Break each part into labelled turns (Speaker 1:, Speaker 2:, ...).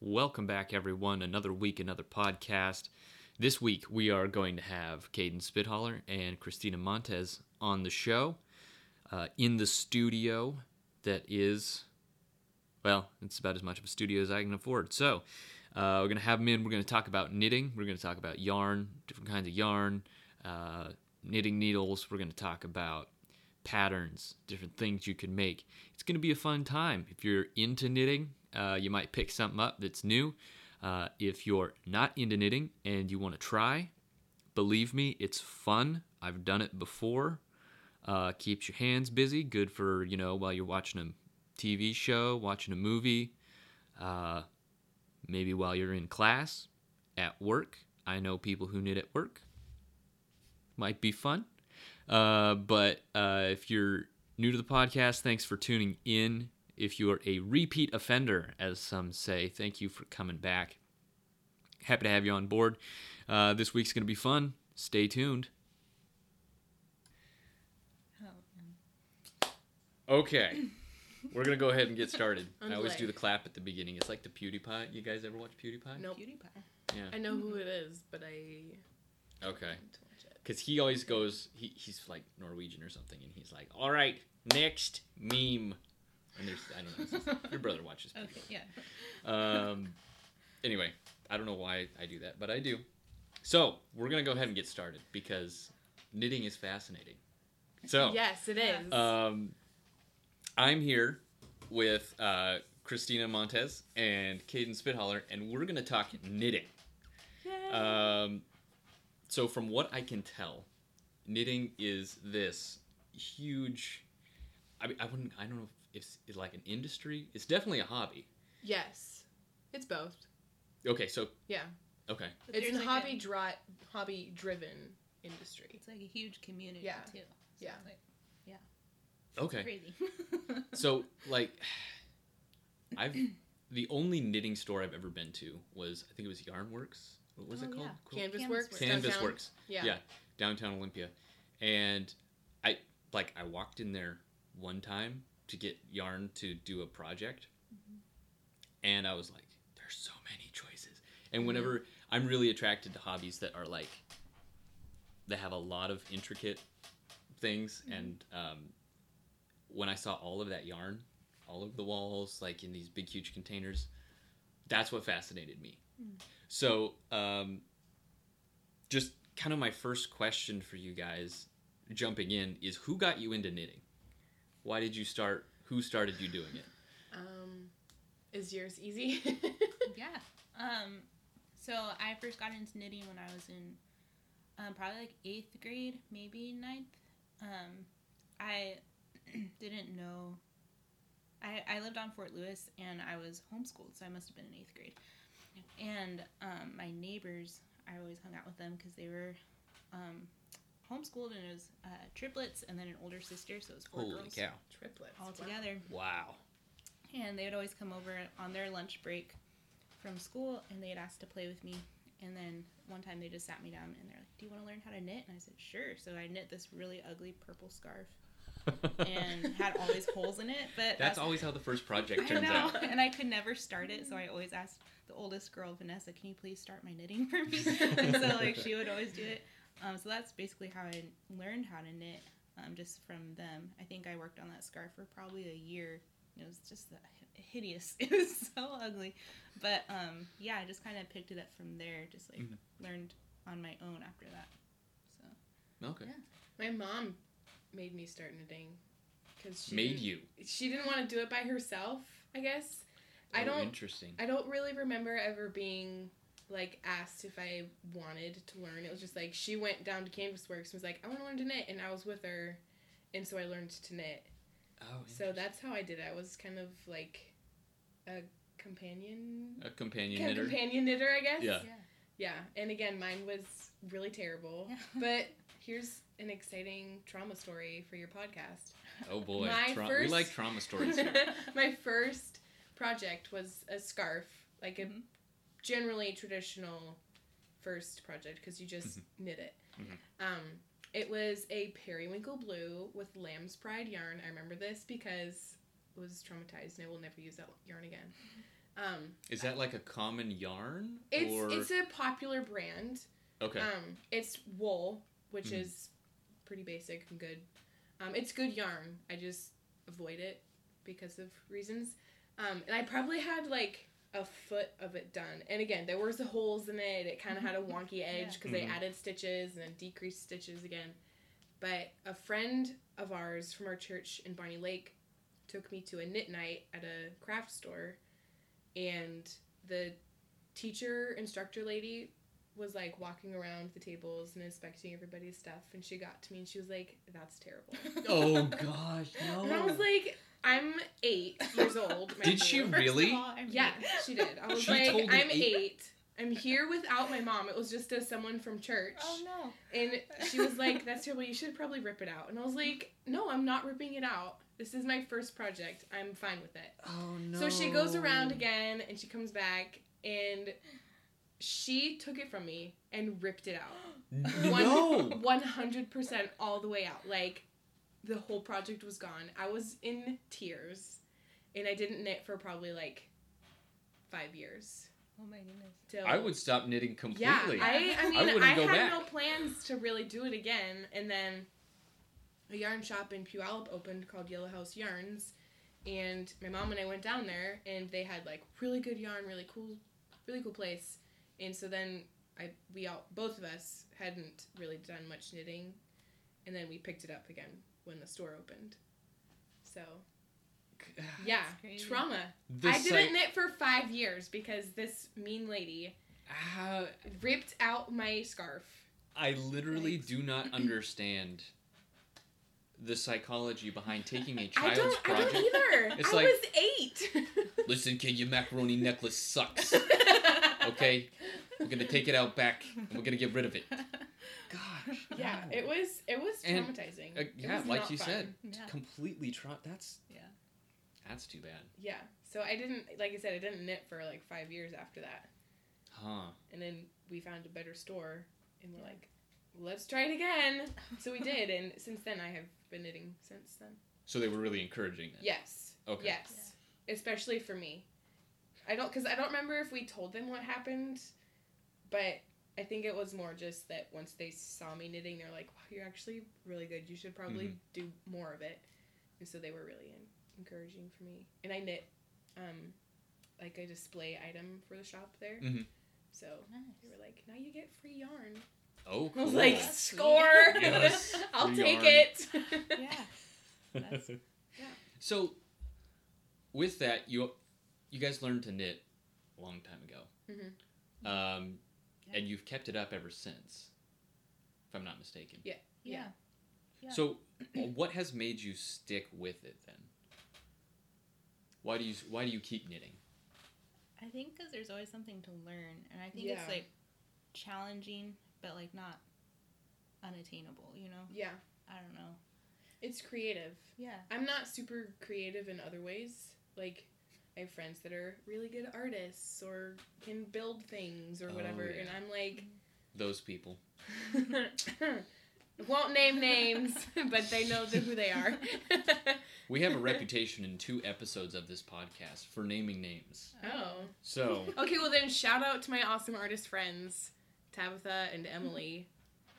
Speaker 1: Welcome back, everyone. Another week, another podcast. This week, we are going to have Caden Spithaller and Christina Montez on the show uh, in the studio that is, well, it's about as much of a studio as I can afford. So, uh, we're going to have them in. We're going to talk about knitting. We're going to talk about yarn, different kinds of yarn, uh, knitting needles. We're going to talk about patterns, different things you can make. It's going to be a fun time. If you're into knitting, uh, you might pick something up that's new. Uh, if you're not into knitting and you want to try, believe me, it's fun. I've done it before. Uh, keeps your hands busy. Good for, you know, while you're watching a TV show, watching a movie, uh, maybe while you're in class, at work. I know people who knit at work. Might be fun. Uh, but uh, if you're new to the podcast, thanks for tuning in. If you are a repeat offender, as some say, thank you for coming back. Happy to have you on board. Uh, this week's going to be fun. Stay tuned.
Speaker 2: Oh,
Speaker 1: Okay. We're going to go ahead and get started. I always
Speaker 3: Underlay.
Speaker 1: do the clap at the beginning. It's like the PewDiePie. You guys ever watch PewDiePie?
Speaker 3: Nope.
Speaker 2: PewDiePie.
Speaker 3: I know who it is, but I
Speaker 1: Okay.
Speaker 3: don't watch it.
Speaker 1: Because he always goes, he, he's like Norwegian or something, and he's like, all right, next meme. And there's, I don't know, it's just- your brother watches.
Speaker 2: Okay, yeah.
Speaker 1: Um, anyway, I don't know why I do that, but I do. So we're going to go ahead and get started because knitting is fascinating. So
Speaker 3: Yes, it is.
Speaker 1: um, I'm here with uh, Christina Montez and Caden Spithaller, and we're going to talk knitting.
Speaker 3: Yay.
Speaker 1: Um, so from what I can tell, knitting is this huge. I mean, I wouldn't. I don't know if it's, it's like an industry. It's definitely a hobby.
Speaker 3: yes, it's both.
Speaker 1: Okay, so
Speaker 3: Yeah,
Speaker 1: okay,
Speaker 2: But
Speaker 3: it's
Speaker 2: there's
Speaker 3: a
Speaker 2: like
Speaker 3: hobby
Speaker 2: A,
Speaker 3: dri- hobby driven industry.
Speaker 2: it's like a huge community
Speaker 3: Yeah.
Speaker 2: too. So
Speaker 3: Yeah.
Speaker 2: It's like
Speaker 1: okay.
Speaker 2: crazy.
Speaker 1: So like, I've the only knitting store I've ever been to was I think it was Yarnworks. What was it
Speaker 2: Oh,
Speaker 1: called?
Speaker 2: yeah.
Speaker 1: Cool.
Speaker 3: Canvas,
Speaker 2: Canvas
Speaker 3: works.
Speaker 2: Works.
Speaker 1: Canvas
Speaker 3: downtown?
Speaker 1: Works.
Speaker 3: Yeah.
Speaker 1: Yeah. downtown Olympia, and I like I walked in there one time to get yarn to do a project, and I was like, "There's so many choices."
Speaker 2: Mm-hmm.
Speaker 1: And whenever I'm really attracted to hobbies that are like, that have a lot of intricate things,
Speaker 2: Mm-hmm.
Speaker 1: and um, when I saw all of that yarn, all of the walls, like in these big huge containers, that's what fascinated me.
Speaker 2: Mm.
Speaker 1: So. Um, just kind of my first question for you guys jumping in is who got you into knitting? Why did you start? Who started you doing it?
Speaker 3: Um, is yours easy?
Speaker 2: yeah. Um, so I first got into knitting when I was in um, probably like eighth grade, maybe ninth. Um, I didn't know. I, I lived on Fort Lewis and I was homeschooled, so I must have been in eighth grade. And um, my neighbors, I always hung out with them because they were um, homeschooled and it was uh, triplets and then an older sister, so it was four girls
Speaker 3: Triplets.
Speaker 2: all
Speaker 3: wow.
Speaker 2: together
Speaker 1: Wow.
Speaker 2: and they would always come over on their lunch break from school and they'd ask to play with me and then one time they just sat me down and they're like do you want to learn how to knit and i said sure so i knit this really ugly purple scarf and had all these holes in it but
Speaker 1: That's always how the first project
Speaker 2: I
Speaker 1: turns
Speaker 2: know,
Speaker 1: out.
Speaker 2: and I could never start it, so I always asked the oldest girl, Vanessa, "Can you please start my knitting for me?" and so like she would always do it. Um, so that's basically how I learned how to knit, um, just from them. I think I worked on that scarf for probably a year. It was just the- hideous. It was so ugly, but um, yeah, I just kind of picked it up from there. Just like
Speaker 1: Mhm.
Speaker 2: learned on my own after that. So
Speaker 1: Okay.
Speaker 3: My mom made me start knitting because she
Speaker 1: Made
Speaker 3: didn't-
Speaker 1: you.
Speaker 3: She didn't want to do it by herself. I guess. I
Speaker 1: Oh,
Speaker 3: don't.
Speaker 1: Interesting.
Speaker 3: I don't really remember ever being like asked if I wanted to learn. It was just like she went down to Canvasworks and was like, I want to learn to knit, and I was with her, and so I learned to knit.
Speaker 1: Oh.
Speaker 3: So that's how I did it. I was kind of like a companion,
Speaker 1: a companion
Speaker 3: kind of
Speaker 1: knitter.
Speaker 3: companion knitter, I guess.
Speaker 1: Yeah.
Speaker 3: Yeah. And again, mine was really terrible.
Speaker 2: Yeah.
Speaker 3: But here's an exciting trauma story for your podcast.
Speaker 1: Oh boy.
Speaker 3: My
Speaker 1: Trau- We
Speaker 3: first-
Speaker 1: like trauma stories. here.
Speaker 3: my first project was a scarf, like a
Speaker 1: Mm-hmm.
Speaker 2: Mhm.
Speaker 3: generally traditional first project because you just knit it.
Speaker 1: Mhm.
Speaker 3: Um, it was a periwinkle blue with lamb's pride yarn. I remember this because I was traumatized and I will never use that yarn again. Um,
Speaker 1: Is that like a common yarn?
Speaker 3: it's
Speaker 1: Mm-hmm. or
Speaker 3: it's a popular brand.
Speaker 1: okay.
Speaker 3: Um, it's wool, which
Speaker 1: Mhm.
Speaker 3: is pretty basic and good. Um, it's good yarn. I just avoid it because of reasons. Um, and I probably had like a foot of it done. And again, there was the holes in it. It kind of had a wonky edge because they
Speaker 1: Mhm.
Speaker 3: added stitches and then decreased stitches again. But a friend of ours from our church in Barney Lake took me to a knit night at a craft store, and the teacher instructor lady was like walking around the tables and inspecting everybody's stuff and she got to me and she was like that's terrible
Speaker 1: oh gosh, no.
Speaker 3: and i was like i'm eight years old mind
Speaker 1: Oh. Did she
Speaker 3: you."
Speaker 2: First of
Speaker 1: Really?
Speaker 2: all, I'm
Speaker 3: yeah
Speaker 2: here.
Speaker 3: she did i was
Speaker 1: She
Speaker 3: like
Speaker 1: told an
Speaker 3: i'm
Speaker 1: eight-
Speaker 3: eight i'm here without my mom it was just a someone from church
Speaker 2: Oh no.
Speaker 3: and she was like, "That's terrible. You should probably rip it out." And I was like, "No, I'm not ripping it out. This is my first project. I'm fine with it."
Speaker 1: oh no.
Speaker 3: So she goes around again, and she comes back, and she took it from me and ripped it out.
Speaker 1: No.
Speaker 3: One hundred percent, all the way out. Like, the whole project was gone. I was in tears, and I didn't knit for probably like five years.
Speaker 2: Oh my goodness.
Speaker 3: Till
Speaker 1: I would stop knitting
Speaker 3: yeah,
Speaker 1: completely.
Speaker 3: I, I mean,
Speaker 1: wouldn't
Speaker 3: I,
Speaker 1: go
Speaker 3: had
Speaker 1: back.
Speaker 3: no plans to really do it again. And then a yarn shop in Puyallup opened called Yellow House Yarns. And my mom and I went down there, and they had like really good yarn, really cool, really cool place. And so then I, we all, both of us hadn't really done much knitting. And then we picked it up again when the store opened. So, yeah,
Speaker 2: crazy.
Speaker 3: trauma.
Speaker 1: This
Speaker 3: I didn't
Speaker 1: like,
Speaker 3: knit for five years because this mean lady
Speaker 1: how-
Speaker 3: ripped out my scarf.
Speaker 1: Ah, I literally do not understand the psychology behind taking a
Speaker 3: I
Speaker 1: child's
Speaker 3: don't.
Speaker 1: project.
Speaker 3: I don't either.
Speaker 1: It's
Speaker 3: I
Speaker 1: like-
Speaker 3: was eight.
Speaker 1: Listen, kid, your macaroni necklace sucks. Okay, we're gonna take it out back. and We're gonna get rid of it. Gosh.
Speaker 3: Yeah,
Speaker 1: no.
Speaker 3: it was. It was
Speaker 1: And,
Speaker 3: traumatizing.
Speaker 1: uh,
Speaker 3: It
Speaker 1: yeah,
Speaker 3: was
Speaker 1: like
Speaker 3: not
Speaker 1: you
Speaker 3: fun.
Speaker 1: said.
Speaker 2: Yeah.
Speaker 1: Completely tra- That's
Speaker 2: Yeah.
Speaker 1: that's too bad.
Speaker 3: Yeah. So I didn't. Like I said, I didn't knit for like five years after that,
Speaker 1: Huh.
Speaker 3: and then we found a better store, and we're like, let's try it again. So we did, and since then I have been knitting. Since then.
Speaker 1: So they were really encouraging that.
Speaker 3: Yes.
Speaker 1: Okay.
Speaker 3: Yes. Especially for me. I don't, because I don't remember if we told them what happened, but I think it was more just that once they saw me knitting, they're like, wow, you're actually really good. You should probably
Speaker 1: Mm-hmm.
Speaker 3: do more of it. And so they were really en- encouraging for me. And I knit, um, like a display item for the shop there.
Speaker 1: Mhm.
Speaker 3: So they
Speaker 2: Nice.
Speaker 3: were like, now you get free yarn.
Speaker 1: Oh,
Speaker 3: I
Speaker 1: cool.
Speaker 3: was like,
Speaker 2: That's sweet.
Speaker 3: score!
Speaker 1: Yes,
Speaker 3: I'll
Speaker 1: free
Speaker 3: take
Speaker 1: yarn.
Speaker 3: it!
Speaker 2: Yeah. That's-
Speaker 3: yeah.
Speaker 1: So, with that, you you guys learned to knit a long time ago,
Speaker 3: Mm-hmm.
Speaker 1: um,
Speaker 2: Yeah.
Speaker 1: and you've kept it up ever since, if I'm not mistaken.
Speaker 2: Yeah.
Speaker 3: Yeah.
Speaker 2: Yeah.
Speaker 1: So, what has made you stick with it then? Why do you Why do you keep knitting?
Speaker 2: I think because there's always something to learn, and I think
Speaker 3: Yeah.
Speaker 2: it's like challenging, but like not unattainable. You know,
Speaker 3: Yeah.
Speaker 2: I don't know.
Speaker 3: It's creative.
Speaker 2: Yeah.
Speaker 3: I'm not super creative in other ways. Like, I have friends that are really good artists or can build things or
Speaker 1: Oh,
Speaker 3: whatever,
Speaker 1: yeah.
Speaker 3: and I'm like,
Speaker 1: Those people.
Speaker 3: won't name names, but they know the, who they are.
Speaker 1: We have a reputation in two episodes of this podcast for naming names.
Speaker 3: oh.
Speaker 1: So,
Speaker 3: Okay, well then, shout out to my awesome artist friends, Tabitha and Emily,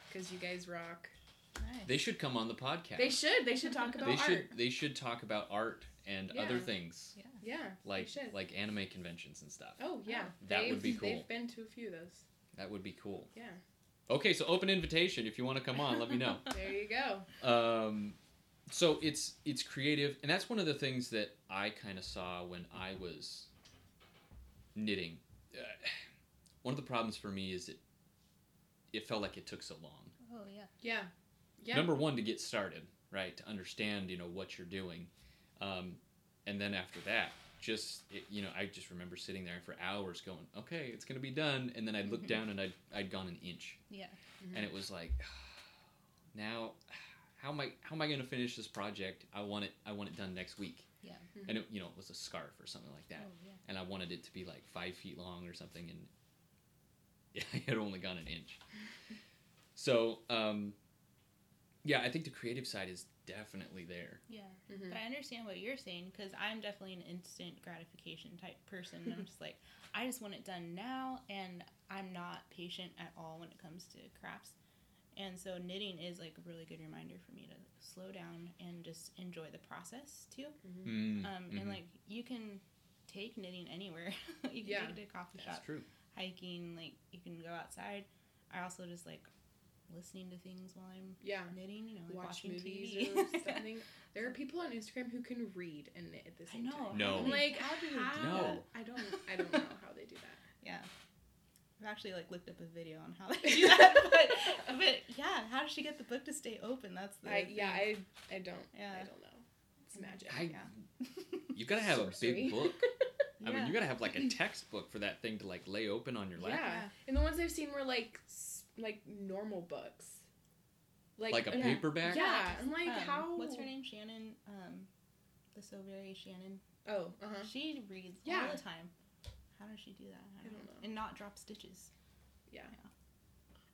Speaker 3: because you guys rock.
Speaker 2: Nice.
Speaker 1: they should come on the podcast.
Speaker 3: They should. They should talk about
Speaker 1: They
Speaker 3: art.
Speaker 1: should they should talk about art and other
Speaker 3: Yeah.
Speaker 1: things
Speaker 2: yeah.
Speaker 3: Yeah. they
Speaker 1: like
Speaker 3: should.
Speaker 1: like anime conventions and stuff.
Speaker 3: Oh yeah.
Speaker 1: That would
Speaker 3: They've-
Speaker 1: be cool.
Speaker 3: They've been to a few of those.
Speaker 1: That would be cool.
Speaker 3: Yeah.
Speaker 1: Okay, so open invitation if you want to come on, let me know.
Speaker 3: There you go.
Speaker 1: Um, so it's it's creative, and that's one of the things that I kind of saw when I was knitting. Uh, one of the problems for me is it it felt like it took so long.
Speaker 2: Oh yeah.
Speaker 3: Yeah. Yeah.
Speaker 1: Number one, to get started, right? To understand, you know, what you're doing, um, and then after that, just it, you know, I just remember sitting there for hours going, okay, it's gonna be done, and then I'd look down and I'd I'd gone an inch
Speaker 2: Yeah.
Speaker 1: and it was like now how am i how am i going to finish this project i want it i want it done next week
Speaker 2: Yeah.
Speaker 1: and it, you know it was a scarf or something like that
Speaker 2: Oh yeah.
Speaker 1: and i wanted it to be like five feet long or something and it had only gone an inch so um Yeah, I think the creative side is definitely there.
Speaker 2: Yeah.
Speaker 3: Mm-hmm.
Speaker 2: But I understand what you're saying because I'm definitely an instant gratification type person. and I'm just like, I just want it done now, and I'm not patient at all when it comes to crafts. And so knitting is like a really good reminder for me to slow down and just enjoy the process too.
Speaker 1: Mm,
Speaker 2: Um,
Speaker 1: mhm.
Speaker 2: And like you can take knitting anywhere. you can
Speaker 3: Yeah.
Speaker 2: take it to a coffee
Speaker 1: that's
Speaker 2: shop,
Speaker 1: true.
Speaker 2: hiking. Like you can go outside. I also just like listening to things while I'm
Speaker 3: Yeah.
Speaker 2: knitting. You know, like
Speaker 3: Watch
Speaker 2: watching TV.
Speaker 3: movies or something. There are people on Instagram who can read and knit at the
Speaker 2: I
Speaker 3: same
Speaker 2: know.
Speaker 3: time.
Speaker 1: No.
Speaker 3: I'm like,
Speaker 2: how do you do
Speaker 3: how?
Speaker 1: No.
Speaker 3: I don't. I don't know how they do that.
Speaker 2: Yeah. I've actually like looked up a video on how they do that, but, but yeah, how does she get the book to stay open? That's the
Speaker 3: I, yeah,
Speaker 2: thing.
Speaker 3: I, I don't. I
Speaker 2: yeah. Mm-hmm.
Speaker 3: don't know. It's magic.
Speaker 1: I,
Speaker 2: Yeah.
Speaker 1: You gotta have a
Speaker 3: Sorcery.
Speaker 1: big book. I mean,
Speaker 2: Yeah.
Speaker 1: you gotta have like a textbook for that thing to like lay open on your lap.
Speaker 3: Yeah. And the ones I've seen were like s- like normal books.
Speaker 1: Like, a
Speaker 3: yeah.
Speaker 1: paperback.
Speaker 3: Yeah. I'm like,
Speaker 2: Um,
Speaker 3: how?
Speaker 2: What's her name? Shannon. Um, the Silvery Shannon.
Speaker 3: Oh, uh huh.
Speaker 2: She reads
Speaker 3: Yeah.
Speaker 2: all the time. How does she do that?
Speaker 3: I don't know.
Speaker 2: And not drop stitches.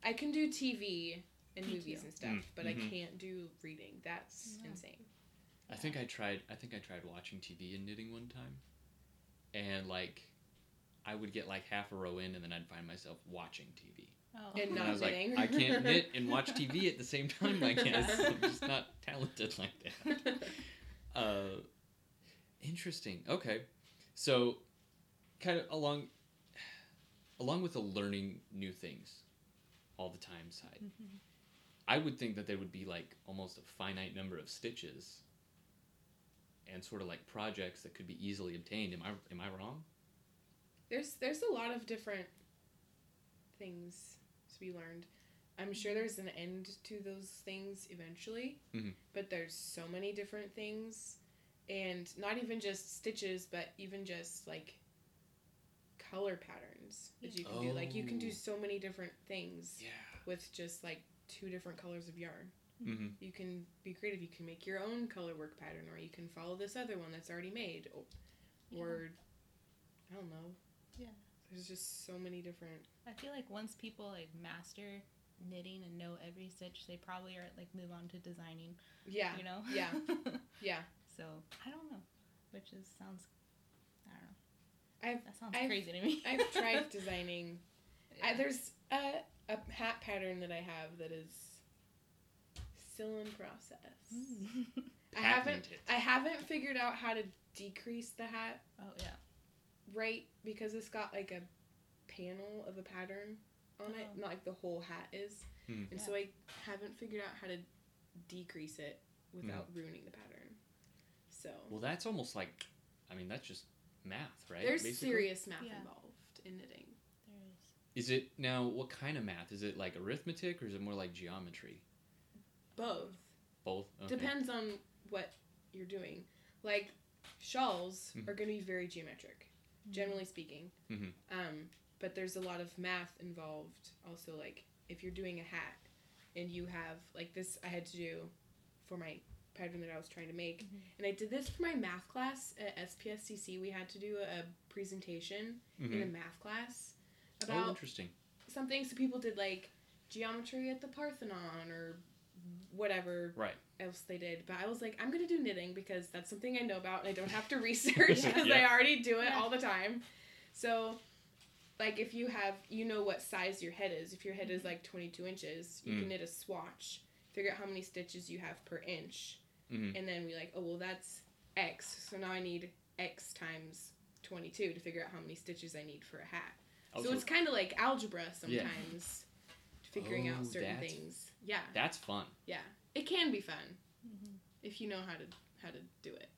Speaker 3: I can do TV and
Speaker 2: Me
Speaker 3: movies
Speaker 2: too.
Speaker 3: and stuff,
Speaker 1: Mm,
Speaker 3: but I
Speaker 1: mhm.
Speaker 3: can't do reading. That's
Speaker 2: No.
Speaker 3: insane.
Speaker 1: I think I tried. I think I tried watching TV and knitting one time, and like, I would get like half a row in, and then I'd find myself watching TV.
Speaker 2: Oh.
Speaker 3: And
Speaker 1: And I
Speaker 3: Not
Speaker 1: was
Speaker 3: knitting.
Speaker 1: like, I can't knit and watch TV at the same time. I guess I'm just not talented like that. Uh, interesting. Okay, so kind of along, along with the learning new things, all the time side.
Speaker 2: Mhm.
Speaker 1: I would think that there would be like almost a finite number of stitches and sort of like projects that could be easily obtained. Am I am I wrong?
Speaker 3: there's there's a lot of different things to be learned. I'm sure there's an end to those things eventually,
Speaker 1: Mhm.
Speaker 3: but there's so many different things, and not even just stitches, but even just like color patterns that you can do. Like you can do
Speaker 1: Oh.
Speaker 3: so many different things
Speaker 1: Yeah.
Speaker 3: with just like two different colors of yarn.
Speaker 1: hmm
Speaker 3: You can be creative. You can make your own color work pattern, or you can follow this other one that's already made, or, or I don't know.
Speaker 2: Yeah.
Speaker 3: There's just so many different.
Speaker 2: I feel like once people like master knitting and know every stitch, they probably are like move on to designing.
Speaker 3: Yeah.
Speaker 2: You know.
Speaker 3: Yeah. Yeah.
Speaker 2: so I don't know, which is sounds. I don't know.
Speaker 3: I've-
Speaker 2: that sounds
Speaker 3: I've-
Speaker 2: crazy to me.
Speaker 3: I've tried designing. I,
Speaker 2: Yeah.
Speaker 3: there's a, a hat pattern that I have that is still in process.
Speaker 2: Mm.
Speaker 3: I haven't.
Speaker 1: Patented.
Speaker 3: I haven't figured out how to decrease the hat
Speaker 2: oh yeah.
Speaker 3: right because it's got like a panel of a pattern on it,
Speaker 2: Oh.
Speaker 3: not like the whole hat is.
Speaker 1: Hmm.
Speaker 3: And so I haven't figured out how to decrease it without ruining the pattern. So
Speaker 1: Hmm. Well, that's almost like, I mean, that's just math, right?
Speaker 3: there's
Speaker 1: Basically?
Speaker 3: serious math
Speaker 2: Yeah.
Speaker 3: involved in knitting.
Speaker 2: There is.
Speaker 1: Is it now? What kind of math? Is it like arithmetic or is it more like geometry?
Speaker 3: Both.
Speaker 1: Both. Okay.
Speaker 3: Depends on what you're doing. Like shawls
Speaker 1: Mhm.
Speaker 3: are going to be very geometric, generally speaking.
Speaker 1: Mhm.
Speaker 3: Um, but there's a lot of math involved. Also, like if you're doing a hat and you have like this, I had to do for my pattern that I was trying to make,
Speaker 2: Mhm.
Speaker 3: and I did this for my math class at SPSCC. We had to do a presentation in a
Speaker 1: Mhm.
Speaker 3: math class
Speaker 1: Oh,
Speaker 3: about
Speaker 1: interesting.
Speaker 3: something. So people did like geometry at the Parthenon or whatever
Speaker 1: Right.
Speaker 3: else they did. But I was like, I'm gonna do knitting because that's something I know about and I don't have to research
Speaker 1: Yeah.
Speaker 3: because I
Speaker 1: Yeah.
Speaker 3: already do it
Speaker 2: Yeah.
Speaker 3: all the time. So, like, if you have, you know what size your head is. If your head is like 22 inches, you can
Speaker 1: Mm.
Speaker 3: knit a swatch, figure out how many stitches you have per inch,
Speaker 1: Mhm.
Speaker 3: and then we like, oh well, that's X. So now I need X times 22 to figure out how many stitches I need for a hat.
Speaker 1: Oh,
Speaker 3: so
Speaker 1: so
Speaker 3: it's kind of like algebra sometimes, figuring
Speaker 1: Oh,
Speaker 3: out certain
Speaker 1: that's-
Speaker 3: things. Yeah,
Speaker 1: that's fun.
Speaker 3: yeah, it can be fun
Speaker 2: Mhm.
Speaker 3: if you know how to how to do it.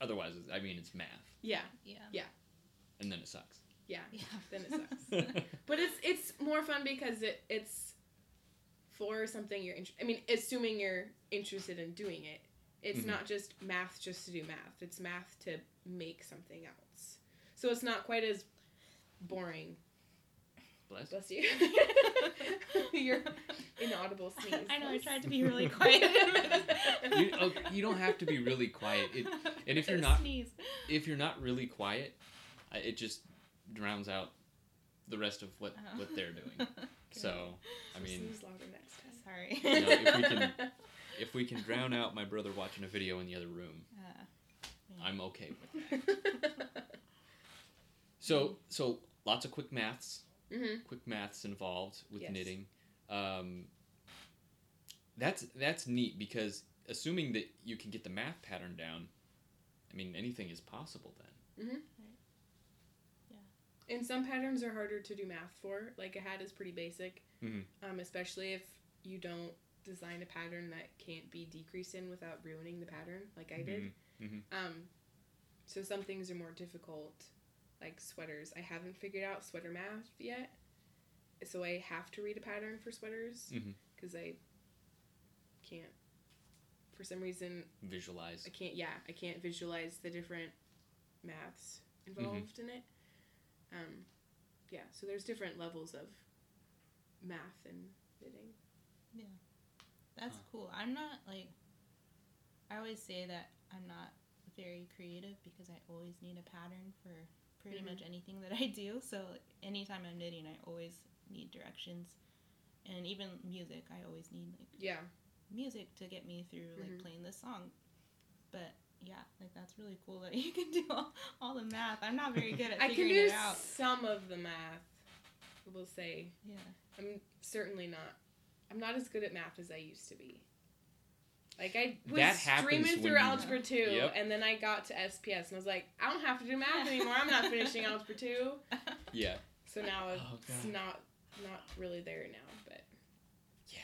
Speaker 1: Otherwise, it's- I mean, it's math,
Speaker 3: Yeah,
Speaker 2: Yeah.
Speaker 1: and then it sucks.
Speaker 3: yeah.
Speaker 2: Yeah.
Speaker 3: Then it sucks.
Speaker 1: yeah.
Speaker 3: But it's it's more fun because it it's for something you're interested. I mean, assuming you're interested in doing it, it's
Speaker 1: Mhm.
Speaker 3: not just math just to do math. It's math to make something else. So it's not quite as boring.
Speaker 1: Bless.
Speaker 3: Bless you. Your inaudible sneeze.
Speaker 2: I know. I
Speaker 3: That
Speaker 2: tried
Speaker 3: was-
Speaker 2: to be really quiet.
Speaker 1: You, oh, you don't have to be really quiet. It, and if you're not-
Speaker 2: sneeze.
Speaker 1: if you're not really quiet, I- it just drowns out the rest of what,
Speaker 3: Uh-huh.
Speaker 2: Oh.
Speaker 1: what they're doing. So, I mean,
Speaker 3: sneeze louder next
Speaker 1: know,
Speaker 2: Sorry. Uh,
Speaker 3: time.
Speaker 1: if we can- if we can drown out my brother watching a video in the other room,
Speaker 2: Uh,
Speaker 1: I'm okay with it.
Speaker 3: mm-hmm.
Speaker 1: So so lots of quick maths, quick maths involved with
Speaker 3: Yes.
Speaker 1: knitting. Um, that's that's neat because assuming that you can get the math pattern down, I mean anything is possible then.
Speaker 3: And some patterns are harder to do math for. Like a hat is pretty basic,
Speaker 1: Mhm.
Speaker 3: um, especially if you don't design a pattern that can't be decreased in without ruining the pattern, like I did.
Speaker 1: Mhm,
Speaker 3: Um, so some things are more difficult, like sweaters. I haven't figured out sweater math yet, so I have to read a pattern for sweaters
Speaker 1: Mhm.
Speaker 3: because I can't. For some reason,
Speaker 1: Visualize.
Speaker 3: I can't. Yeah, I can't visualize the different maths involved in it. Um, yeah, so there's different levels of math and knitting.
Speaker 2: That's
Speaker 1: Huh.
Speaker 2: cool. I'm not like. I always say that I'm not very creative because I always need a pattern for pretty
Speaker 3: Mhm.
Speaker 2: much anything that I do. So anytime I'm knitting, I always need directions, and even music. I always need like
Speaker 3: Yeah,
Speaker 2: music to get me through like
Speaker 3: Mhm.
Speaker 2: playing this song. But yeah, like that's really cool that you can do all, all the math. I'm not very good at
Speaker 3: I can
Speaker 2: figuring
Speaker 3: do
Speaker 2: it out.
Speaker 3: some of the math. We'll say
Speaker 2: Yeah.
Speaker 3: I'm certainly not. I'm not as good at math as I used to be. Like I was
Speaker 1: That happens
Speaker 3: streaming
Speaker 1: when
Speaker 3: through
Speaker 1: you-
Speaker 3: Algebra two,
Speaker 1: Yep.
Speaker 3: and then I got to SPS, and I was like, I don't have to do math anymore. I'm not finishing Algebra two.
Speaker 1: Yeah.
Speaker 3: So now it's
Speaker 1: Oh, God.
Speaker 3: not not really there now, but
Speaker 1: Yeah.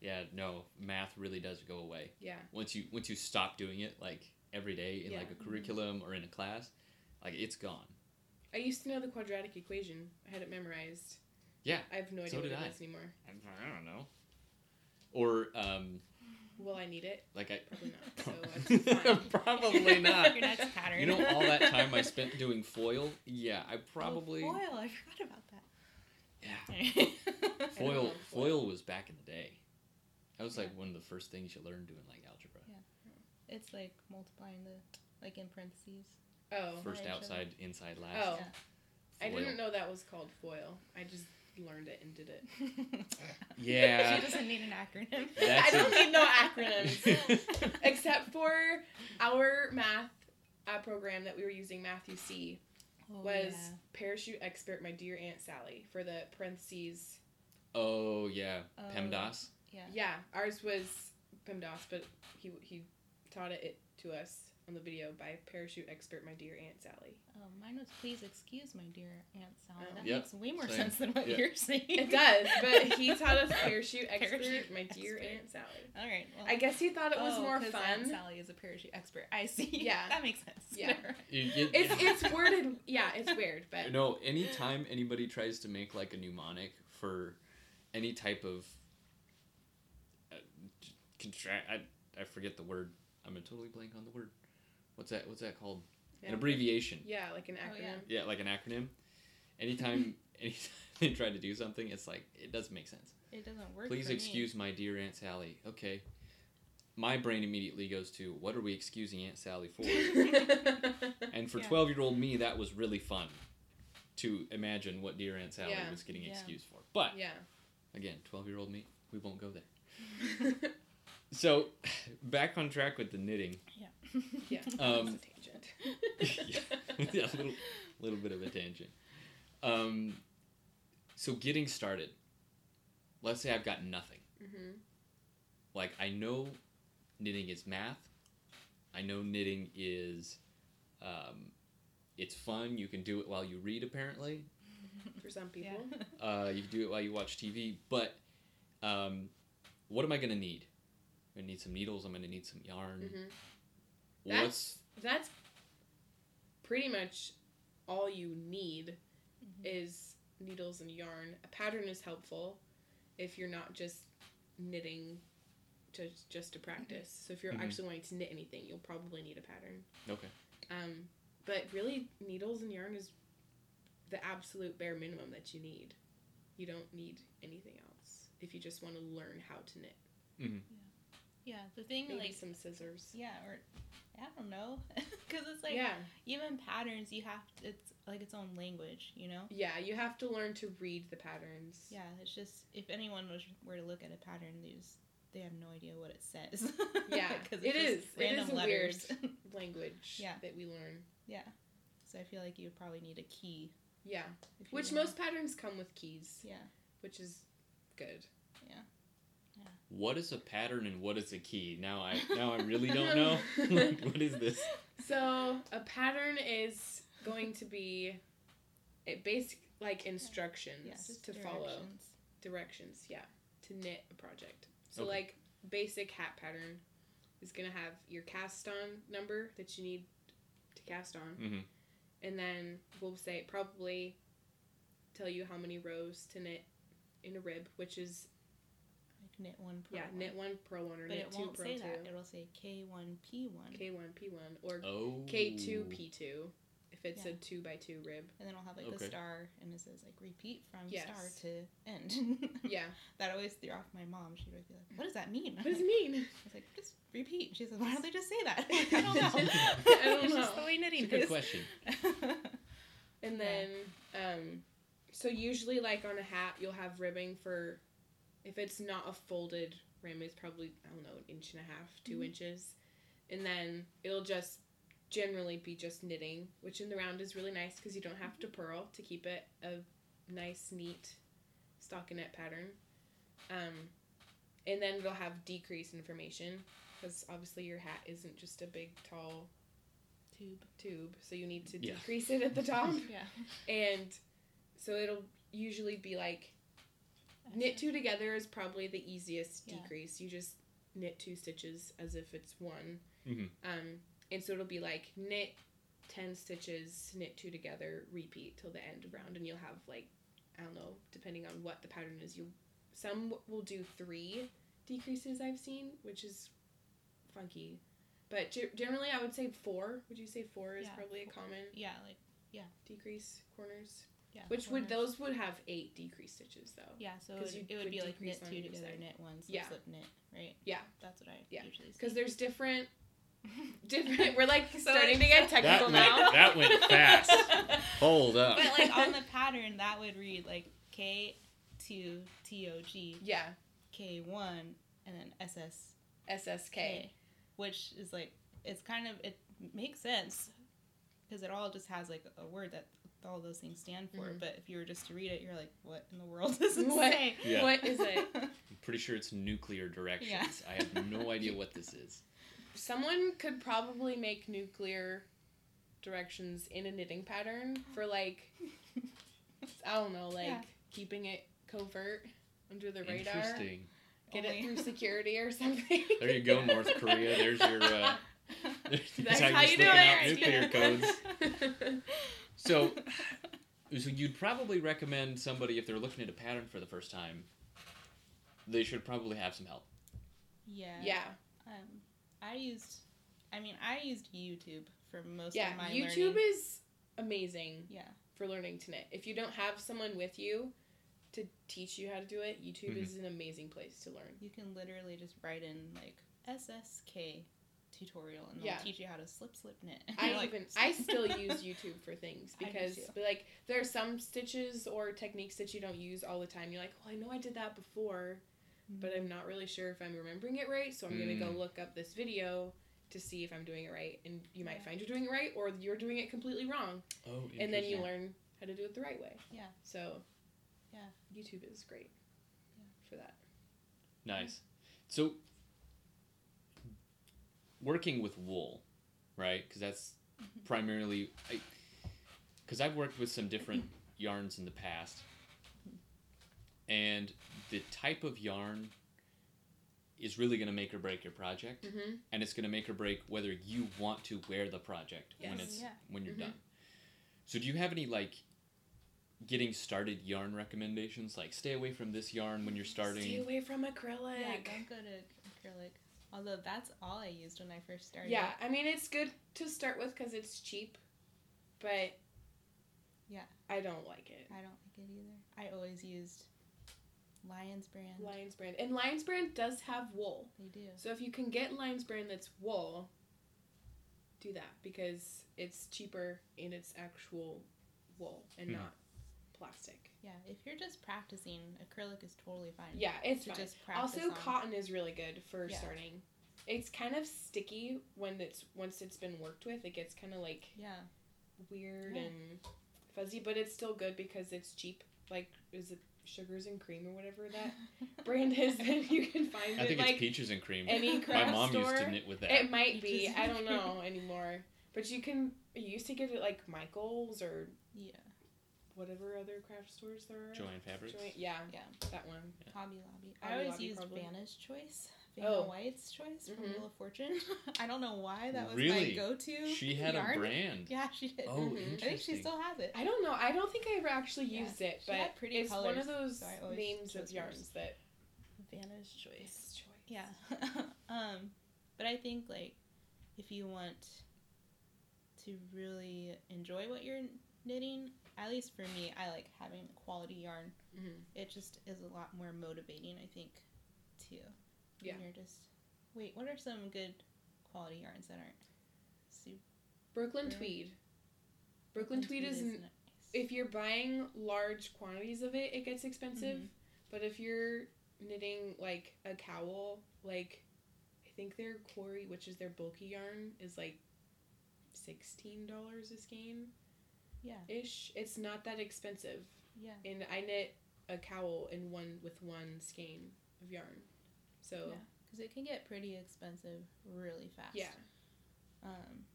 Speaker 1: Yeah, no, math really does go away.
Speaker 3: yeah.
Speaker 1: Once you once you stop doing it like every day in like
Speaker 3: Yeah.
Speaker 1: a curriculum or in a class, like it's gone.
Speaker 3: I used to know the quadratic equation. I had it memorized.
Speaker 1: Yeah,
Speaker 3: I have no idea
Speaker 1: so
Speaker 3: what
Speaker 1: did
Speaker 3: it
Speaker 1: I.
Speaker 3: is anymore.
Speaker 1: I I don't know. Or um
Speaker 3: Will I need it?
Speaker 1: like I
Speaker 3: Probably not. So it's fine.
Speaker 1: probably not.
Speaker 2: Your next pattern.
Speaker 1: You know all that time I spent doing foil? Yeah, I probably
Speaker 2: Oh, foil. I forgot about that.
Speaker 1: yeah.
Speaker 2: Alright.
Speaker 3: I don't
Speaker 1: Foil
Speaker 3: love foil.
Speaker 1: foil was back in the day. That was like one of the first things you learned doing like algebra.
Speaker 2: It's like multiplying the like in parentheses.
Speaker 3: Oh,
Speaker 1: First
Speaker 2: Algebra.
Speaker 1: outside, inside last.
Speaker 3: oh!
Speaker 2: Yeah.
Speaker 3: I
Speaker 1: Foil.
Speaker 3: didn't know that was called foil. I just learned it and did it.
Speaker 1: Yeah.
Speaker 2: she doesn't need an acronym.
Speaker 1: That's
Speaker 3: I don't
Speaker 1: it.
Speaker 3: need no acronyms. except for our math uh, program that we were using matthew c
Speaker 2: Oh,
Speaker 3: was
Speaker 2: yeah.
Speaker 3: parachute expert my dear aunt sally for the parentheses
Speaker 1: Oh yeah,
Speaker 2: Oh.
Speaker 1: PEMDAS.
Speaker 2: Yeah.
Speaker 3: yeah ours was pemdas but he he taught it, it to us on the video by parachute expert my dear aunt sally
Speaker 2: Oh, mine was please excuse my dear Aunt Sally.
Speaker 3: Oh.
Speaker 2: That
Speaker 1: Yep.
Speaker 2: makes way more
Speaker 1: Same.
Speaker 2: sense than what
Speaker 1: Yeah.
Speaker 2: you're saying.
Speaker 3: it does but he taught us parachute expert
Speaker 2: Parachute
Speaker 3: my dear
Speaker 2: expert.
Speaker 3: aunt sally
Speaker 2: All right. Well,
Speaker 3: i guess he thought it was
Speaker 2: oh,
Speaker 3: more
Speaker 2: 'cause
Speaker 3: fun
Speaker 2: Aunt Sally is a parachute expert. I see.
Speaker 3: Yeah.
Speaker 2: that makes sense.
Speaker 3: Yeah.
Speaker 2: Alright.
Speaker 1: You- you-
Speaker 3: it's, it's worded yeah it's weird but
Speaker 1: No, anytime anybody tries to make like a mnemonic for any type of uh, contract, I, I forget the word. I'm a totally blank on the word. What's that? What's that called?
Speaker 3: yeah,
Speaker 1: An abbreviation.
Speaker 3: yeah like an
Speaker 2: Oh, yeah.
Speaker 3: acronym
Speaker 1: Yeah, like an acronym. Anytime, anytime they try to do something, it's like it doesn't make sense.
Speaker 2: It doesn't work.
Speaker 1: Please
Speaker 2: for me.
Speaker 1: excuse my dear Aunt Sally. Okay. My brain immediately goes to what are we excusing Aunt Sally for? And for
Speaker 2: Yeah.
Speaker 1: 12 year old me, that was really fun to imagine what Dear Aunt Sally
Speaker 3: Yeah.
Speaker 1: was getting
Speaker 2: Yeah.
Speaker 1: excused for. But
Speaker 3: yeah
Speaker 1: again, 12 year old me, we won't go there. So back on track with the knitting.
Speaker 3: yeah.
Speaker 1: Um,
Speaker 3: That's a tangent.
Speaker 1: yeah, a little, little bit of a tangent. Um, so getting started, let's say I've got nothing.
Speaker 3: Mhm.
Speaker 1: Like, I know knitting is math, I know knitting is. Um, it's fun. You can do it while you read, apparently.
Speaker 3: For some
Speaker 2: Yeah.
Speaker 3: people.
Speaker 1: Uh, you can do it while you watch TV, but um, what am I gonna need? I'm gonna need some needles. I'm gonna need some yarn.
Speaker 3: Mhm.
Speaker 1: What's
Speaker 3: That's pretty much all you need
Speaker 2: Mm-hmm.
Speaker 3: is needles and yarn. A pattern is helpful if you're not just knitting to
Speaker 2: Mm-hmm.
Speaker 3: just to practice. So if you're
Speaker 1: Mhm.
Speaker 3: actually wanting to knit anything, you'll probably need a pattern.
Speaker 1: okay?
Speaker 3: Um, but really, needles and yarn is the absolute bare minimum that you need. You don't need anything else if you just want to learn how to knit.
Speaker 2: Yeah, the thing
Speaker 3: Maybe
Speaker 2: like
Speaker 3: some scissors.
Speaker 2: yeah, or I don't know, because it's like
Speaker 3: yeah,
Speaker 2: even patterns you have to, it's like its own language, you know.
Speaker 3: yeah. You have to learn to read the patterns.
Speaker 2: Yeah, it's just if anyone was were to look at a pattern, there's they have no idea what it says.
Speaker 3: Yeah,
Speaker 2: 'Cause
Speaker 3: it
Speaker 2: it's
Speaker 3: is.
Speaker 2: just
Speaker 3: It is
Speaker 2: random
Speaker 3: a weird-
Speaker 2: letters.
Speaker 3: language
Speaker 2: Yeah.
Speaker 3: that we learn.
Speaker 2: yeah, so I feel like you would probably need a key.
Speaker 3: Yeah,
Speaker 2: if you
Speaker 3: which
Speaker 2: wanna-
Speaker 3: most patterns come with keys,
Speaker 2: yeah.
Speaker 3: which is good.
Speaker 1: What is a pattern and what is a key? Now I now I really don't know. what is this?
Speaker 3: So a pattern is going to be it basic like instructions
Speaker 2: Yeah, just
Speaker 3: to follow
Speaker 2: directions.
Speaker 3: directions. Yeah, to knit a project. So
Speaker 1: Okay.
Speaker 3: like basic hat pattern is gonna have your cast on number that you need to cast on,
Speaker 1: Mm-hmm.
Speaker 3: and then we'll say probably tell you how many rows to knit in a rib, which is
Speaker 2: Like knit one. purl
Speaker 3: yeah
Speaker 2: one.
Speaker 3: knit E one purl one or
Speaker 2: But
Speaker 3: knit
Speaker 2: it
Speaker 3: two
Speaker 2: won't
Speaker 3: purl
Speaker 2: say that.
Speaker 3: two.
Speaker 2: It'll say K one P one,
Speaker 3: K one P one or
Speaker 1: Oh.
Speaker 3: K two P two if it's a
Speaker 2: Yeah.
Speaker 3: two by two rib.
Speaker 2: and then I'll have like
Speaker 1: Okay.
Speaker 2: a star, and it says like repeat from star
Speaker 3: Yes.
Speaker 2: to end.
Speaker 3: Yeah.
Speaker 2: that always threw off my mom. She'd always be like, "What does that mean?"
Speaker 3: What does it mean?
Speaker 2: I was like, "Just repeat." She says, "Why don't they just say that?" I'm like, I don't know.
Speaker 1: I
Speaker 3: don't
Speaker 2: it's just
Speaker 3: know.
Speaker 2: the way knitting
Speaker 1: It's a good
Speaker 2: is.
Speaker 1: question.
Speaker 2: Yeah.
Speaker 3: And then, um, so usually like on a hat, you'll have ribbing for, if it's not a folded rim, it's probably I don't know an inch and a half, 2
Speaker 2: Mhm.
Speaker 3: inches, and then it'll just generally be just knitting, which in the round is really nice because you don't have
Speaker 2: Mm-hmm.
Speaker 3: to purl to keep it a nice neat stockinette pattern. Um, and then it'll have decrease information because obviously your hat isn't just a big tall
Speaker 2: Tube.
Speaker 3: tube, so you need to
Speaker 1: Yeah.
Speaker 3: decrease it at the top.
Speaker 2: Yeah.
Speaker 3: And so it'll usually be like knit two together is probably the easiest
Speaker 2: Yeah.
Speaker 3: decrease. You just knit two stitches as if it's one.
Speaker 1: Mhm.
Speaker 3: Um, and so it'll be like knit 10 stitches, knit two together, repeat till the end of round. And you'll have like, I don't know, depending on what the pattern is, you some w- will do three decreases I've seen, which is funky. But ge- generally, I would say four. Would you say four is
Speaker 2: Yeah,
Speaker 3: probably
Speaker 2: four.
Speaker 3: a common
Speaker 2: Yeah, like
Speaker 3: decrease corners?
Speaker 2: yeah.
Speaker 3: Which would
Speaker 2: corners.
Speaker 3: those would have eight decrease stitches though.
Speaker 2: Yeah, so it would,
Speaker 3: 'Cause you
Speaker 2: it would
Speaker 3: would
Speaker 2: be like
Speaker 3: decrease
Speaker 2: knit
Speaker 3: on
Speaker 2: two
Speaker 3: either
Speaker 2: together,
Speaker 3: side.
Speaker 2: knit one, slip,
Speaker 3: Yeah.
Speaker 2: slip, knit, right?
Speaker 3: Yeah.
Speaker 2: That's what I
Speaker 3: Yeah.
Speaker 2: usually see.
Speaker 3: Because there's different, different. We're like
Speaker 2: So
Speaker 3: starting
Speaker 2: it's-
Speaker 3: to get
Speaker 2: That
Speaker 3: technical
Speaker 1: went-
Speaker 3: now.
Speaker 1: that went fast. Hold up.
Speaker 2: but like on the pattern, that would read like K two T O G
Speaker 3: Yeah,
Speaker 2: K one and then S S
Speaker 3: SSK.
Speaker 2: K, which is like it's kind of it makes sense because it all just has like a word that all those things stand for.
Speaker 3: Mhm.
Speaker 2: But if you were just to read it, you're like, what in the world does it
Speaker 3: What?
Speaker 2: say?
Speaker 1: Yeah.
Speaker 3: What is it?
Speaker 1: I'm pretty sure it's nuclear directions. I have no idea what this is.
Speaker 3: Someone could probably make nuclear directions in a knitting pattern for like, I don't know, like
Speaker 2: Yeah.
Speaker 3: keeping it covert under the radar.
Speaker 1: Interesting.
Speaker 3: Get
Speaker 2: Only-
Speaker 3: it through security or something.
Speaker 1: There you go, North Korea. There's your. Uh,
Speaker 3: That's how
Speaker 1: you're
Speaker 3: you do
Speaker 1: slipping out
Speaker 3: it.
Speaker 1: Nuclear codes.
Speaker 3: go.
Speaker 1: So, so you'd probably recommend somebody if they're looking at a pattern for the first time. They should probably have some help.
Speaker 2: yeah.
Speaker 3: yeah,
Speaker 2: Um, I used, I mean, I used YouTube for most
Speaker 3: yeah.
Speaker 2: of my
Speaker 3: YouTube
Speaker 2: learning.
Speaker 3: is amazing.
Speaker 2: Yeah.
Speaker 3: for learning to knit. If you don't have someone with you to teach you how to do it, YouTube
Speaker 1: Mhm.
Speaker 3: is an amazing place to learn.
Speaker 2: You can literally just write in like SSK tutorial and
Speaker 3: Yeah.
Speaker 2: they'll teach you how to slip slip knit.
Speaker 3: I
Speaker 2: You're like,
Speaker 3: even I still use YouTube for things
Speaker 2: I do
Speaker 3: because
Speaker 2: too.
Speaker 3: but, like there are some stitches or techniques that you don't use all the time. You're like, well, I know I did that before, but
Speaker 2: Mm-hmm.
Speaker 3: I'm not really sure if I'm remembering it right, so I'm gonna
Speaker 1: Mm.
Speaker 3: go look up this video to see if I'm doing it right. And you might
Speaker 2: Yeah.
Speaker 3: find you're doing it right or you're doing it completely wrong,
Speaker 1: Oh,
Speaker 3: and then you learn how to do it the right way.
Speaker 2: Yeah.
Speaker 3: So.
Speaker 2: Yeah.
Speaker 3: YouTube is great.
Speaker 2: Yeah.
Speaker 3: For that.
Speaker 1: Nice. So, working with wool, right? Because that's
Speaker 2: Mhm.
Speaker 1: primarily. Because I've worked with some different yarns in the past, and the type of yarn is really going to make or break your project,
Speaker 3: Mm-hmm.
Speaker 1: and it's going to make or break whether you want to wear the project when
Speaker 3: Yes.
Speaker 1: it's
Speaker 2: Yeah.
Speaker 1: when you're
Speaker 3: Mhm.
Speaker 1: done. So, do you have any like? Getting started yarn recommendations like stay away from this yarn when you're starting.
Speaker 3: Stay away from acrylic.
Speaker 2: Yeah, don't go to acrylic. Although that's all I used when I first started.
Speaker 3: Yeah, I mean it's good to start with because it's cheap, but
Speaker 2: Yeah.
Speaker 3: I don't like it.
Speaker 2: I don't like it either. I always used Lion's brand.
Speaker 3: Lions brand and Lions brand does have wool,
Speaker 2: They do.
Speaker 3: so if you can get Lions brand that's wool, do that because it's cheaper and it's actual wool and
Speaker 1: Hmm.
Speaker 3: not plastic.
Speaker 2: Yeah, if you're just practicing, acrylic is totally fine.
Speaker 3: Yeah, it's
Speaker 2: to
Speaker 3: fine.
Speaker 2: just practice.
Speaker 3: Also,
Speaker 2: on.
Speaker 3: cotton is really good for
Speaker 2: Yeah.
Speaker 3: starting. It's kind of sticky when it's once it's been worked with. It gets kind of like
Speaker 2: Yeah,
Speaker 3: weird
Speaker 2: Yeah.
Speaker 3: and fuzzy, but it's still good because it's cheap. Like, is it sugars and cream or whatever that brand is? And you can find
Speaker 1: I
Speaker 3: it
Speaker 1: think it's
Speaker 3: like
Speaker 1: peaches and cream.
Speaker 2: and
Speaker 3: any
Speaker 2: My
Speaker 1: My
Speaker 3: craft
Speaker 1: mom
Speaker 3: store.
Speaker 1: used to knit with that.
Speaker 3: It might be.
Speaker 2: Peaches
Speaker 3: I
Speaker 2: and
Speaker 3: don't know anymore. But you can. You used to get it like Michaels or
Speaker 2: yeah,
Speaker 3: whatever other craft stores there are.
Speaker 1: Joanne Fabrics.
Speaker 3: Joann- yeah,
Speaker 2: Yeah.
Speaker 3: that one.
Speaker 2: Hobby Lobby.
Speaker 3: Hobby
Speaker 2: I always
Speaker 3: Lobby,
Speaker 2: used
Speaker 3: probably.
Speaker 2: Vanna's Choice, Vanna
Speaker 3: Oh.
Speaker 2: White's Choice from
Speaker 3: Mhm.
Speaker 2: Wheel of Fortune. I don't know why that was
Speaker 1: Really?
Speaker 2: my go-to.
Speaker 1: She had
Speaker 2: yarn.
Speaker 1: a brand.
Speaker 2: Yeah, she did.
Speaker 1: Oh,
Speaker 3: Mhm. I
Speaker 1: interesting.
Speaker 2: I think she still has it.
Speaker 3: I don't know. I don't think I ever actually
Speaker 2: Yeah,
Speaker 3: used it,
Speaker 2: she
Speaker 3: but
Speaker 2: had pretty
Speaker 3: it's one
Speaker 2: colours,
Speaker 3: of those
Speaker 2: so I always
Speaker 3: names
Speaker 2: chose
Speaker 3: of
Speaker 2: hers.
Speaker 3: yarns that.
Speaker 2: Vanna's Choice.
Speaker 3: Choice.
Speaker 2: Yeah. um, but I think like if you want to really enjoy what you're knitting, at least for me, I like having quality yarn.
Speaker 3: Mhm.
Speaker 2: It just is a lot more motivating, I think, too.
Speaker 3: Yeah.
Speaker 2: When you're just wait. What are some good quality yarns that aren't super?
Speaker 3: Brooklyn
Speaker 2: Right.
Speaker 3: tweed. Brooklyn, tweed is, n
Speaker 2: nice.
Speaker 3: if you're buying large quantities of it, it gets expensive.
Speaker 2: Mm-hmm.
Speaker 3: But if you're knitting like a cowl, like I think their quarry, which is their bulky yarn, is like sixteen dollars a skein.
Speaker 2: Yeah.
Speaker 3: Ish. It's not that expensive,
Speaker 2: yeah.
Speaker 3: and I knit a cowl in one with one skein of yarn. So
Speaker 2: Yeah. Because it can get pretty expensive really fast.
Speaker 3: yeah.
Speaker 2: um,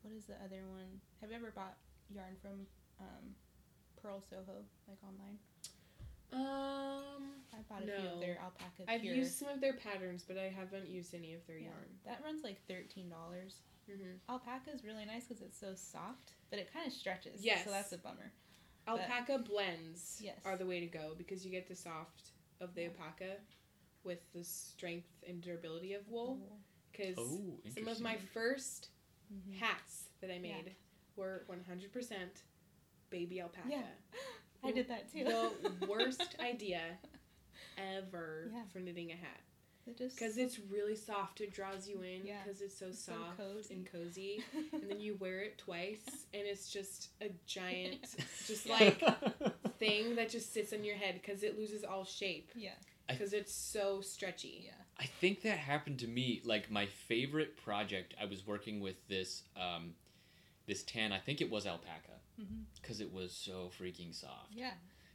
Speaker 2: what is the other one? Have you ever bought yarn from um, Pearl Soho, like online?
Speaker 3: Um,
Speaker 2: I bought a few
Speaker 3: No.
Speaker 2: of their alpaca
Speaker 3: I've
Speaker 2: pure.
Speaker 3: used some of their patterns, but I haven't used any of their
Speaker 2: Yeah.
Speaker 3: yarn.
Speaker 2: That runs like thirteen dollars.
Speaker 3: hmm
Speaker 2: Alpaca is really nice because it's so soft, but it kind of stretches.
Speaker 3: Yes.
Speaker 2: So that's a bummer. But-
Speaker 3: Alpaca blends
Speaker 2: Yes.
Speaker 3: are the way to go because you get the soft of the
Speaker 2: Yeah.
Speaker 3: alpaca with the strength and durability of wool. Because
Speaker 1: Oh, interesting.
Speaker 3: some of my first Mm-hmm.
Speaker 2: Mhm.
Speaker 3: hats that I made were 100% baby alpaca.
Speaker 2: Yeah. I did that too.
Speaker 3: The worst idea ever
Speaker 2: Yeah.
Speaker 3: for knitting a hat
Speaker 2: It just
Speaker 3: because it's really soft. It draws you in
Speaker 2: Yeah.
Speaker 3: because it's so
Speaker 2: It's so
Speaker 3: soft
Speaker 2: cozy.
Speaker 3: and cozy. and then you wear it twice and it's just a giant just
Speaker 1: Yeah.
Speaker 3: like thing that just sits on your head because it loses all shape
Speaker 2: yeah,
Speaker 1: I-
Speaker 3: because it's so stretchy
Speaker 2: yeah.
Speaker 1: I think that happened to me. Like my favorite project, I was working with this um, this tan. I think it was alpaca
Speaker 2: Mhm.
Speaker 1: because it was so freaking soft.
Speaker 2: Yeah.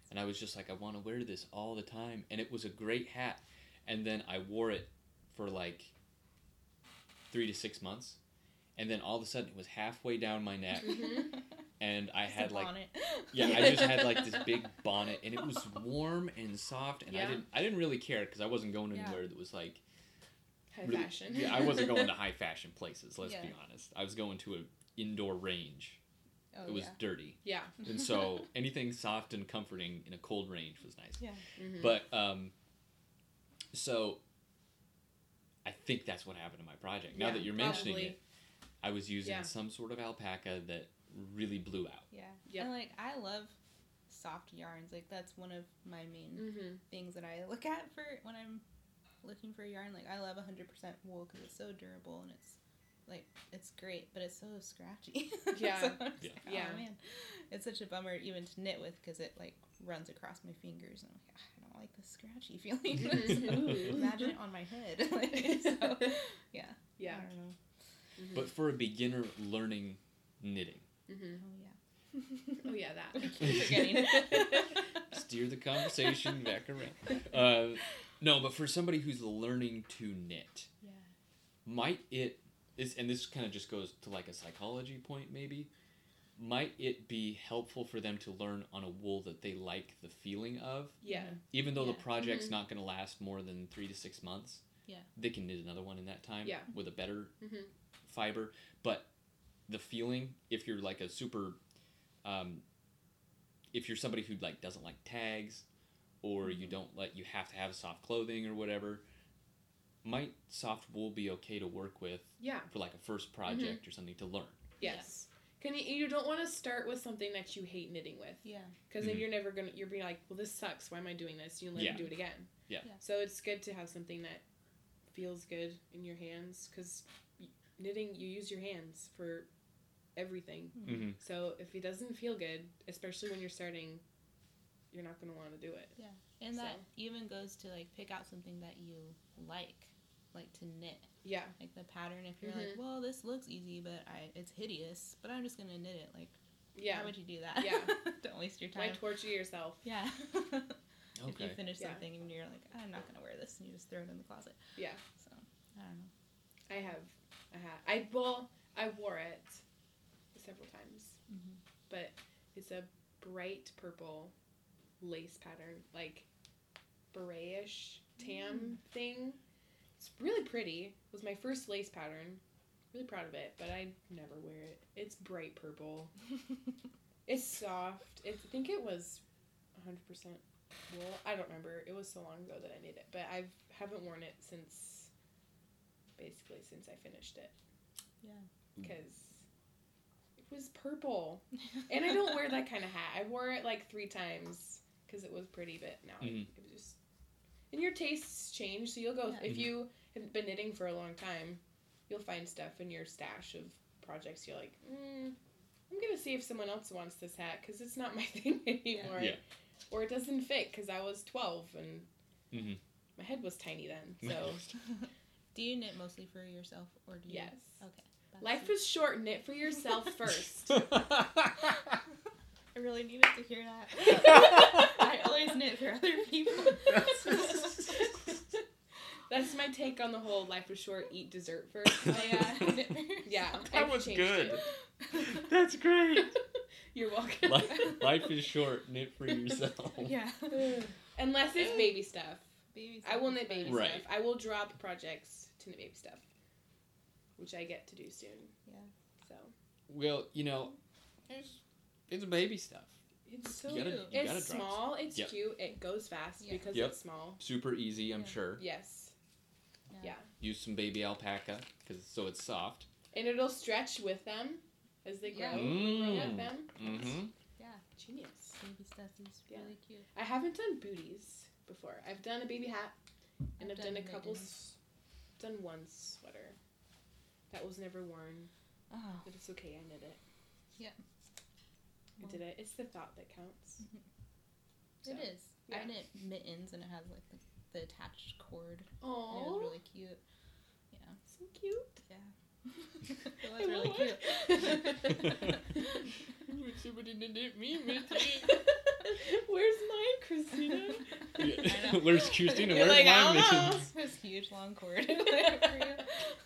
Speaker 1: And I was just like, I want to wear this all the time, and it was a great hat. And then I wore it for like three to six months, and then all of a sudden it was halfway down my neck, and I
Speaker 2: Mm-hmm. Just
Speaker 1: had
Speaker 2: a
Speaker 1: like
Speaker 2: bonnet.
Speaker 1: Yeah, I just had like this big bonnet, and it was warm and soft, and I
Speaker 3: Yeah.
Speaker 1: didn't I didn't really care because I wasn't going
Speaker 2: Yeah.
Speaker 1: anywhere that was like
Speaker 3: high
Speaker 1: really-
Speaker 3: fashion
Speaker 1: yeah, I wasn't going to high fashion places. Let's be
Speaker 2: Yeah.
Speaker 1: honest, I was going to a indoor range.
Speaker 2: Oh,
Speaker 1: it was dirty,
Speaker 3: yeah
Speaker 2: yeah.
Speaker 1: and so anything soft and comforting in a cold range was nice.
Speaker 2: yeah.
Speaker 3: Mhm.
Speaker 1: But um, so I think that's what happened to my project. Now
Speaker 3: Yeah,
Speaker 1: that you're mentioning
Speaker 3: probably.
Speaker 1: it, I was using
Speaker 3: Yeah.
Speaker 1: some sort of alpaca that really blew out.
Speaker 2: Yeah.
Speaker 3: Yep.
Speaker 2: And like I love soft yarns. Like that's one of my main
Speaker 3: Mhm.
Speaker 2: things that I look at for when I'm looking for yarn. Like I love 100% wool because it's so durable and it's like it's great, but it's so scratchy.
Speaker 3: Yeah.
Speaker 2: So I'm just
Speaker 1: Yeah.
Speaker 2: like,
Speaker 3: Yeah.
Speaker 2: Oh man, it's such a bummer even to knit with because it like runs across my fingers and I'm like, "Ah, I don't like the scratchy feeling.
Speaker 3: Ooh.
Speaker 2: Imagine it on my head. Like, so, yeah.
Speaker 3: yeah
Speaker 2: I don't know.
Speaker 3: Mhm.
Speaker 1: But for a beginner learning knitting.
Speaker 3: Mhm.
Speaker 2: Oh yeah.
Speaker 3: oh yeah that
Speaker 2: We keep forgetting.
Speaker 1: steer the conversation back around. Uh, no, but for somebody who's learning to knit,
Speaker 2: yeah.
Speaker 1: might it is and this kind of just goes to like a psychology point maybe. Might it be helpful for them to learn on a wool that they like the feeling of,
Speaker 3: yeah
Speaker 2: Mm-hmm.
Speaker 1: even though the
Speaker 2: Yeah. Mm-hmm.
Speaker 1: project's
Speaker 3: Mhm.
Speaker 1: not going to last more than three to six months?
Speaker 2: Yeah.
Speaker 1: they can knit another one in that time.
Speaker 3: Yeah.
Speaker 1: with a better
Speaker 3: Mhm.
Speaker 1: fiber, but the feeling if you're like a super um, if you're somebody who like doesn't like tags or
Speaker 2: Mm-hmm.
Speaker 1: you don't like you have to have soft clothing or whatever might soft wool be okay to work with
Speaker 3: yeah
Speaker 1: for like a
Speaker 2: Mm-hmm.
Speaker 1: first project or something to learn
Speaker 3: yes can you you don't want to start with something that you hate knitting with
Speaker 2: Yeah.
Speaker 3: because then
Speaker 1: Mhm.
Speaker 3: you're never gonna you're being like well this sucks why am i doing this you never
Speaker 1: Yeah.
Speaker 3: do it again
Speaker 1: Yeah.
Speaker 2: Yeah.
Speaker 3: so it's good to have something that feels good in your hands because knitting you use your hands for everything.
Speaker 1: Mm-hmm.
Speaker 3: So if it doesn't feel good, especially when you're starting, you're not going to want to do it.
Speaker 2: And that
Speaker 3: So.
Speaker 2: even goes to like pick out something that you like, like to knit,
Speaker 3: Yeah.
Speaker 2: like the pattern. If you're like, well, this looks easy, but I it's hideous, but I'm just gonna knit it. Like,
Speaker 3: Yeah.
Speaker 2: how would you do that?
Speaker 3: Yeah.
Speaker 2: Don't waste your
Speaker 3: Why
Speaker 2: time.
Speaker 3: torture yourself?
Speaker 2: yeah. If you
Speaker 1: Okay.
Speaker 2: finish
Speaker 3: Yeah.
Speaker 2: something and you're like, I'm not gonna wear this, and you just throw it in the closet.
Speaker 3: Yeah.
Speaker 2: So I don't know.
Speaker 3: I have a hat. I well, I wore it several times,
Speaker 2: Mhm.
Speaker 3: but it's a bright purple lace pattern, like beretish tam thing. It's really pretty. It was my first lace pattern. Really proud of it, but I never wear it. It's bright purple. It's soft. It's, I think it was 100% wool. I don't remember. It was so long ago that I made it, but I haven't worn it since basically since I finished it.
Speaker 2: Yeah.
Speaker 3: Because it was purple. And I don't wear that kind of hat. I wore it like three times because it was pretty, but now I
Speaker 1: Mhm.
Speaker 3: it was just. And your tastes change, so you'll go.
Speaker 2: Yeah.
Speaker 3: If
Speaker 1: Mhm.
Speaker 3: you have been knitting for a long time, you'll find stuff in your stash of projects. You're like, mm, I'm gonna see if someone else wants this hat because it's not my thing anymore,
Speaker 1: Yeah.
Speaker 3: or it doesn't fit because I was 12 and
Speaker 1: Mhm.
Speaker 3: my head was tiny then. So
Speaker 2: do you knit mostly for yourself, or do you?
Speaker 3: yes,
Speaker 2: Okay. that's
Speaker 3: life
Speaker 2: it.
Speaker 3: is short. Knit for yourself first.
Speaker 2: I really needed to hear that. I always knit for other people.
Speaker 3: That's my take on the whole life is short. Eat dessert first. I, uh, yeah,
Speaker 1: That
Speaker 3: I've
Speaker 1: was
Speaker 3: changed
Speaker 1: good.
Speaker 3: it.
Speaker 1: That's great.
Speaker 3: You're welcome.
Speaker 1: life, life is short. Knit for yourself.
Speaker 2: yeah.
Speaker 3: Unless it's baby stuff.
Speaker 2: Baby
Speaker 3: I will knit baby
Speaker 1: Right.
Speaker 3: stuff. I will drop projects to knit baby stuff, which I get to do soon.
Speaker 2: Yeah.
Speaker 3: So
Speaker 1: Well, you know, it's, it's baby stuff.
Speaker 3: it's so
Speaker 1: you gotta, you
Speaker 2: cute.
Speaker 1: gotta
Speaker 3: it's
Speaker 1: drop
Speaker 3: small. It's
Speaker 1: Yep.
Speaker 3: cute. It goes fast
Speaker 2: Yeah.
Speaker 3: because
Speaker 1: Yep.
Speaker 3: it's small.
Speaker 1: super easy, I'm
Speaker 2: Yeah.
Speaker 1: sure.
Speaker 3: Yes.
Speaker 2: Yeah.
Speaker 3: Yeah.
Speaker 1: Use some baby alpaca because so it's soft.
Speaker 3: And it'll stretch with them as they grow.
Speaker 2: Yeah.
Speaker 3: grow
Speaker 1: Mm.
Speaker 3: with them.
Speaker 1: Mm-hmm.
Speaker 3: Genius.
Speaker 2: Baby stuff is
Speaker 3: Yeah.
Speaker 2: really cute.
Speaker 3: I haven't done booties before. I've done a baby hat, and I've,
Speaker 2: I've
Speaker 3: done,
Speaker 2: done
Speaker 3: a couple.
Speaker 2: mittens.
Speaker 3: S- done one sweater. That was never worn,
Speaker 2: Oh.
Speaker 3: but it's okay. I knit it.
Speaker 2: Yeah.
Speaker 3: I did it. It's the thought that counts. So,
Speaker 2: Mm-hmm. It is.
Speaker 3: yeah.
Speaker 2: I knit mittens and it has like the, the attached cord. and It was
Speaker 3: Oh,
Speaker 2: really cute. Yeah.
Speaker 3: so cute.
Speaker 2: Yeah. it
Speaker 3: I
Speaker 2: was really
Speaker 3: want
Speaker 2: cute.
Speaker 1: Somebody knit me,
Speaker 3: Where's mine, Christina?
Speaker 2: I know.
Speaker 1: Where's Christina?
Speaker 3: You're
Speaker 1: Where's
Speaker 3: like,
Speaker 1: my
Speaker 3: I don't know.
Speaker 1: mittens?
Speaker 2: This was huge long cord. For you.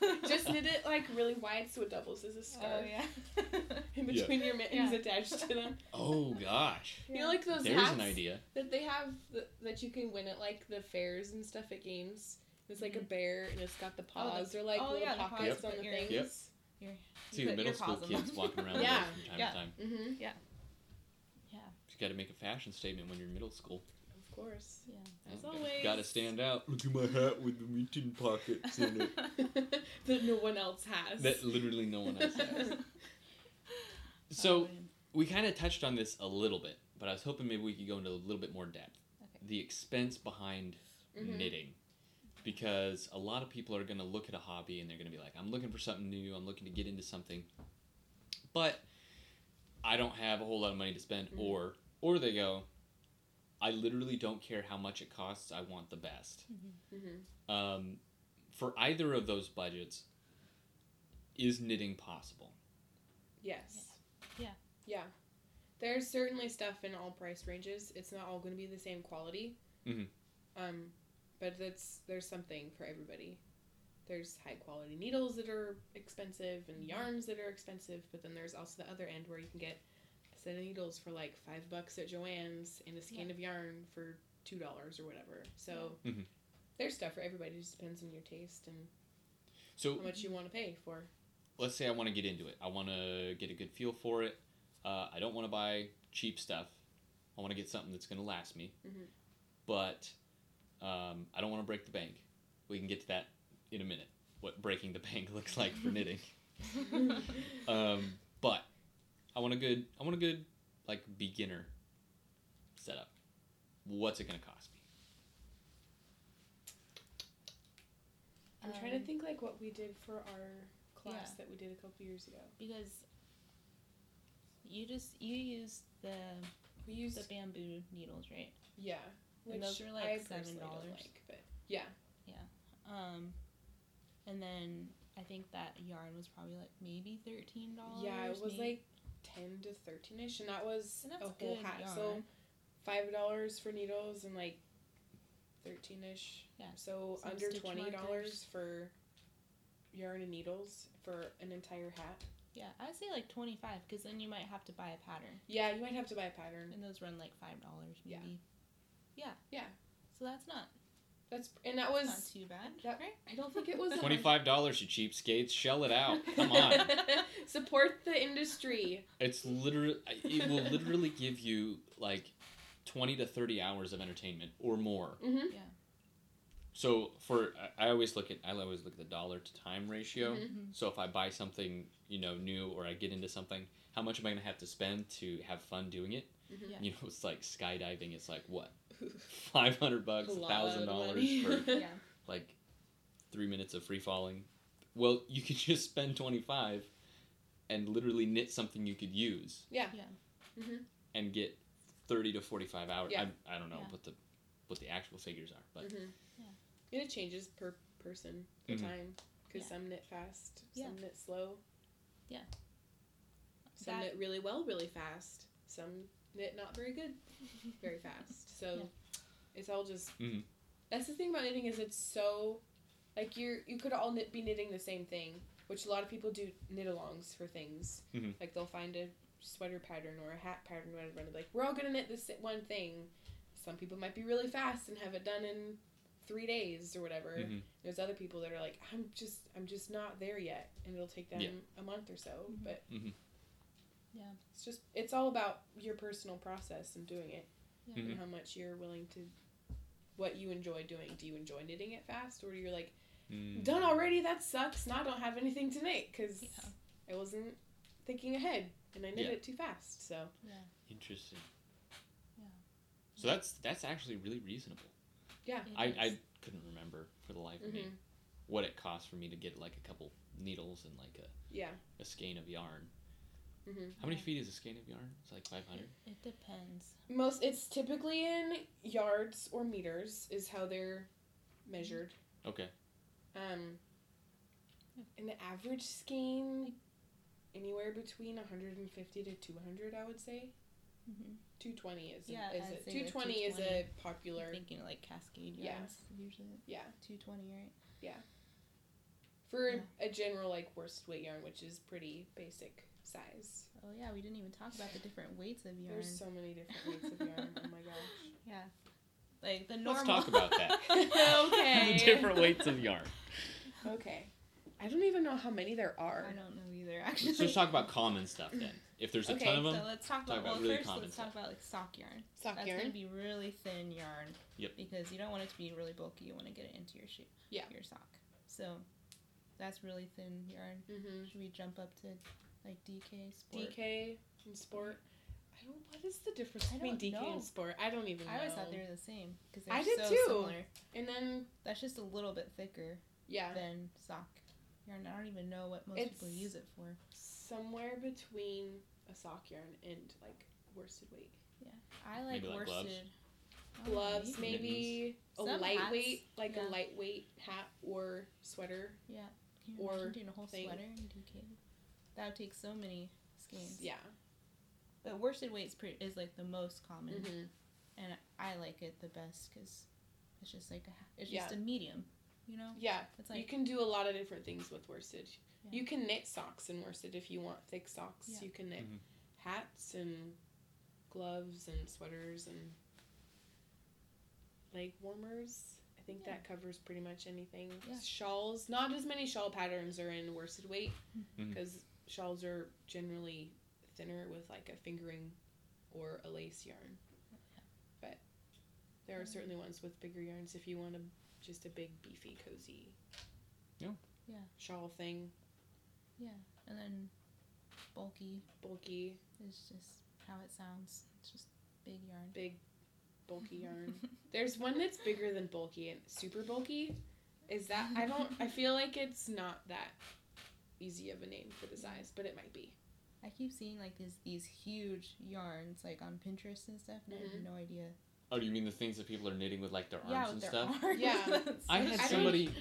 Speaker 3: Oh, Just knit it like really wide so it doubles as a scarf
Speaker 2: Oh yeah.
Speaker 3: in
Speaker 1: Yeah.
Speaker 3: between your mittens
Speaker 2: Yeah.
Speaker 3: attached to them.
Speaker 1: Oh gosh,
Speaker 3: You know, like those
Speaker 1: there's
Speaker 3: hats
Speaker 1: an idea.
Speaker 3: that they have th- that you can win at like the fairs and stuff at games. It's like a bear and it's got the paws. They're like
Speaker 2: Mm-hmm. oh,
Speaker 3: little
Speaker 2: yeah, the
Speaker 3: pockets
Speaker 2: paws
Speaker 3: on
Speaker 2: with
Speaker 3: the
Speaker 2: earrings.
Speaker 3: things.
Speaker 2: You
Speaker 1: See the
Speaker 2: put
Speaker 1: middle
Speaker 2: ear
Speaker 1: school
Speaker 2: paws in
Speaker 1: kids
Speaker 2: them.
Speaker 1: walking around
Speaker 3: Yeah.
Speaker 1: with those from time
Speaker 2: Yeah.
Speaker 1: to time.
Speaker 3: Mm-hmm.
Speaker 2: Yeah.
Speaker 1: You got to make a fashion statement when you're in middle school.
Speaker 3: Of course.
Speaker 2: Yeah.
Speaker 3: As always.
Speaker 1: got to stand out. Look at my hat with the mitten pockets in it.
Speaker 3: that no one else has.
Speaker 1: that literally no one else has. So we kind of touched on this a little bit, but I was hoping maybe we could go into a little bit more depth.
Speaker 2: Okay.
Speaker 1: The expense behind
Speaker 3: Mhm.
Speaker 1: knitting. Because a lot of people are going to look at a hobby and they're going to be like, I'm looking for something new, I'm looking to get into something. But I don't have a whole lot of money to spend
Speaker 3: Mhm.
Speaker 1: or or they go, I literally don't care how much it costs, I want the best.
Speaker 3: Mhm.
Speaker 1: Um, for either of those budgets, is knitting possible?
Speaker 3: Yes.
Speaker 2: Yeah.
Speaker 3: Yeah. There's certainly stuff in all price ranges. It's not all going to be the same quality.
Speaker 1: Mhm.
Speaker 3: Um, but that's there's something for everybody. There's high quality needles that are expensive and
Speaker 2: Mm-hmm.
Speaker 3: yarns that are expensive, but then there's also the other end where you can get a set of needles for like five bucks at Joann's and a skein of yarn for two dollars or whatever. So
Speaker 1: Yeah. Mhm.
Speaker 3: there's stuff for everybody. It just depends on your taste and
Speaker 1: So
Speaker 3: how much you want to pay for.
Speaker 1: let's say I want to get into it. I want to get a good feel for it. Uh, I don't want to buy cheap stuff. I want to get something that's going to last me.
Speaker 3: Mhm.
Speaker 1: But um, I don't want to break the bank. We can get to that in a minute. What breaking the bank looks like for knitting. Um, but I want a good. I want a good like beginner setup. What's it going to cost me?
Speaker 3: I'm trying to think like what we did for our class
Speaker 2: Um, yeah.
Speaker 3: that we did a couple years ago.
Speaker 2: because You just you use the
Speaker 3: We use
Speaker 2: the bamboo needles, right?
Speaker 3: yeah,
Speaker 2: And
Speaker 3: which
Speaker 2: those are, like,
Speaker 3: I personally don't
Speaker 2: $7.
Speaker 3: like, but yeah,
Speaker 2: Um, and then I think that yarn was probably like maybe thirteen dollars.
Speaker 3: yeah, it was like ten to thirteen ish, and that was
Speaker 2: And that's
Speaker 3: a whole
Speaker 2: good
Speaker 3: hat. So
Speaker 2: yarn.
Speaker 3: five dollars for needles and like thirteen ish.
Speaker 2: Yeah,
Speaker 3: So
Speaker 2: some
Speaker 3: under
Speaker 2: stitch
Speaker 3: twenty
Speaker 2: markers.
Speaker 3: dollars for yarn and needles for an entire hat.
Speaker 2: yeah, I'd say like twenty five because then you might have to buy a pattern,
Speaker 3: Yeah, you might have to buy a pattern.
Speaker 2: and those run like five dollars
Speaker 3: Yeah.
Speaker 2: maybe. Yeah.
Speaker 3: Yeah.
Speaker 2: So that's not
Speaker 3: That's and that
Speaker 2: that's
Speaker 3: was
Speaker 2: not too bad,
Speaker 3: that-
Speaker 2: right?
Speaker 3: I don't think it was that much.
Speaker 1: Twenty-five dollars, you cheapskates. Shell it out. Come on.
Speaker 3: Support the industry.
Speaker 1: It's literally it will literally give you like twenty to thirty hours of entertainment or more.
Speaker 3: Mm-hmm.
Speaker 1: So for I I always look at I always look at the dollar to time ratio.
Speaker 3: Mhm.
Speaker 2: Mhm.
Speaker 1: So if I buy something you know new or I get into something, how much am I gonna have to spend to have fun doing it?
Speaker 3: Mhm.
Speaker 2: Yeah.
Speaker 1: You know, it's like skydiving. It's like what five hundred bucks,
Speaker 3: A
Speaker 1: a
Speaker 3: lot of
Speaker 1: thousand dollars
Speaker 3: money.
Speaker 1: for
Speaker 2: Yeah.
Speaker 1: like three minutes of free falling. Well, you could just spend twenty five and literally knit something you could use
Speaker 3: Yeah.
Speaker 2: Yeah.
Speaker 3: Mhm.
Speaker 1: and get thirty to forty five hours.
Speaker 3: Yeah.
Speaker 1: I, I don't know
Speaker 2: Yeah.
Speaker 1: what the what the actual figures are, but
Speaker 3: Mhm.
Speaker 2: Yeah.
Speaker 3: And it changes per person, per
Speaker 1: Mhm.
Speaker 3: time, because
Speaker 2: Yeah.
Speaker 3: some knit fast,
Speaker 2: Yeah.
Speaker 3: some knit slow.
Speaker 2: Yeah.
Speaker 3: Some
Speaker 2: That-
Speaker 3: knit really well, really fast. Some knit not very good, very fast. So
Speaker 2: Yeah.
Speaker 3: it's all just.
Speaker 1: Mhm.
Speaker 3: That's the thing about knitting is it's so, like you're you could all knit, be knitting the same thing, which a lot of people do knit alongs for things.
Speaker 1: Mhm.
Speaker 3: Like they'll find a sweater pattern or a hat pattern, whatever, and be like, we're all gonna knit this one thing. Some people might be really fast and have it done in three days or whatever.
Speaker 1: Mhm.
Speaker 3: There's other people that are like, I'm just, I'm just not there yet, and it'll take them
Speaker 1: Yeah.
Speaker 3: a month or so.
Speaker 2: Mhm.
Speaker 3: But
Speaker 1: Mhm.
Speaker 2: Yeah.
Speaker 3: it's just, it's all about your personal process and doing it,
Speaker 2: Yeah.
Speaker 1: Mm-hmm.
Speaker 3: and how much you're willing to, what you enjoy doing. Do you enjoy knitting it fast, or you're like,
Speaker 1: Mm.
Speaker 3: done already? That sucks. Now I don't have anything to knit because
Speaker 2: Yeah.
Speaker 3: I wasn't thinking ahead and I knit
Speaker 1: Yeah.
Speaker 3: it too fast. So
Speaker 1: Interesting.
Speaker 2: Yeah.
Speaker 1: So that's that's actually really reasonable.
Speaker 3: yeah,
Speaker 2: It
Speaker 1: I,
Speaker 2: is.
Speaker 1: I couldn't remember for the life of me
Speaker 3: Mhm.
Speaker 1: what it cost for me to get like a couple needles and like a,
Speaker 3: yeah.
Speaker 1: a skein of yarn.
Speaker 3: Mhm.
Speaker 1: How many
Speaker 2: Yeah.
Speaker 1: feet is a skein of yarn? It's like five hundred.
Speaker 2: It depends.
Speaker 3: Most it's typically in yards or meters is how they're measured.
Speaker 1: Okay.
Speaker 3: Um, in the average skein, anywhere between 150 to 200, I would say.
Speaker 2: Mhm.
Speaker 3: 220 is, a-
Speaker 2: Yeah,
Speaker 3: is
Speaker 2: I'd
Speaker 3: a,
Speaker 2: say
Speaker 3: 220 is a
Speaker 2: 220.
Speaker 3: popular.
Speaker 2: Thinking like cascade
Speaker 3: Yeah.
Speaker 2: yarns usually
Speaker 3: Yeah.
Speaker 2: two twenty, right?
Speaker 3: For
Speaker 2: Yeah.
Speaker 3: a general, like, worst weight yarn, which is pretty basic size.
Speaker 2: Oh yeah, we didn't even talk about the different weights of yarn.
Speaker 3: There's so many different weights of yarn. Oh my gosh.
Speaker 2: Yeah. Like the normal.
Speaker 1: Let's talk about that.
Speaker 3: Okay.
Speaker 1: the different weights of yarn.
Speaker 3: Okay. I don't even know how many there
Speaker 2: I
Speaker 3: are.
Speaker 2: don't know either, actually.
Speaker 1: Let's just talk about common stuff then. If there's a
Speaker 3: Okay,
Speaker 1: ton of them,
Speaker 2: So let's talk about,
Speaker 1: about
Speaker 2: well,
Speaker 1: really
Speaker 2: first
Speaker 1: common
Speaker 2: let's
Speaker 1: stuff.
Speaker 2: talk about like sock yarn.
Speaker 3: Sock
Speaker 2: That's
Speaker 3: yarn.
Speaker 2: gonna be really thin yarn.
Speaker 1: Yep.
Speaker 2: Because you don't want it to be really bulky. You want to get it into your shoe.
Speaker 3: Yeah.
Speaker 2: Your sock. So, that's really thin yarn.
Speaker 3: hmm
Speaker 2: Should we jump up to like DK sport?
Speaker 3: DK and sport. I don't. What is the difference
Speaker 2: I
Speaker 3: between
Speaker 2: don't
Speaker 3: DK
Speaker 2: know.
Speaker 3: and sport? I don't even know.
Speaker 2: I always thought they were the same because they're
Speaker 3: I did
Speaker 2: so
Speaker 3: too.
Speaker 2: similar.
Speaker 3: And then
Speaker 2: That's just a little bit thicker
Speaker 3: yeah,
Speaker 2: than sock yarn. I don't even know what most people
Speaker 3: It's-
Speaker 2: use it for.
Speaker 3: somewhere between a sock yarn and like worsted weight.
Speaker 2: I like
Speaker 1: Maybe like gloves?
Speaker 2: worsted. Oh,
Speaker 3: Gloves,
Speaker 1: maybe.
Speaker 3: maybe a
Speaker 2: Some
Speaker 3: lightweight,
Speaker 2: hats,
Speaker 3: like
Speaker 2: yeah.
Speaker 3: a lightweight hat or sweater.
Speaker 2: Can you imagine
Speaker 3: or
Speaker 2: doing a whole
Speaker 3: thing.
Speaker 2: sweater in DK? That would take so many skeins.
Speaker 3: Yeah.
Speaker 2: But worsted weight is, pretty, is like the most common,
Speaker 3: Mhm.
Speaker 2: and I like it the best because it's just like a, ha- it's
Speaker 3: Yeah.
Speaker 2: just a medium, you know.
Speaker 3: Yeah.
Speaker 2: It's
Speaker 3: you
Speaker 2: like
Speaker 3: can do a lot of different things with worsted.
Speaker 2: Yeah.
Speaker 3: You can knit socks in worsted if you want thick socks.
Speaker 2: Yeah.
Speaker 3: You can knit
Speaker 1: Mhm.
Speaker 3: hats and gloves and sweaters and leg warmers. I think
Speaker 2: Yeah.
Speaker 3: that covers pretty much anything.
Speaker 2: Yeah.
Speaker 3: Shawls, not as many shawl patterns are in worsted weight
Speaker 2: Mm.
Speaker 1: Mhm.
Speaker 3: because shawls are generally thinner with like a fingering or a lace yarn. But there are
Speaker 2: Mhm.
Speaker 3: certainly ones with bigger yarns if you want a just a big beefy cozy.
Speaker 1: Yeah.
Speaker 2: Yeah.
Speaker 3: Shawl thing,
Speaker 2: and then bulky
Speaker 3: bulky,
Speaker 2: is just how it sounds. It's just big yarn.
Speaker 3: big, bulky yarn. There's one that's bigger than bulky and super bulky. Is that I don't I feel like it's not that easy of a name for the size, but it might be.
Speaker 2: I keep seeing like these these huge yarns like on Pinterest and stuff, and I have
Speaker 3: Mhm.
Speaker 2: no idea.
Speaker 1: Oh, do you mean the things that people are knitting with like their arms
Speaker 2: yeah,
Speaker 1: and
Speaker 2: with their
Speaker 1: stuff?
Speaker 2: arms.
Speaker 3: Yeah.
Speaker 2: That's
Speaker 1: I had
Speaker 2: so
Speaker 3: I don't-
Speaker 2: strange.
Speaker 1: somebody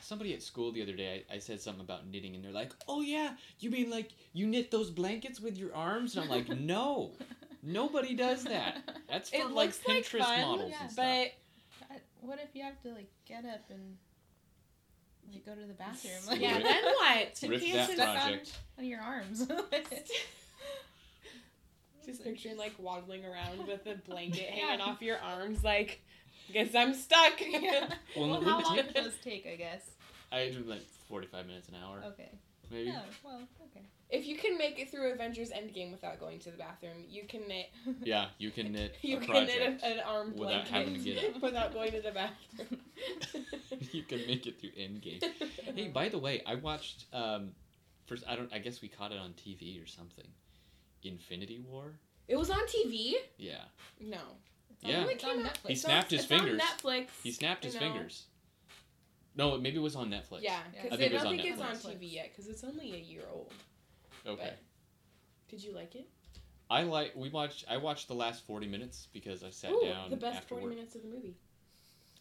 Speaker 1: somebody at school the other day I, I said something about knitting and they're like, Oh yeah, you mean like you knit those blankets with your arms? And I'm like, No. Nobody does that. That's for
Speaker 3: It
Speaker 1: like
Speaker 3: looks like
Speaker 1: Pinterest
Speaker 3: fun,
Speaker 1: models
Speaker 2: yeah,
Speaker 1: and stuff.
Speaker 3: But
Speaker 2: I- what if you have to like get up and like go to the bathroom?
Speaker 1: But-
Speaker 2: Like,
Speaker 3: yeah,
Speaker 1: Rip-
Speaker 3: then what?
Speaker 2: to
Speaker 1: Rip
Speaker 2: pee
Speaker 1: that
Speaker 2: and stuff on-
Speaker 1: project.
Speaker 2: On, your arms. It's
Speaker 3: Just picture like waddling around with a blanket hanging off your arms, like, guess I'm stuck.
Speaker 2: Yeah.
Speaker 1: Well,
Speaker 2: Well,
Speaker 1: it
Speaker 2: how
Speaker 1: would
Speaker 2: long
Speaker 1: take-
Speaker 2: did those take? I guess.
Speaker 1: I do like forty five minutes an hour,
Speaker 2: Okay.
Speaker 1: maybe.
Speaker 2: Oh, well, okay.
Speaker 3: If you can make it through Avengers Endgame without going to the bathroom, you can knit.
Speaker 1: Yeah, you can knit
Speaker 3: You
Speaker 1: a
Speaker 3: can
Speaker 1: project.
Speaker 3: knit a, an arm
Speaker 1: without having
Speaker 3: blanket
Speaker 1: to get
Speaker 2: up.
Speaker 3: without going to the bathroom.
Speaker 1: you can make it through Endgame. Hey, by the way, I watched um first I don't I guess we caught it on TV or something. Infinity War?
Speaker 3: It was on TV.
Speaker 1: Yeah.
Speaker 3: No,
Speaker 2: It's on-
Speaker 1: Yeah.
Speaker 2: it's on
Speaker 3: It came out-
Speaker 2: Netflix.
Speaker 1: He
Speaker 3: It's
Speaker 1: snapped
Speaker 3: on,
Speaker 1: his
Speaker 3: it's on
Speaker 1: fingers.
Speaker 3: Netflix.
Speaker 1: He snapped his
Speaker 3: No.
Speaker 1: fingers. No, maybe it was on Netflix.
Speaker 3: Yeah,
Speaker 2: Yeah. I
Speaker 3: because
Speaker 1: think it
Speaker 3: I
Speaker 1: was
Speaker 3: don't
Speaker 1: on
Speaker 3: think it's on
Speaker 2: Netflix.
Speaker 3: TV yet because it's only a year old.
Speaker 1: Okay.
Speaker 3: Did you like it?
Speaker 1: I like we watched I watched the last 40 minutes because I sat
Speaker 3: Ooh,
Speaker 1: down
Speaker 3: the best
Speaker 1: after
Speaker 3: forty
Speaker 1: work.
Speaker 3: minutes of the movie.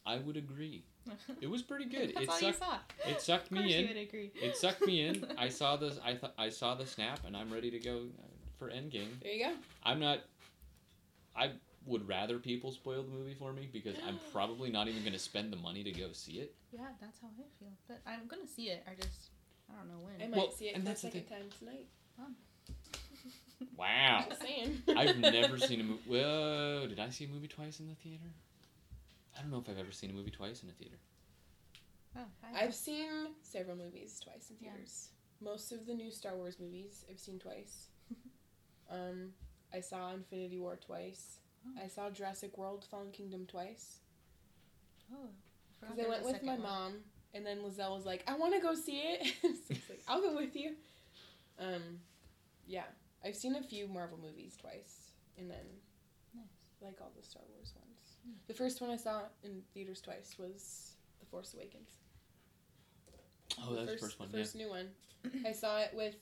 Speaker 1: I would agree. It was pretty good.
Speaker 2: That's
Speaker 1: it
Speaker 2: all you
Speaker 1: sucked
Speaker 2: saw.
Speaker 1: it sucked
Speaker 2: Of course
Speaker 1: me
Speaker 2: you
Speaker 1: in.
Speaker 2: would agree.
Speaker 1: It sucked me in. I saw this I th- I saw the snap and I'm ready to go uh, for Endgame.
Speaker 3: There you go.
Speaker 1: I'm not I would rather people spoil the movie for me because I'm probably not even going to spend the money to go see it.
Speaker 2: Yeah, that's how I feel. But I'm gonna see it. I just I don't know
Speaker 3: I
Speaker 2: when.
Speaker 3: might
Speaker 1: Well,
Speaker 3: see it
Speaker 1: and
Speaker 3: for the
Speaker 1: that's the
Speaker 3: second time tonight.
Speaker 1: Wow.
Speaker 3: Just saying.
Speaker 1: Ah. I've never seen a movie. Whoa, did I see a movie twice in the theater? I don't know if I've ever seen a movie twice in a theater.
Speaker 2: Oh, I,
Speaker 3: I've seen several movies twice in
Speaker 2: Yeah.
Speaker 3: theaters. Most of the new Star Wars movies I've seen twice. um, I saw Infinity War twice.
Speaker 2: Oh.
Speaker 3: I saw Jurassic World: Fallen Kingdom twice.
Speaker 2: oh,
Speaker 3: Because I went with my mom, and then Lizelle was like, "I want to go see it." so I was like, "I'll go with you." Um, yeah, I've seen a few Marvel movies twice, and then
Speaker 2: Nice.
Speaker 3: like all the Star Wars ones. The first one I saw in theaters twice was The Force Awakens.
Speaker 1: Oh, that's the first one. yeah.
Speaker 3: first new one. I saw it with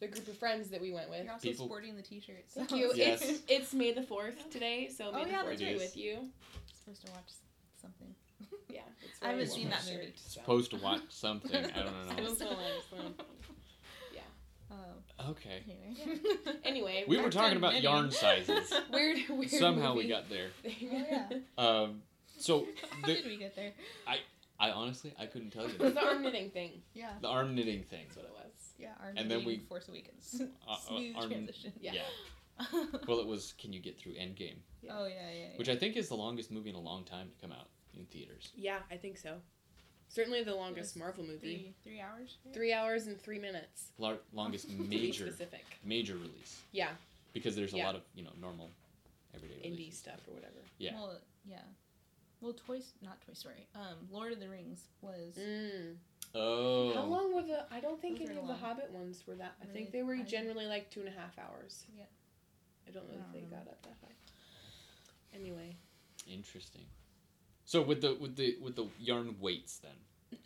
Speaker 3: the group of friends that we went with.
Speaker 2: You're also
Speaker 1: People-
Speaker 2: sporting the t-shirts.
Speaker 3: Thank you.
Speaker 1: Yes.
Speaker 3: It's it's May the fourth today, so May
Speaker 2: Oh,
Speaker 3: the
Speaker 2: yeah,
Speaker 3: fourth
Speaker 1: that's
Speaker 3: be
Speaker 1: right.
Speaker 3: with you.
Speaker 2: supposed to watch something.
Speaker 3: Yeah, it's
Speaker 2: I haven't
Speaker 3: wearing
Speaker 1: seen
Speaker 3: one
Speaker 1: that
Speaker 3: shirt,
Speaker 2: movie.
Speaker 3: so.
Speaker 1: Supposed to watch something. I don't know.
Speaker 3: Sounds so lame, so- Yeah.
Speaker 2: Oh,
Speaker 1: Okay.
Speaker 2: anyway.
Speaker 3: Anyway,
Speaker 1: We were
Speaker 2: Back to
Speaker 1: talking about
Speaker 2: knitting.
Speaker 1: yarn sizes.
Speaker 3: weird, weird
Speaker 1: Somehow we
Speaker 3: movie
Speaker 1: got there.
Speaker 3: thing.
Speaker 2: Oh, yeah.
Speaker 1: Um, so
Speaker 2: How
Speaker 1: the,
Speaker 2: did we get there?
Speaker 1: I honestly I couldn't tell you.
Speaker 3: It was
Speaker 1: That.
Speaker 3: the arm knitting thing.
Speaker 2: Yeah.
Speaker 1: The arm knitting thing.
Speaker 3: That's what it was.
Speaker 2: Yeah, our
Speaker 1: And then
Speaker 2: knitting
Speaker 1: we-
Speaker 2: Force Awakens.
Speaker 1: Uh, uh,
Speaker 2: Smooth
Speaker 1: arm-
Speaker 2: transition.
Speaker 1: Yeah.
Speaker 3: Yeah.
Speaker 1: Well, it was. Can you get through Endgame,
Speaker 2: Oh yeah, yeah. yeah.
Speaker 1: which I think is the longest movie in a long time to come out in theaters.
Speaker 3: Yeah, I think so. Certainly the longest Marvel movie.
Speaker 2: three three hours.
Speaker 3: Three hours and three minutes.
Speaker 1: Lar- longest
Speaker 3: To be
Speaker 1: major
Speaker 3: specific.
Speaker 1: major release
Speaker 3: Yeah,
Speaker 1: because there's a
Speaker 3: Yeah.
Speaker 1: lot of you know normal everyday
Speaker 3: indie
Speaker 1: releases.
Speaker 3: stuff or whatever.
Speaker 1: Yeah.
Speaker 2: Well, yeah. Well, Toy not Toy Story. Um, Lord of the Rings was.
Speaker 3: Mm.
Speaker 1: Oh.
Speaker 3: How long were the? I don't think
Speaker 2: Those
Speaker 3: any
Speaker 2: are
Speaker 3: of the
Speaker 2: long.
Speaker 3: Hobbit ones were that. I
Speaker 2: Were
Speaker 3: think
Speaker 2: they-
Speaker 3: they were
Speaker 2: I-
Speaker 3: generally like two and a half hours.
Speaker 2: Yeah.
Speaker 3: I don't know
Speaker 2: I
Speaker 3: if
Speaker 2: don't
Speaker 3: they
Speaker 2: remember.
Speaker 3: got up that high. Anyway,
Speaker 1: Interesting. So with the with the with the yarn weights then,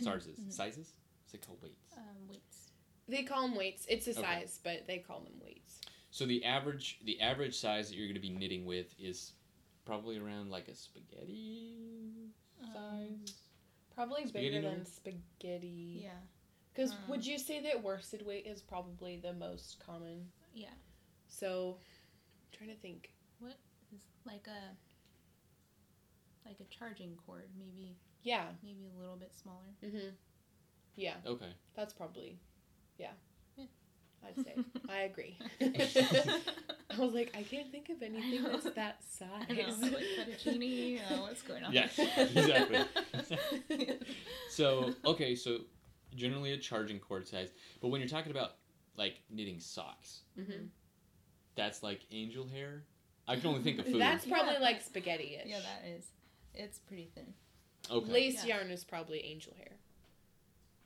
Speaker 1: sizes
Speaker 3: Mm-hmm.
Speaker 2: Mhm.
Speaker 1: sizes. Is it called weights?
Speaker 2: Um, weights.
Speaker 3: they call them weights. It's a
Speaker 1: Okay.
Speaker 3: size, but they call them weights.
Speaker 1: So the average the average size that you're going to be knitting with is probably around like a spaghetti
Speaker 2: Um,
Speaker 1: size.
Speaker 3: Probably
Speaker 1: Spaghetti
Speaker 3: bigger
Speaker 1: noodle?
Speaker 3: than spaghetti.
Speaker 2: yeah.
Speaker 3: Because
Speaker 2: Um,
Speaker 3: would you say that worsted weight is probably the most common?
Speaker 2: Yeah.
Speaker 3: So, I'm trying to think.
Speaker 2: It's like a. Like a charging cord, maybe
Speaker 3: Yeah.
Speaker 2: maybe a little bit smaller.
Speaker 3: Mm-hmm. Yeah,
Speaker 1: Okay.
Speaker 3: that's probably. Yeah.
Speaker 2: Yeah.
Speaker 3: I'd say. I agree. I
Speaker 2: I
Speaker 3: was like, I can't think of anything
Speaker 2: know.
Speaker 3: that's that
Speaker 2: know,
Speaker 3: size.
Speaker 2: like fettuccine. Uh, what's going on?
Speaker 1: Yes, exactly. So okay, so generally a charging cord size, but when you're talking about like knitting socks,
Speaker 3: Mhm.
Speaker 1: that's like angel hair. I can only think of food.
Speaker 3: That's probably
Speaker 2: Yeah.
Speaker 3: like spaghetti ish.
Speaker 2: yeah, that is. It's pretty thin.
Speaker 1: okay.
Speaker 3: Lace
Speaker 2: Yeah.
Speaker 3: yarn is probably angel hair.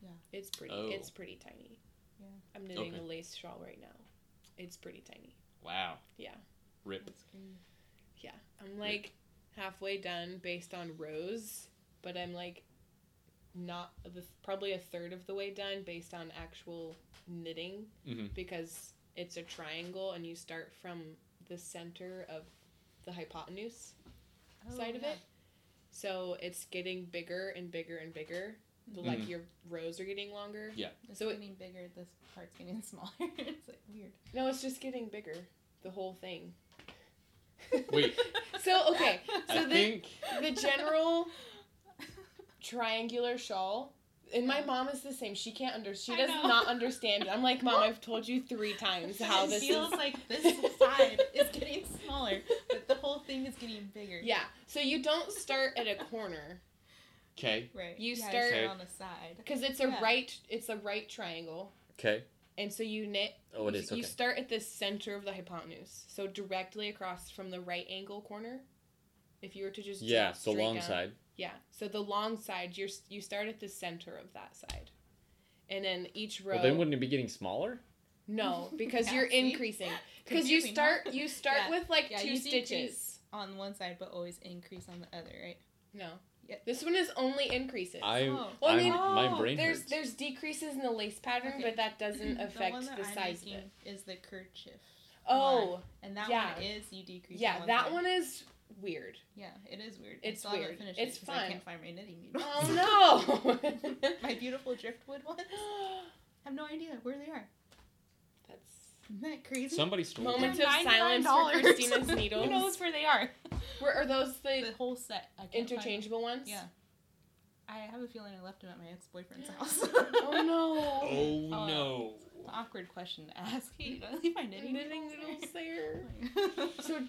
Speaker 2: Yeah.
Speaker 3: It's pretty.
Speaker 1: Oh.
Speaker 3: It's pretty tiny.
Speaker 2: Yeah.
Speaker 3: I'm knitting
Speaker 1: Okay.
Speaker 3: a lace shawl right now. It's pretty tiny.
Speaker 1: Wow.
Speaker 3: Yeah.
Speaker 1: Rip.
Speaker 2: That's crazy.
Speaker 3: Yeah, I'm like halfway done based on rows, but I'm like not the, probably a third of the way done based on actual knitting
Speaker 1: Mhm.
Speaker 3: because it's a triangle and you start from the center of the hypotenuse
Speaker 2: Oh,
Speaker 3: side of it. So it's getting bigger and bigger and bigger. The, Like
Speaker 1: Mhm.
Speaker 3: your rows are getting longer.
Speaker 2: It's
Speaker 3: So it-
Speaker 2: getting bigger. This part's getting smaller. it's like weird.
Speaker 3: No, it's just getting bigger. The whole thing.
Speaker 1: Wait.
Speaker 3: So okay,
Speaker 1: I
Speaker 3: so the,
Speaker 1: think
Speaker 3: the general triangular shawl. And my
Speaker 2: Yeah.
Speaker 3: mom is the same. She can't under. She
Speaker 2: I
Speaker 3: does
Speaker 2: know.
Speaker 3: not understand it. I'm like, mom, I've told you three times how
Speaker 2: it
Speaker 3: this
Speaker 2: feels
Speaker 3: is.
Speaker 2: like this side is getting smaller, but the whole thing is getting bigger.
Speaker 3: Yeah. So you don't start at a corner
Speaker 1: okay.
Speaker 2: Right.
Speaker 3: You
Speaker 2: Yeah, I
Speaker 3: start-
Speaker 2: on the side.
Speaker 3: because it's a
Speaker 2: Yeah.
Speaker 3: right. It's a right triangle,
Speaker 1: Okay.
Speaker 3: and so you knit.
Speaker 1: Oh, it
Speaker 3: you,
Speaker 1: is okay.
Speaker 3: You start at the center of the hypotenuse, so directly across from the right angle corner. If you were to just
Speaker 1: Yeah,
Speaker 3: drop
Speaker 1: so
Speaker 3: straight
Speaker 1: long
Speaker 3: down.
Speaker 1: side.
Speaker 3: Yeah. So the long side, you're you start at the center of that side, and then each row.
Speaker 1: Well, then wouldn't it be getting smaller?
Speaker 3: no, because
Speaker 2: Yeah,
Speaker 3: you're
Speaker 2: see?
Speaker 3: increasing. Because you
Speaker 2: Confusing,
Speaker 3: start
Speaker 2: huh?
Speaker 3: you start
Speaker 2: Yeah.
Speaker 3: with like
Speaker 2: Yeah,
Speaker 3: two
Speaker 2: you decrease.
Speaker 3: stitches.
Speaker 2: on one side, but always increase on the other, right?
Speaker 3: No.
Speaker 2: Yeah.
Speaker 3: This one is only increases.
Speaker 1: I,
Speaker 2: Oh.
Speaker 3: Well, I
Speaker 1: I'm,
Speaker 3: mean,
Speaker 1: my
Speaker 2: oh,
Speaker 1: brain
Speaker 3: there's
Speaker 1: hurts.
Speaker 3: there's decreases in the lace pattern,
Speaker 2: Okay.
Speaker 3: but that doesn't
Speaker 2: the,
Speaker 3: affect
Speaker 2: one
Speaker 3: the,
Speaker 2: that I'm
Speaker 3: size of
Speaker 2: making
Speaker 3: it.
Speaker 2: is the kerchief,
Speaker 3: Oh,
Speaker 2: and that
Speaker 3: Yeah.
Speaker 2: one is you decrease. on
Speaker 3: yeah,
Speaker 2: one
Speaker 3: that
Speaker 2: side.
Speaker 3: one is weird.
Speaker 2: Yeah, it is weird.
Speaker 3: It's
Speaker 2: I still haven't
Speaker 3: weird.
Speaker 2: finished
Speaker 3: It's
Speaker 2: it 'cause I
Speaker 3: fun.
Speaker 2: can't find my knitting needles.
Speaker 3: Oh no.
Speaker 2: my beautiful driftwood ones. I have no idea where they are.
Speaker 3: That's
Speaker 2: Isn't that crazy?
Speaker 1: Somebody stole
Speaker 2: They're
Speaker 1: it.
Speaker 3: Moments of silence for
Speaker 2: $99.
Speaker 3: Christina's
Speaker 2: Who
Speaker 3: needles.
Speaker 2: knows where they are?
Speaker 3: Were, are those
Speaker 2: The
Speaker 3: the
Speaker 2: whole set. I can't find them.
Speaker 3: interchangeable ones?
Speaker 2: Yeah. I have a feeling I left them at my ex-boyfriend's house.
Speaker 3: Oh no.
Speaker 1: Oh
Speaker 2: Oh.
Speaker 1: no.
Speaker 2: An awkward question to ask. Hey, did I leave my knitting,
Speaker 3: Knitting needles there.
Speaker 2: there?
Speaker 3: So,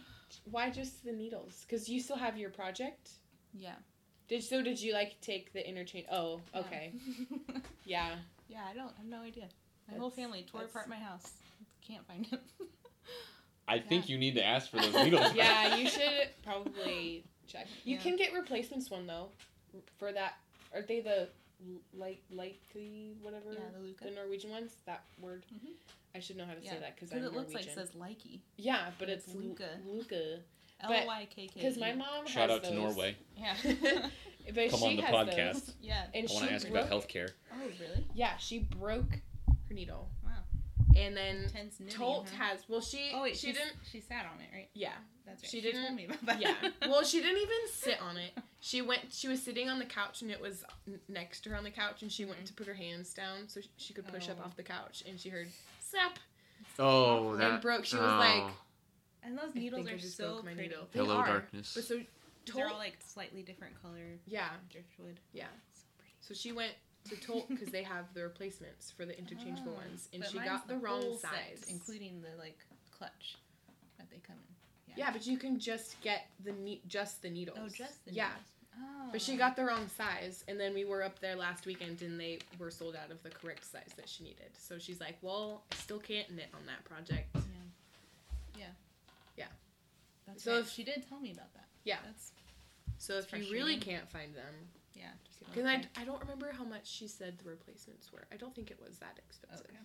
Speaker 3: why just the needles? Because you still have your project.
Speaker 2: yeah.
Speaker 3: Did so? Did you like take the interchange? Oh,
Speaker 2: yeah.
Speaker 3: okay, yeah.
Speaker 2: yeah, I don't. I have no idea. My whole
Speaker 3: That's-
Speaker 2: family tore
Speaker 3: that's-
Speaker 2: apart my house. Can't find them.
Speaker 1: I think you need to ask for those needles.
Speaker 3: yeah, You should probably check. You
Speaker 2: Yeah.
Speaker 3: can get replacements one though, for that. Are they the l- light lightly whatever
Speaker 2: yeah, the Luca.
Speaker 3: the Norwegian ones? That word.
Speaker 2: Mhm.
Speaker 3: I should know how to say
Speaker 2: Yeah,
Speaker 3: that because I'm
Speaker 2: Because it looks
Speaker 3: Norwegian.
Speaker 2: like it says likey.
Speaker 3: yeah, but it's,
Speaker 2: it's
Speaker 3: Luca.
Speaker 2: Luca.
Speaker 3: Luca. But-
Speaker 2: L y k k.
Speaker 3: Because my mom
Speaker 1: Shout
Speaker 3: has
Speaker 1: out to
Speaker 3: those.
Speaker 1: Norway.
Speaker 2: Yeah.
Speaker 3: But
Speaker 1: Come
Speaker 3: she
Speaker 1: on the
Speaker 3: has
Speaker 1: podcast.
Speaker 3: those,
Speaker 2: yeah.
Speaker 3: and
Speaker 1: I want
Speaker 3: she
Speaker 1: to ask about
Speaker 3: broke-
Speaker 1: healthcare.
Speaker 2: Oh really?
Speaker 3: Yeah, she broke her needle.
Speaker 2: Wow.
Speaker 3: And then
Speaker 2: Intense knitting.
Speaker 3: Tolt
Speaker 2: huh?
Speaker 3: has. Well, she
Speaker 2: Oh wait,
Speaker 3: she
Speaker 2: she's-
Speaker 3: didn't.
Speaker 2: She sat on it, right?
Speaker 3: Yeah,
Speaker 2: That's right.
Speaker 3: She
Speaker 2: She,
Speaker 3: didn't-
Speaker 2: told me about that.
Speaker 3: yeah. Well, she didn't even sit on it. She went. She was sitting on the couch, and it was n- next to her on the couch, and she went to put her hands down so sh- she could push up
Speaker 2: Mm-hmm. Oh.
Speaker 3: off the couch, and she heard snap
Speaker 1: Oh,
Speaker 3: and broke. She was
Speaker 2: oh.
Speaker 3: like,
Speaker 2: and those
Speaker 3: I
Speaker 2: needles
Speaker 3: think I
Speaker 2: are
Speaker 3: just
Speaker 2: so
Speaker 3: broke my
Speaker 2: pretty.
Speaker 3: needle.
Speaker 2: They
Speaker 1: "Hello,
Speaker 2: are.
Speaker 1: darkness."
Speaker 3: but so
Speaker 2: They're
Speaker 3: Tolt.
Speaker 2: all like slightly different color
Speaker 3: yeah,
Speaker 2: driftwood.
Speaker 3: Yeah.
Speaker 2: So pretty.
Speaker 3: so she went to Tolt because they have the replacements for the interchangeable
Speaker 2: Oh.
Speaker 3: ones, and
Speaker 2: But
Speaker 3: she
Speaker 2: mine's
Speaker 3: got the, wrong
Speaker 2: whole
Speaker 3: size.
Speaker 2: set, including the like clutch that they come in.
Speaker 3: yeah, but you can just get the ne- just the needles.
Speaker 2: Oh, just the
Speaker 3: yeah.
Speaker 2: needles. Oh.
Speaker 3: But she got the wrong size, and then we were up there last weekend, and they were sold out of the correct size that she needed. So she's like, "Well, I still can't knit on that project."
Speaker 2: Yeah. Yeah.
Speaker 3: Yeah.
Speaker 2: That's
Speaker 3: So
Speaker 2: right.
Speaker 3: if-
Speaker 2: she did tell me about that.
Speaker 3: Yeah.
Speaker 2: That's
Speaker 3: So if you really can't find them,
Speaker 2: yeah. Just
Speaker 3: because
Speaker 2: okay.
Speaker 3: I, I don't remember how much she said the replacements were. I don't think it was that expensive.
Speaker 2: Okay.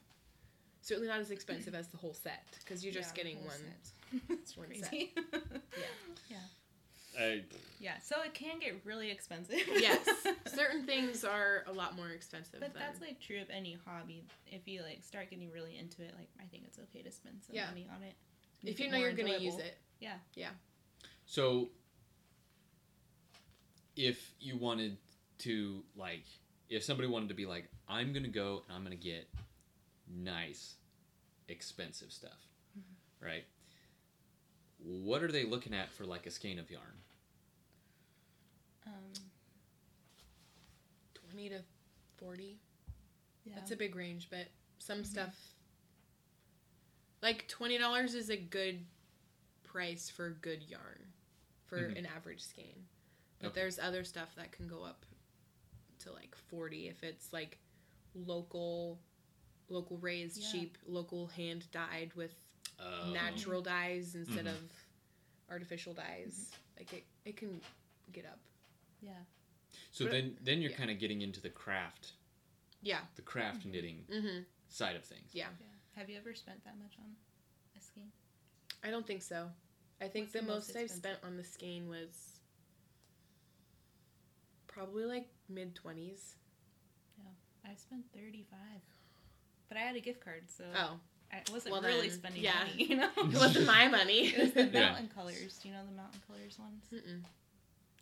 Speaker 3: Certainly not as expensive as the whole set, because you're just
Speaker 2: Yeah,
Speaker 3: getting
Speaker 2: whole
Speaker 3: one.
Speaker 2: set. That's
Speaker 3: one
Speaker 2: crazy.
Speaker 1: I-
Speaker 2: yeah. So it can get really expensive.
Speaker 3: Yes. Certain things are a lot more expensive.
Speaker 2: But
Speaker 3: than,
Speaker 2: that's like true of any hobby. If you like start getting really into it, like I think it's okay to spend some
Speaker 3: Yeah.
Speaker 2: money on it.
Speaker 3: if
Speaker 2: Make
Speaker 3: you
Speaker 2: it
Speaker 3: know
Speaker 2: more
Speaker 3: you're gonna use
Speaker 2: enjoyable.
Speaker 3: it.
Speaker 1: So, if you wanted to, like, if somebody wanted to be like, I'm going to go and I'm going to get nice, expensive stuff,
Speaker 3: Mm-hmm.
Speaker 1: right? What are they looking at for, like, a skein of yarn?
Speaker 2: Um,
Speaker 3: Twenty to forty.
Speaker 2: yeah. Mm-hmm.
Speaker 3: That's a big range, but some stuff like twenty dollars is a good price for good yarn for
Speaker 1: Mhm.
Speaker 3: an average skein. But
Speaker 1: Okay.
Speaker 3: there's other stuff that can go up to like forty if it's like local local raised
Speaker 2: Yeah.
Speaker 3: sheep, local hand dyed with
Speaker 1: Um,
Speaker 3: natural dyes instead
Speaker 1: Mhm.
Speaker 3: of artificial dyes.
Speaker 2: Mm-hmm.
Speaker 3: Like it it can get up.
Speaker 2: yeah.
Speaker 1: So
Speaker 3: but-
Speaker 1: then, then you're
Speaker 3: yeah.
Speaker 1: kind of getting into the craft,
Speaker 3: Yeah.
Speaker 1: the craft knitting
Speaker 3: Mm-hmm.
Speaker 1: side of things.
Speaker 2: Yeah. Have you ever spent that much on a skein?
Speaker 3: I don't think so. I think
Speaker 2: What's
Speaker 3: the,
Speaker 2: the
Speaker 3: most,
Speaker 2: most
Speaker 3: I've spent on the skein was probably like mid twenties.
Speaker 2: I spent thirty five, but I had a gift card, so
Speaker 3: Oh,
Speaker 2: I wasn't
Speaker 3: Well,
Speaker 2: really
Speaker 3: then,
Speaker 2: spending
Speaker 3: yeah.
Speaker 2: money, you know.
Speaker 3: It wasn't my money.
Speaker 2: It was the
Speaker 1: Yeah.
Speaker 2: mountain colors. Do you know the mountain colors ones?
Speaker 3: Mm-mm.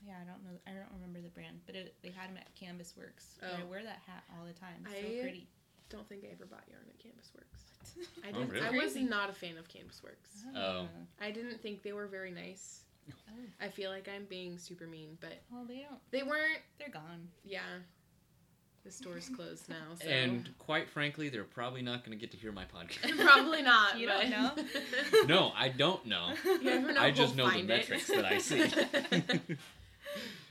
Speaker 2: Yeah, I don't know. I don't remember the brand, but it, they had them at Canvas Works. and I
Speaker 3: Oh.
Speaker 2: wear that hat all the time. It's
Speaker 3: I-
Speaker 2: so pretty.
Speaker 3: Don't think I ever bought yarn at Canvas Works. I
Speaker 1: Oh,
Speaker 3: didn't.
Speaker 1: really?
Speaker 3: I was
Speaker 2: Crazy.
Speaker 3: not a fan of Canvas Works.
Speaker 1: Oh.
Speaker 3: I didn't think they were very nice.
Speaker 2: Oh.
Speaker 3: I feel like I'm being super mean, but
Speaker 2: Well, they don't.
Speaker 3: they weren't.
Speaker 2: They're gone.
Speaker 3: Yeah. The store's closed now, so
Speaker 1: And quite frankly, they're probably not going to get to hear my podcast.
Speaker 3: probably not.
Speaker 2: You don't
Speaker 3: but...
Speaker 2: know?
Speaker 1: no, I don't know.
Speaker 3: You never know
Speaker 1: I
Speaker 3: if
Speaker 1: just
Speaker 3: we'll
Speaker 1: know the
Speaker 3: find it.
Speaker 1: metrics that I see.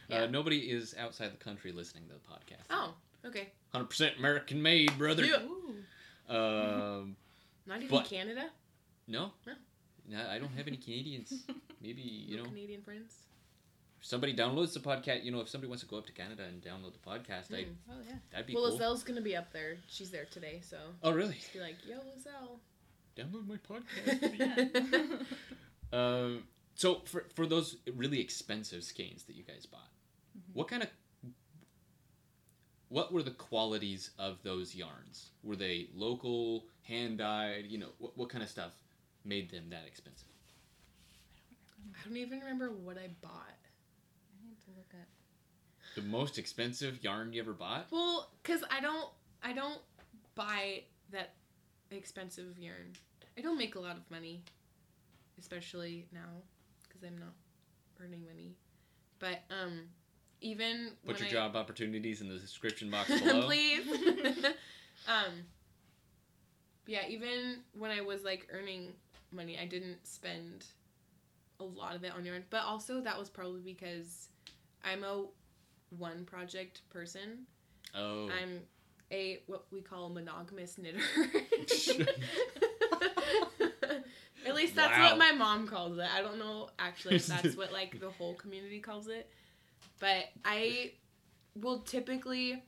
Speaker 3: Yeah.
Speaker 1: uh, nobody is outside the country listening to the podcast.
Speaker 3: oh, okay.
Speaker 1: 100% American made, brother.
Speaker 3: Yeah.
Speaker 2: Ooh.
Speaker 1: Um,
Speaker 3: Not even
Speaker 1: But-
Speaker 3: Canada.
Speaker 1: no.
Speaker 3: No.
Speaker 1: No, I don't have any Canadians. Maybe, you
Speaker 3: No
Speaker 1: know,
Speaker 3: Canadian friends.
Speaker 1: if somebody downloads the podcast. You know, if somebody wants to go up to Canada and download the podcast, I'd,
Speaker 3: Mm.
Speaker 2: Oh yeah.
Speaker 1: that'd be
Speaker 3: Well,
Speaker 1: cool.
Speaker 3: Lizelle's gonna be up there. She's there today, so
Speaker 1: oh, really?
Speaker 3: just be like, "Yo, Lizelle."
Speaker 1: Download my podcast. please.
Speaker 2: Yeah.
Speaker 1: Um, so for for those really expensive skeins that you guys bought,
Speaker 2: Mhm.
Speaker 3: Mm-hmm.
Speaker 1: what kind of what were the qualities of those yarns? Were they local, hand dyed? You know, what, what kind of stuff made them that expensive?
Speaker 3: I don't even remember what I bought.
Speaker 2: I need to look up.
Speaker 1: The most expensive yarn you ever bought?
Speaker 3: Well, cause I don't, I don't buy that expensive yarn. I don't make a lot of money, especially now, cause I'm not earning money. But um, even
Speaker 1: Put
Speaker 3: when
Speaker 1: your
Speaker 3: I-
Speaker 1: job opportunities in the description box below.
Speaker 3: Please. um. Yeah, even when I was like earning money, I didn't spend a lot of it on yarn. But also that was probably because I'm a one project person.
Speaker 1: Oh,
Speaker 3: I'm a what we call monogamous knitter. At least that's
Speaker 1: Wow.
Speaker 3: what my mom calls it. I don't know actually if that's what like the whole community calls it. But I will typically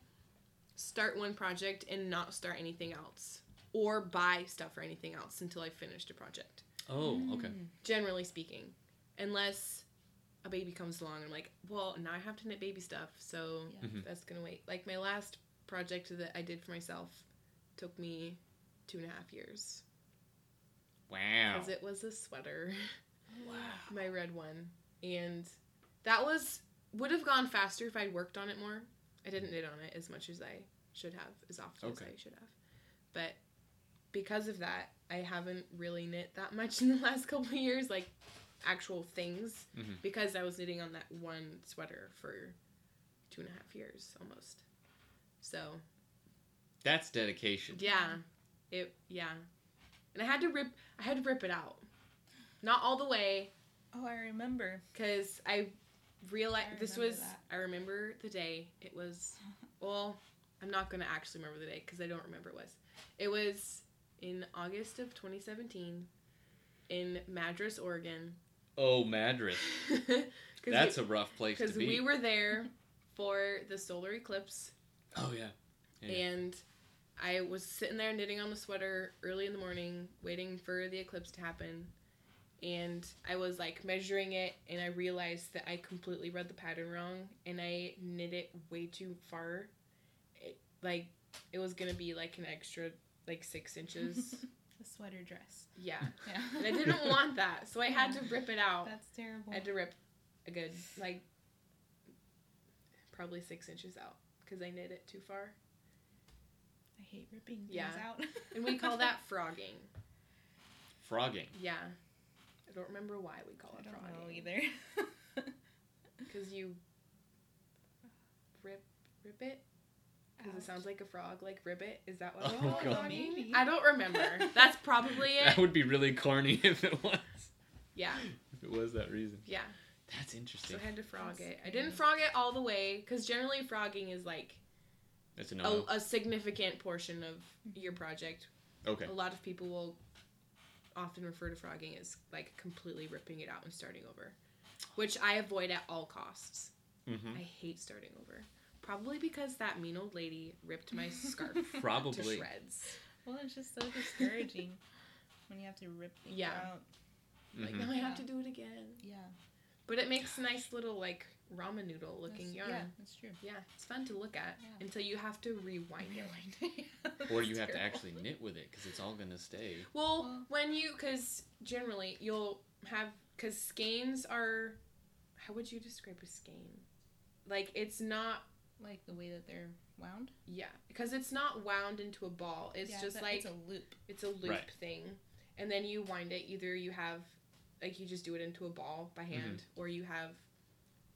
Speaker 3: start one project and not start anything else or buy stuff or anything else until I finished a project.
Speaker 1: oh, okay.
Speaker 2: Mm.
Speaker 3: Generally speaking, unless a baby comes along and I'm like, "Well, now I have to knit baby stuff." So
Speaker 2: Yeah.
Speaker 1: Mhm.
Speaker 3: that's gonna wait. Like my last project that I did for myself took me two and a half years
Speaker 1: Wow.
Speaker 3: because Mm. it was a sweater,
Speaker 1: Wow.
Speaker 3: my red one, and that was would have gone faster if I'd worked on it more. I didn't knit on it as much as I should have, as often as
Speaker 1: Okay.
Speaker 3: I should have, but because of that, I haven't really knit that much in the last couple of years, like actual things,
Speaker 1: Mhm.
Speaker 3: because I was knitting on that one sweater for two and a half years almost. So
Speaker 1: That's dedication.
Speaker 3: Yeah. It yeah. And I had to rip I had to rip it out. Not all the way
Speaker 2: Oh, I remember.
Speaker 3: cuz I realized
Speaker 2: I
Speaker 3: this
Speaker 2: remember
Speaker 3: was
Speaker 2: that.
Speaker 3: I remember the day. It was well, I'm not going to actually remember the day cuz I don't remember it was. It was in August of 2017 in Madras, Oregon.
Speaker 1: Oh, Madras. That's a rough place to
Speaker 3: cuz
Speaker 1: be.
Speaker 3: we were there for the solar eclipse
Speaker 1: oh yeah. Yeah.
Speaker 3: And I was sitting there knitting on the sweater early in the morning, waiting for the eclipse to happen. And I was like measuring it, and I realized that I completely read the pattern wrong, and I knit it way too far. It, like, it was gonna be like an extra, like six inches.
Speaker 2: The sweater dress.
Speaker 3: yeah.
Speaker 2: Yeah.
Speaker 3: And I didn't want that, so I had to rip it out.
Speaker 2: That's terrible.
Speaker 3: I had to rip a good, like, probably six inches out because I knit it too far.
Speaker 2: I hate ripping things
Speaker 3: Yeah.
Speaker 2: out.
Speaker 3: And we call that frogging.
Speaker 1: Frogging.
Speaker 3: Yeah. I don't remember why we call
Speaker 2: I
Speaker 3: it
Speaker 2: don't know
Speaker 3: frogging.
Speaker 2: either.
Speaker 3: Because you rip rip it? Because it
Speaker 2: Ouch.
Speaker 3: sounds like a frog, like ribbit. Is that what
Speaker 1: Oh,
Speaker 3: we call it?
Speaker 1: God.
Speaker 3: frogging?
Speaker 2: Maybe.
Speaker 3: I don't remember. That's probably
Speaker 1: That
Speaker 3: it.
Speaker 1: would be really corny if it was.
Speaker 3: Yeah,
Speaker 1: If it was that reason.
Speaker 3: yeah.
Speaker 1: That's
Speaker 3: So
Speaker 1: interesting.
Speaker 3: I had to frog
Speaker 2: That's
Speaker 3: it. I didn't
Speaker 2: scary.
Speaker 3: frog it all the way because generally frogging is like
Speaker 1: That's a no.
Speaker 3: a, a significant portion of
Speaker 2: Mm-hmm.
Speaker 3: your project.
Speaker 1: Okay.
Speaker 3: A lot of people will often refer to frogging as like completely ripping it out and starting over, which I avoid at all costs.
Speaker 1: Mm-hmm.
Speaker 3: I hate starting over. Probably because that mean old lady ripped my scarf to
Speaker 1: Probably.
Speaker 3: shreds.
Speaker 2: Well, it's just so discouraging when you have to rip things
Speaker 3: Yeah.
Speaker 2: out.
Speaker 3: Like
Speaker 1: Mhm.
Speaker 3: now I have to do it again.
Speaker 2: Yeah.
Speaker 3: But it makes nice little like ramen noodle
Speaker 2: That's-
Speaker 3: looking yarn.
Speaker 2: Yeah, that's true.
Speaker 3: Yeah, it's fun to look at
Speaker 2: Yeah.
Speaker 3: until you have to rewind it.
Speaker 1: Or you have
Speaker 3: Terrible.
Speaker 1: to actually knit with it because it's all going to stay.
Speaker 3: Well,
Speaker 2: Well-
Speaker 3: when you, because generally you'll have, because skeins are, how would you describe a skein? Like it's not,
Speaker 2: like the way that they're wound.
Speaker 3: yeah, because it's not wound into a ball. It's
Speaker 2: Yeah,
Speaker 3: just
Speaker 2: but
Speaker 3: like
Speaker 2: it's a loop.
Speaker 3: it's a loop
Speaker 1: Right.
Speaker 3: thing, and then you wind it. Either you have, like you just do it into a ball by
Speaker 1: Mm-hmm.
Speaker 3: hand, or you have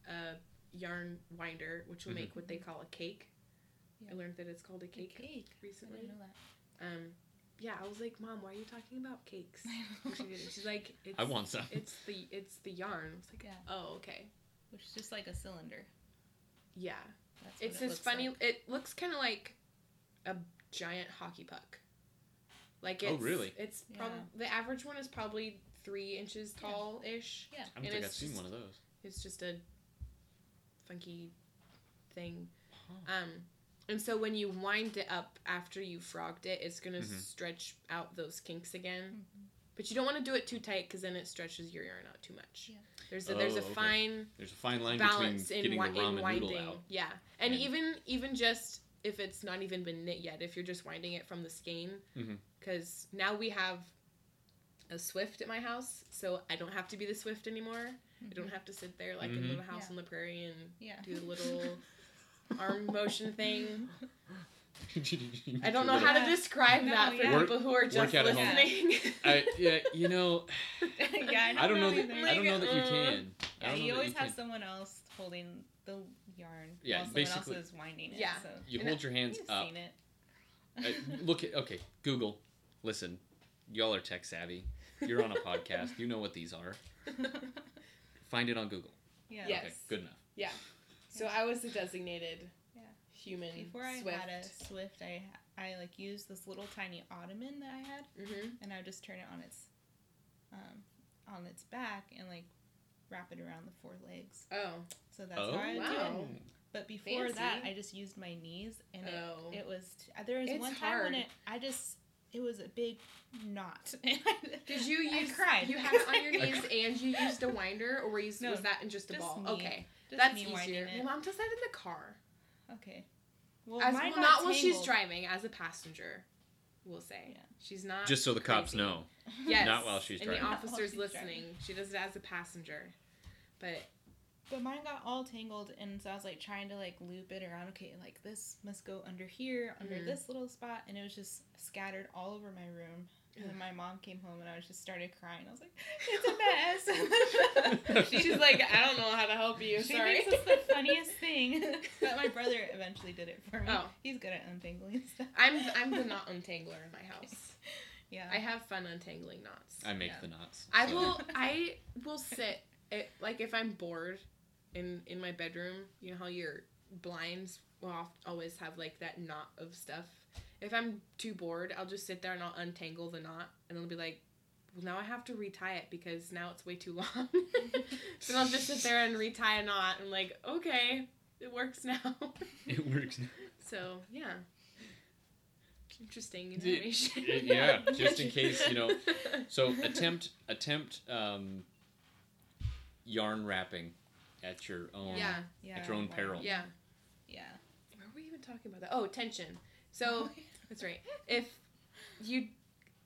Speaker 3: a yarn winder, which will
Speaker 1: Mhm.
Speaker 3: make what they call a cake.
Speaker 2: Yeah.
Speaker 3: I learned that it's called a cake
Speaker 2: cake. I
Speaker 3: recently.
Speaker 2: didn't know that.
Speaker 3: Um, yeah, I was like, Mom, why are you talking about cakes? And she did it. She's like, it's,
Speaker 1: I want some.
Speaker 3: It's the it's the yarn. It's like,
Speaker 2: Yeah.
Speaker 3: oh, okay,
Speaker 2: Which is just like a cylinder.
Speaker 3: yeah.
Speaker 2: That's
Speaker 3: It's
Speaker 2: what it
Speaker 3: this
Speaker 2: looks
Speaker 3: funny.
Speaker 2: Like.
Speaker 3: It looks kind of like a giant hockey puck. Like
Speaker 1: Oh,
Speaker 3: it's,
Speaker 1: really?
Speaker 3: It's
Speaker 2: Yeah.
Speaker 3: probably the average one is probably three inches tall ish.
Speaker 1: I don't
Speaker 3: And
Speaker 1: think I've
Speaker 3: it's
Speaker 1: seen
Speaker 3: just-
Speaker 1: one of those.
Speaker 3: It's just a funky thing. Um, and so when you wind it up after you frogged it, it's gonna
Speaker 1: Mhm.
Speaker 3: stretch out those kinks again.
Speaker 2: Mhm.
Speaker 3: But you don't want to do it too tight because then it stretches your yarn out too much.
Speaker 2: Yeah.
Speaker 3: There's a, there's
Speaker 1: Oh,
Speaker 3: a
Speaker 1: okay.
Speaker 3: fine
Speaker 1: There's a fine line
Speaker 3: balance
Speaker 1: between
Speaker 3: in,
Speaker 1: getting
Speaker 3: wi-
Speaker 1: the
Speaker 3: in
Speaker 1: ramen noodle
Speaker 3: winding.
Speaker 1: out.
Speaker 3: Yeah, and,
Speaker 1: and-
Speaker 3: even even just if it's not even been knit yet, if you're just winding it from the skein,
Speaker 1: Mhm.
Speaker 3: because now we have a swift at my house, so I don't have to be the swift anymore. I don't have to sit there like in
Speaker 1: Mhm.
Speaker 3: Little House
Speaker 2: Yeah.
Speaker 3: on the Prairie and
Speaker 2: Mm-hmm. Yeah.
Speaker 3: do the little arm motion thing. I
Speaker 1: I
Speaker 3: don't know how to
Speaker 2: Yeah.
Speaker 3: describe
Speaker 2: No,
Speaker 3: that for
Speaker 2: yeah.
Speaker 3: people who are just
Speaker 1: out at home.
Speaker 3: listening.
Speaker 1: I, yeah, you know,
Speaker 2: yeah,
Speaker 1: I don't know.
Speaker 2: either.
Speaker 1: That, I don't know that you
Speaker 3: uh,
Speaker 1: can. I
Speaker 2: Yeah,
Speaker 1: don't know
Speaker 2: you
Speaker 1: that
Speaker 2: always
Speaker 1: can.
Speaker 2: have someone else holding the yarn
Speaker 1: Yeah,
Speaker 2: while someone else
Speaker 1: basically-
Speaker 2: is winding it.
Speaker 3: Yeah.
Speaker 2: so.
Speaker 1: You
Speaker 3: and
Speaker 1: hold your hands
Speaker 2: You've
Speaker 1: up.
Speaker 2: seen it.
Speaker 1: Uh, look at okay, Google. Listen, y'all are tech savvy. You're on a podcast. You know what these are. Find it on Google.
Speaker 2: yeah.
Speaker 3: Yes.
Speaker 1: Okay, good enough.
Speaker 3: So I was the designated
Speaker 2: Yeah.
Speaker 3: human
Speaker 2: Before I
Speaker 3: Swift.
Speaker 2: had a Swift, I I like used this little tiny ottoman that I had,
Speaker 3: hmm
Speaker 2: and I would just turn it on its, um, on its back and like wrap it around the four legs.
Speaker 3: Oh,
Speaker 2: So that's
Speaker 1: oh,
Speaker 2: how I would do it.
Speaker 3: wow.
Speaker 2: But before that,
Speaker 3: Fancy.
Speaker 2: I just used my knees, and it,
Speaker 3: oh.
Speaker 2: it was t- there was
Speaker 3: It's
Speaker 2: one time
Speaker 3: hard.
Speaker 2: when it I just it was a big knot. And I-
Speaker 3: Did you
Speaker 2: I
Speaker 3: use?
Speaker 2: cried.
Speaker 3: You had it on your knees, and you used a winder, or were you,
Speaker 2: No,
Speaker 3: was that in just a
Speaker 2: just
Speaker 3: ball?
Speaker 2: me.
Speaker 3: Okay,
Speaker 2: Just
Speaker 3: that's
Speaker 2: me winding
Speaker 3: easier.
Speaker 2: it.
Speaker 3: My mom does that in the car.
Speaker 2: Okay. Well,
Speaker 3: as,
Speaker 2: mine
Speaker 3: well,
Speaker 2: got
Speaker 3: not while she's
Speaker 2: tangled.
Speaker 3: driving, as a passenger, we'll say
Speaker 2: Yeah.
Speaker 3: she's not.
Speaker 1: Just so the cops
Speaker 3: crazy.
Speaker 1: know.
Speaker 3: Yes.
Speaker 1: Not while she's
Speaker 3: and the
Speaker 1: driving.
Speaker 2: Not while
Speaker 3: officer's
Speaker 2: she's
Speaker 3: listening.
Speaker 2: driving.
Speaker 3: She does it as a passenger, but
Speaker 2: But mine got all tangled, and so I was like trying to like loop it around. Okay, like this must go under here, under
Speaker 3: Mhm.
Speaker 2: this little spot, and it was just scattered all over my room. And
Speaker 3: Ugh.
Speaker 2: then my mom came home, and I was just started crying. I was like, "It's a mess."
Speaker 3: she's like, I don't know how to help you.
Speaker 2: she
Speaker 3: Sorry.
Speaker 2: thinks it's the funniest thing. but my brother eventually did it for me.
Speaker 3: Oh.
Speaker 2: He's good at untangling stuff.
Speaker 3: I'm I'm the knot untangler in my house.
Speaker 2: Yeah.
Speaker 3: I have fun untangling knots.
Speaker 1: I make
Speaker 2: Yeah.
Speaker 1: the knots.
Speaker 3: I
Speaker 1: so-
Speaker 3: will. I will sit. At, like if I'm bored, in in my bedroom, you know how your blinds will oft- always have like that knot of stuff. If I'm too bored, I'll just sit there and I'll untangle the knot, and it'll be like, well, now I have to retie it because now it's way too long. so then I'll just sit there and retie a knot. and like, okay, it works now.
Speaker 1: It works.
Speaker 3: so yeah, interesting
Speaker 1: Yeah,
Speaker 3: information.
Speaker 1: it- yeah, just in case, you know. So attempt attempt um, yarn wrapping at your own.
Speaker 3: Yeah,
Speaker 2: yeah.
Speaker 1: your own peril.
Speaker 3: yeah.
Speaker 2: Yeah.
Speaker 3: Where were we even talking about that? Oh, tension.
Speaker 2: Uh-huh.
Speaker 3: So that's right. If you,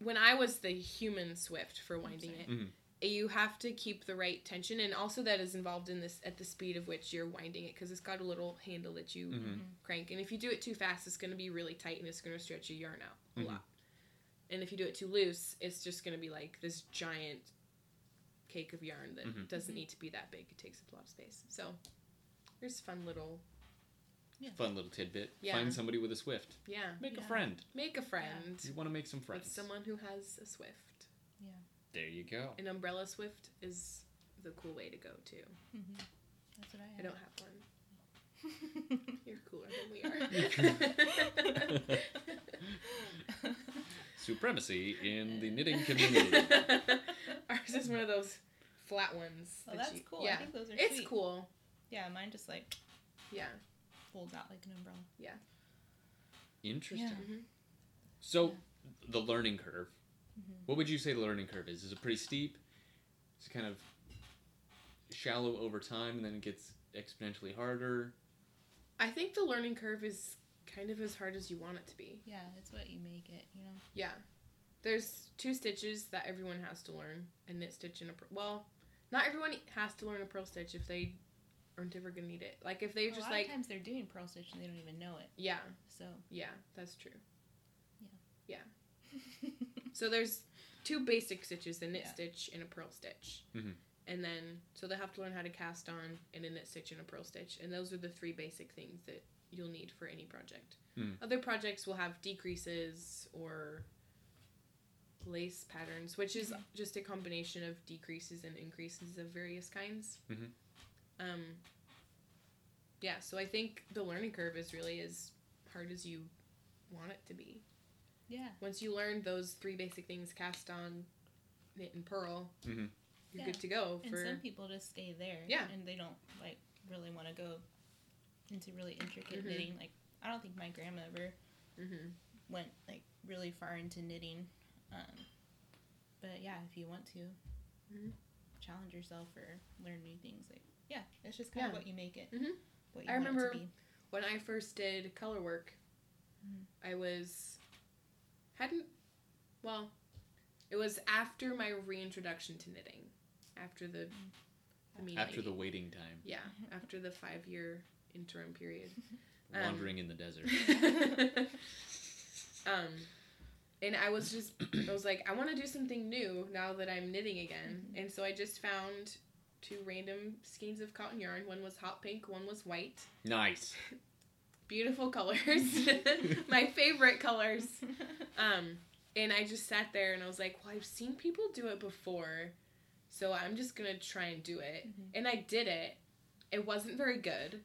Speaker 3: when I was the human Swift for winding it,
Speaker 1: Mhm.
Speaker 3: you have to keep the right tension, and also that is involved in this at the speed of which you're winding it, because it's got a little handle that you
Speaker 1: Mhm.
Speaker 3: crank, and if you do it too fast, it's going to be really tight, and it's going to stretch your yarn out a
Speaker 1: Mhm.
Speaker 3: lot. And if you do it too loose, it's just going to be like this giant cake of yarn that
Speaker 1: Mhm.
Speaker 3: doesn't need to be that big. It takes up a lot of space. So there's fun little
Speaker 1: Fun little tidbit.
Speaker 3: Yeah.
Speaker 1: Find somebody with a Swift.
Speaker 3: yeah.
Speaker 1: Make a
Speaker 2: Yeah.
Speaker 1: friend.
Speaker 3: Make a friend.
Speaker 1: You want to make some friends.
Speaker 3: With someone who has a Swift.
Speaker 1: There you go.
Speaker 3: An umbrella Swift is the cool way to go too.
Speaker 2: hmm That's what I
Speaker 3: I
Speaker 2: had.
Speaker 3: don't have one. You're cooler than we are.
Speaker 1: Supremacy in the knitting community.
Speaker 3: Ours is one of those flat ones.
Speaker 2: Oh,
Speaker 3: that
Speaker 2: that's
Speaker 3: you-
Speaker 2: cool. I
Speaker 3: Yeah.
Speaker 2: think those are
Speaker 3: It's
Speaker 2: sweet.
Speaker 3: cool.
Speaker 2: Yeah, mine just like
Speaker 3: Yeah.
Speaker 2: folds out like an umbrella.
Speaker 1: Interesting.
Speaker 2: Yeah.
Speaker 3: Mhm.
Speaker 1: So, the learning curve.
Speaker 2: Mhm.
Speaker 1: What would you say the learning curve is? Is it pretty steep? Is it kind of shallow over time, and then it gets exponentially harder.
Speaker 3: I think the learning curve is kind of as hard as you want it to be.
Speaker 2: Yeah, it's what you make it, you know.
Speaker 3: Yeah. There's two stitches that everyone has to learn a knit stitch and a. Pur- well, not everyone has to learn a purl stitch if they aren't ever going to need it. Like, if they
Speaker 2: a
Speaker 3: just
Speaker 2: lot
Speaker 3: like.
Speaker 2: of times they're doing pearl stitch and they don't even know it.
Speaker 3: yeah,
Speaker 2: So
Speaker 3: yeah, that's true.
Speaker 2: yeah,
Speaker 3: So there's two basic stitches the knit
Speaker 2: Yeah.
Speaker 3: stitch and a purl stitch.
Speaker 1: Mhm.
Speaker 3: And then, so they'll have to learn how to cast on and a knit stitch and a purl stitch. And those are the three basic things that you'll need for any project.
Speaker 1: Mm.
Speaker 3: Other projects will have decreases or lace patterns, which is
Speaker 2: Mhm.
Speaker 3: just a combination of decreases and increases of various kinds.
Speaker 1: Mhm.
Speaker 3: Um, yeah, so I think the learning curve is really as hard as you want it to be once you learn those three basic things cast on knit and purl
Speaker 1: Mhm.
Speaker 3: you're
Speaker 2: Yeah.
Speaker 3: good to go
Speaker 2: And
Speaker 3: for
Speaker 2: some people just stay there.
Speaker 3: Yeah.
Speaker 2: and they don't like really want to go into really intricate
Speaker 3: Mhm.
Speaker 2: knitting. Like I don't think my grandma ever
Speaker 3: Mhm.
Speaker 2: went like really far into knitting. Um, but yeah, if you want to
Speaker 3: Mhm.
Speaker 2: challenge yourself or learn new things, like yeah, it's just kind
Speaker 3: Yeah.
Speaker 2: of what you make it.
Speaker 3: Mhm.
Speaker 2: What you want
Speaker 3: I
Speaker 2: it
Speaker 3: remember-
Speaker 2: to be.
Speaker 3: when i first did color work
Speaker 2: Mhm.
Speaker 3: i was hadn't well it was after my reintroduction to knitting after the, the meeting
Speaker 1: After the waiting time,
Speaker 3: yeah after the five year interim period Um,
Speaker 1: wandering in the desert.
Speaker 3: um, and I was just, I was like, I want to do something new now that I'm knitting again. And so I just found two random skeins of cotton yarn. One was hot pink, one was white.
Speaker 1: Nice.
Speaker 3: Beautiful colors, my favorite colors. Um, and I just sat there and I was like, well, I've seen people do it before, so I'm just gonna try and do it.
Speaker 2: Mhm.
Speaker 3: And I did it. It wasn't very good.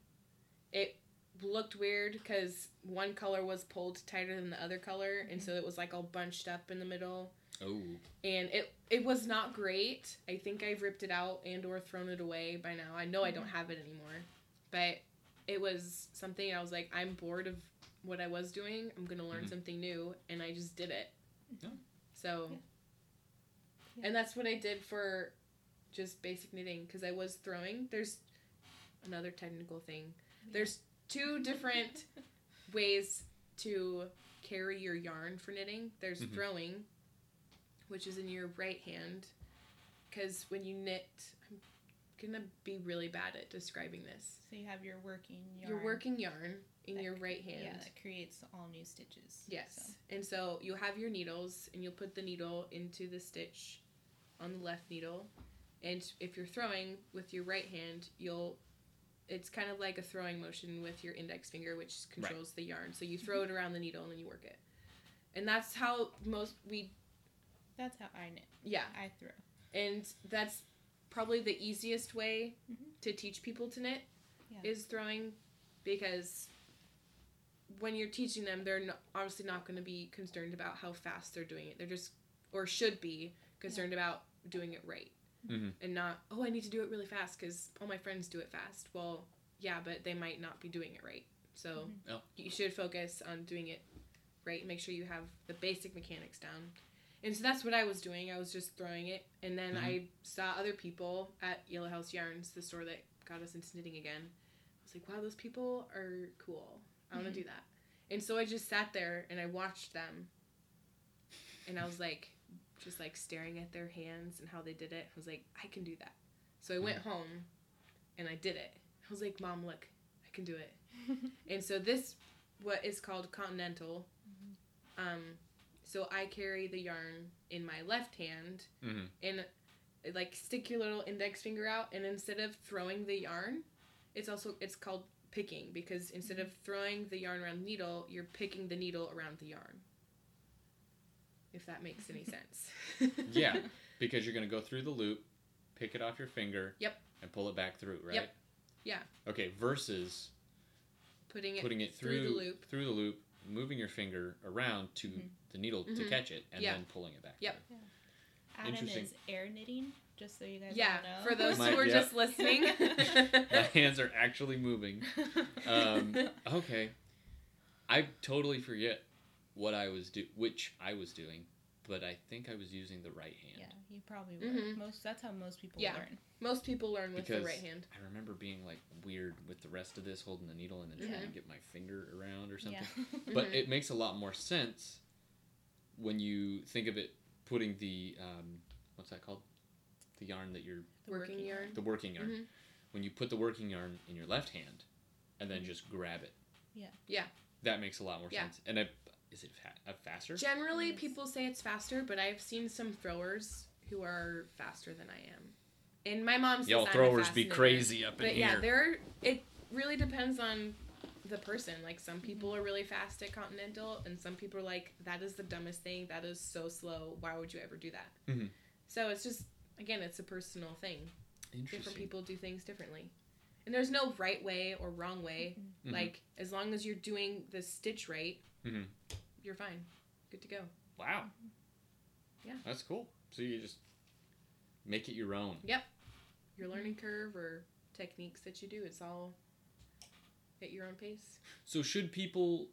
Speaker 3: It looked weird because one color was pulled tighter than the other color, and so it was like all bunched up in the middle.
Speaker 1: Oh,
Speaker 3: And it it was not great. I think I've ripped it out and or thrown it away by now. I know I don't have it anymore, but it was something I was like, I'm bored of what I was doing. I'm gonna learn
Speaker 1: Mhm.
Speaker 3: something new, and I just did it.
Speaker 1: Yeah.
Speaker 3: So,
Speaker 2: Yeah. Yeah.
Speaker 3: and that's what I did for just basic knitting because I was throwing. There's another technical thing. There's two different ways to carry your yarn for knitting. There's
Speaker 1: Mhm.
Speaker 3: throwing, which is in your right hand, because when you knit, I'm gonna be really bad at describing this.
Speaker 2: So you have your working yarn.
Speaker 3: You're working yarn in
Speaker 2: that
Speaker 3: your
Speaker 2: cr-
Speaker 3: right hand.
Speaker 2: Yeah, that creates all new stitches.
Speaker 3: Yes. And so you'll have your needles and you'll put the needle into the stitch on the left needle. And if you're throwing with your right hand, you'll it's kind of like a throwing motion with your index finger which
Speaker 1: Right.
Speaker 3: controls the yarn. So you throw it around the needle and then you work it. And that's how most we
Speaker 2: That's how I knit.
Speaker 3: yeah,
Speaker 2: I throw.
Speaker 3: and that's probably the easiest way
Speaker 2: Mhm.
Speaker 3: to teach people to knit
Speaker 2: Yeah.
Speaker 3: is throwing because when you're teaching them they're not, obviously not going to be concerned about how fast they're doing it they're just or should be concerned about doing it right
Speaker 1: Mhm.
Speaker 3: and not oh i need to do it really fast because all my friends do it fast well yeah but they might not be doing it right so
Speaker 2: Mhm.
Speaker 1: Oh.
Speaker 3: you should focus on doing it right make sure you have the basic mechanics down and so that's what I was doing. I was just throwing it, and then I saw other people at Yellow House Yarns, the store that got us into knitting again. I was like, wow, those people are cool. I want to
Speaker 2: Mhm.
Speaker 3: do that. And so I just sat there and I watched them, and I was like, just like staring at their hands and how they did it. I was like, I can do that. So I went home, and I did it. I was like, Mom, look, I can do it. And so this, what is called continental. Um, so I carry the yarn in my left hand
Speaker 1: Mhm.
Speaker 3: and like stick your little index finger out and instead of throwing the yarn, it's also it's called picking because instead of throwing the yarn around the needle, you're picking the needle around the yarn. If that makes any sense.
Speaker 1: yeah, because you're gonna go through the loop, pick it off your finger.
Speaker 3: Yep.
Speaker 1: And pull it back through, right?
Speaker 3: Yep. Yeah.
Speaker 1: Okay. Versus
Speaker 3: Putting it
Speaker 1: putting it
Speaker 3: through
Speaker 1: through,
Speaker 3: the loop.
Speaker 1: through the loop, moving your finger around to
Speaker 2: Mhm.
Speaker 1: the needle to
Speaker 3: Mhm.
Speaker 1: catch it, and
Speaker 3: Yeah.
Speaker 1: then pulling it back.
Speaker 3: Yep.
Speaker 1: through.
Speaker 2: Adam
Speaker 1: Interesting.
Speaker 2: is air knitting, just so you guys
Speaker 3: yeah,
Speaker 2: all know.
Speaker 3: for those
Speaker 1: My-
Speaker 3: who are
Speaker 1: yeah.
Speaker 3: just listening.
Speaker 1: My hands are actually moving. Um, okay. I totally forget what I was do, which I was doing but I think I was using the right hand.
Speaker 2: Yeah, you probably would.
Speaker 3: Mhm.
Speaker 2: Most that's how most people
Speaker 3: Yeah.
Speaker 2: learn.
Speaker 3: Most people learn with
Speaker 1: Because-
Speaker 3: the right hand.
Speaker 1: I remember being like weird with the rest of this, holding the needle and then
Speaker 2: Yeah.
Speaker 1: trying to get my finger around or something.
Speaker 2: Yeah.
Speaker 1: But
Speaker 3: Mhm.
Speaker 1: it makes a lot more sense when you think of it putting the um, what's that called? The yarn that you're
Speaker 2: The
Speaker 3: working yarn.
Speaker 1: the working yarn.
Speaker 3: Mhm.
Speaker 1: When you put the working yarn in your left hand, and then just grab it.
Speaker 2: Yeah.
Speaker 3: Yeah.
Speaker 1: That makes a lot more
Speaker 3: Yeah.
Speaker 1: sense. And I is it fa- uh, faster?
Speaker 3: Generally,
Speaker 2: Yes.
Speaker 3: people say it's faster, but I've seen some throwers who are faster than I am. And my mom says
Speaker 1: Y'all
Speaker 3: I'm a
Speaker 1: throwers
Speaker 3: fast
Speaker 1: be
Speaker 3: knitter.
Speaker 1: crazy up in
Speaker 3: But yeah,
Speaker 1: here.
Speaker 3: there it really depends on the person. Like some people are really fast at Continental, and some people are like, "That is the dumbest thing. That is so slow. Why would you ever do that?"
Speaker 1: Mhm.
Speaker 3: So it's just again, it's a personal thing. Different
Speaker 1: Interesting.
Speaker 3: people do things differently, and there's no right way or wrong way.
Speaker 1: Mhm.
Speaker 3: Like as long as you're doing the stitch right,
Speaker 1: Mhm.
Speaker 3: you're fine. Good to go.
Speaker 1: Wow.
Speaker 3: Yeah.
Speaker 1: That's cool. So you just make it your own.
Speaker 3: Your learning curve or techniques that you do, it's all at your own pace.
Speaker 1: So should people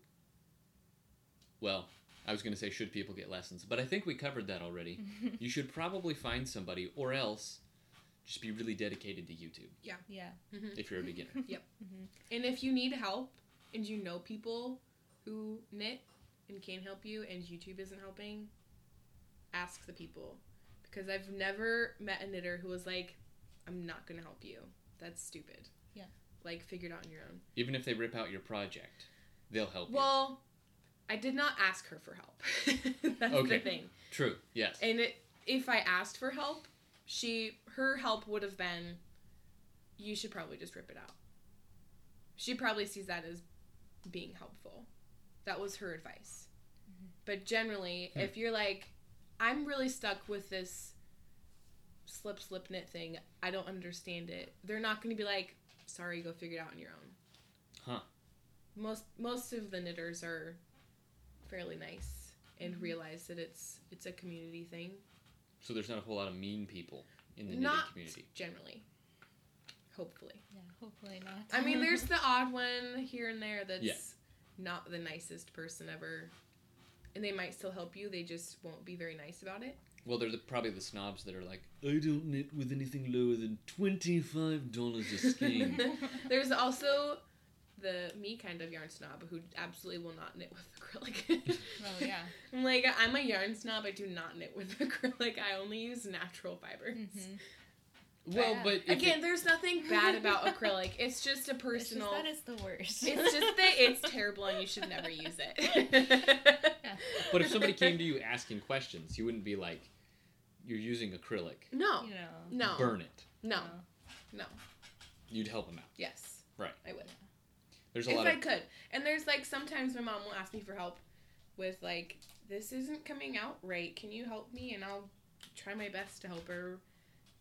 Speaker 1: well, I was going to say should people get lessons, but I think we covered that already.
Speaker 3: Mm-hmm.
Speaker 1: you should probably find somebody or else just be really dedicated to YouTube
Speaker 2: yeah.
Speaker 1: if you're a
Speaker 3: Mm-hmm.
Speaker 1: beginner.
Speaker 3: And if you need help and you know people who knit and can help you and YouTube isn't helping, ask the people. Because I've never met a knitter who was like, I'm not going to help you. That's stupid.
Speaker 2: Yeah.
Speaker 3: Like, figure it out on your own.
Speaker 1: Even if they rip out your project, they'll help
Speaker 3: Well, I did not ask her for help. That's
Speaker 1: Okay.
Speaker 3: the thing.
Speaker 1: you. True. Yes.
Speaker 3: And it, if I asked for help, she her help would have been, you should probably just rip it out. She probably sees that as being helpful. That was her advice. But generally,
Speaker 1: Hmm.
Speaker 3: if you're like, I'm really stuck with this slip slip knit thing. I don't understand it. They're not going to be like, sorry, go figure it out on your own.
Speaker 1: Huh.
Speaker 3: Most most of the knitters are fairly nice and
Speaker 1: Mm-hmm.
Speaker 3: realize that it's it's a community thing.
Speaker 1: So there's not a whole lot of mean people in the knitting
Speaker 3: not
Speaker 1: community.
Speaker 3: generally. Hopefully.
Speaker 2: Yeah. Hopefully not.
Speaker 3: I mean, there's the odd one here and there that's
Speaker 1: Yeah.
Speaker 3: not the nicest person ever. And they might still help you, they just won't be very nice about it.
Speaker 1: Well, they're the, probably the snobs that are like, I don't knit with anything lower than twenty-five dollars a skein.
Speaker 3: There's also the me kind of yarn snob who absolutely will not knit with acrylic.
Speaker 2: oh yeah.
Speaker 3: I'm like, I'm a yarn snob, I do not knit with acrylic. I only use natural fibers.
Speaker 2: Mhm.
Speaker 1: well,
Speaker 2: Yeah.
Speaker 1: but if
Speaker 3: Again,
Speaker 1: it-
Speaker 3: there's nothing bad about acrylic. It's just a personal
Speaker 2: It's just that is the worst.
Speaker 3: It's just that it's terrible and you should never use it.
Speaker 1: but if somebody came to you asking questions, you wouldn't be like, "You're using acrylic,
Speaker 3: No.
Speaker 2: you know.
Speaker 3: No.
Speaker 1: burn it."
Speaker 3: No.
Speaker 2: no.
Speaker 3: No.
Speaker 1: You'd help them out.
Speaker 3: Yes.
Speaker 1: Right.
Speaker 3: I would.
Speaker 1: There's a
Speaker 3: If
Speaker 1: lot
Speaker 3: I
Speaker 1: of
Speaker 3: could. And there's like sometimes my mom will ask me for help with like this isn't coming out right. Can you help me? And I'll try my best to help her,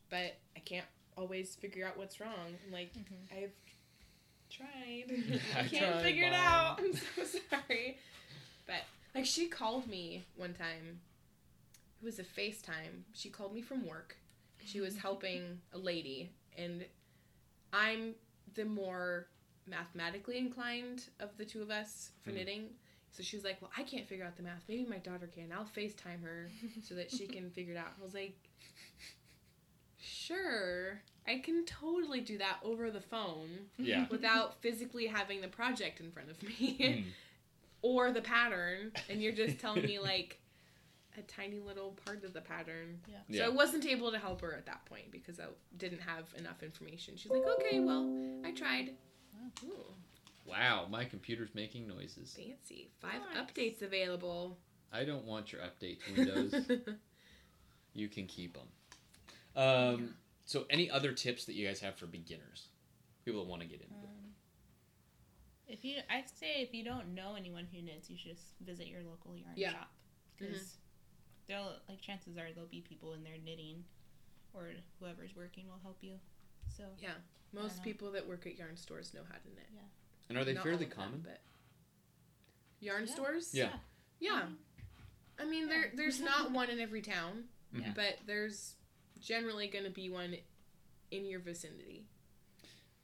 Speaker 3: but I can't always figure out what's wrong. I'm like
Speaker 2: Mhm.
Speaker 3: I've tried.
Speaker 1: I
Speaker 3: I can't
Speaker 1: tried,
Speaker 3: figure it
Speaker 1: Mom.
Speaker 3: out. I'm so sorry. But like she called me one time. It was a FaceTime. She called me from work. She was helping a lady and I'm the more mathematically inclined of the two of us for
Speaker 1: Mhm.
Speaker 3: knitting. So she was like, Well, I can't figure out the math. Maybe my daughter can. I'll FaceTime her so that she can figure it out. I was like, Sure. I can totally do that over the phone
Speaker 1: yeah.
Speaker 3: without physically having the project in front of me
Speaker 1: Mm.
Speaker 3: or the pattern. And you're just telling me like a tiny little part of the pattern.
Speaker 1: Yeah.
Speaker 3: So I wasn't able to help her at that point because I didn't have enough information. She's like, okay, well, I tried.
Speaker 2: Wow.
Speaker 3: Ooh,
Speaker 1: wow, my computer's making noises.
Speaker 3: fancy. Five
Speaker 2: Nice.
Speaker 3: updates available.
Speaker 1: I don't want your updates, Windows. you can keep them. Um, so, any other tips that you guys have for beginners? People that want to get into it.
Speaker 2: Um, if you, I say, if you don't know anyone who knits, you should just visit your local yarn
Speaker 3: Yeah. Mm-hmm.
Speaker 2: shop because there'll like chances are there'll be people in there knitting, or whoever's working will help you. So I
Speaker 3: Most
Speaker 2: know.
Speaker 3: people that work at yarn stores know how to knit.
Speaker 1: And are they
Speaker 3: Not
Speaker 1: fairly
Speaker 3: all of them,
Speaker 1: common?
Speaker 3: but yarn
Speaker 2: Yeah.
Speaker 3: stores?
Speaker 1: Yeah.
Speaker 3: Yeah.
Speaker 2: Um,
Speaker 3: I mean,
Speaker 2: Yeah.
Speaker 3: there there's not one in every town,
Speaker 1: Yeah.
Speaker 3: but there's generally going to be one in your vicinity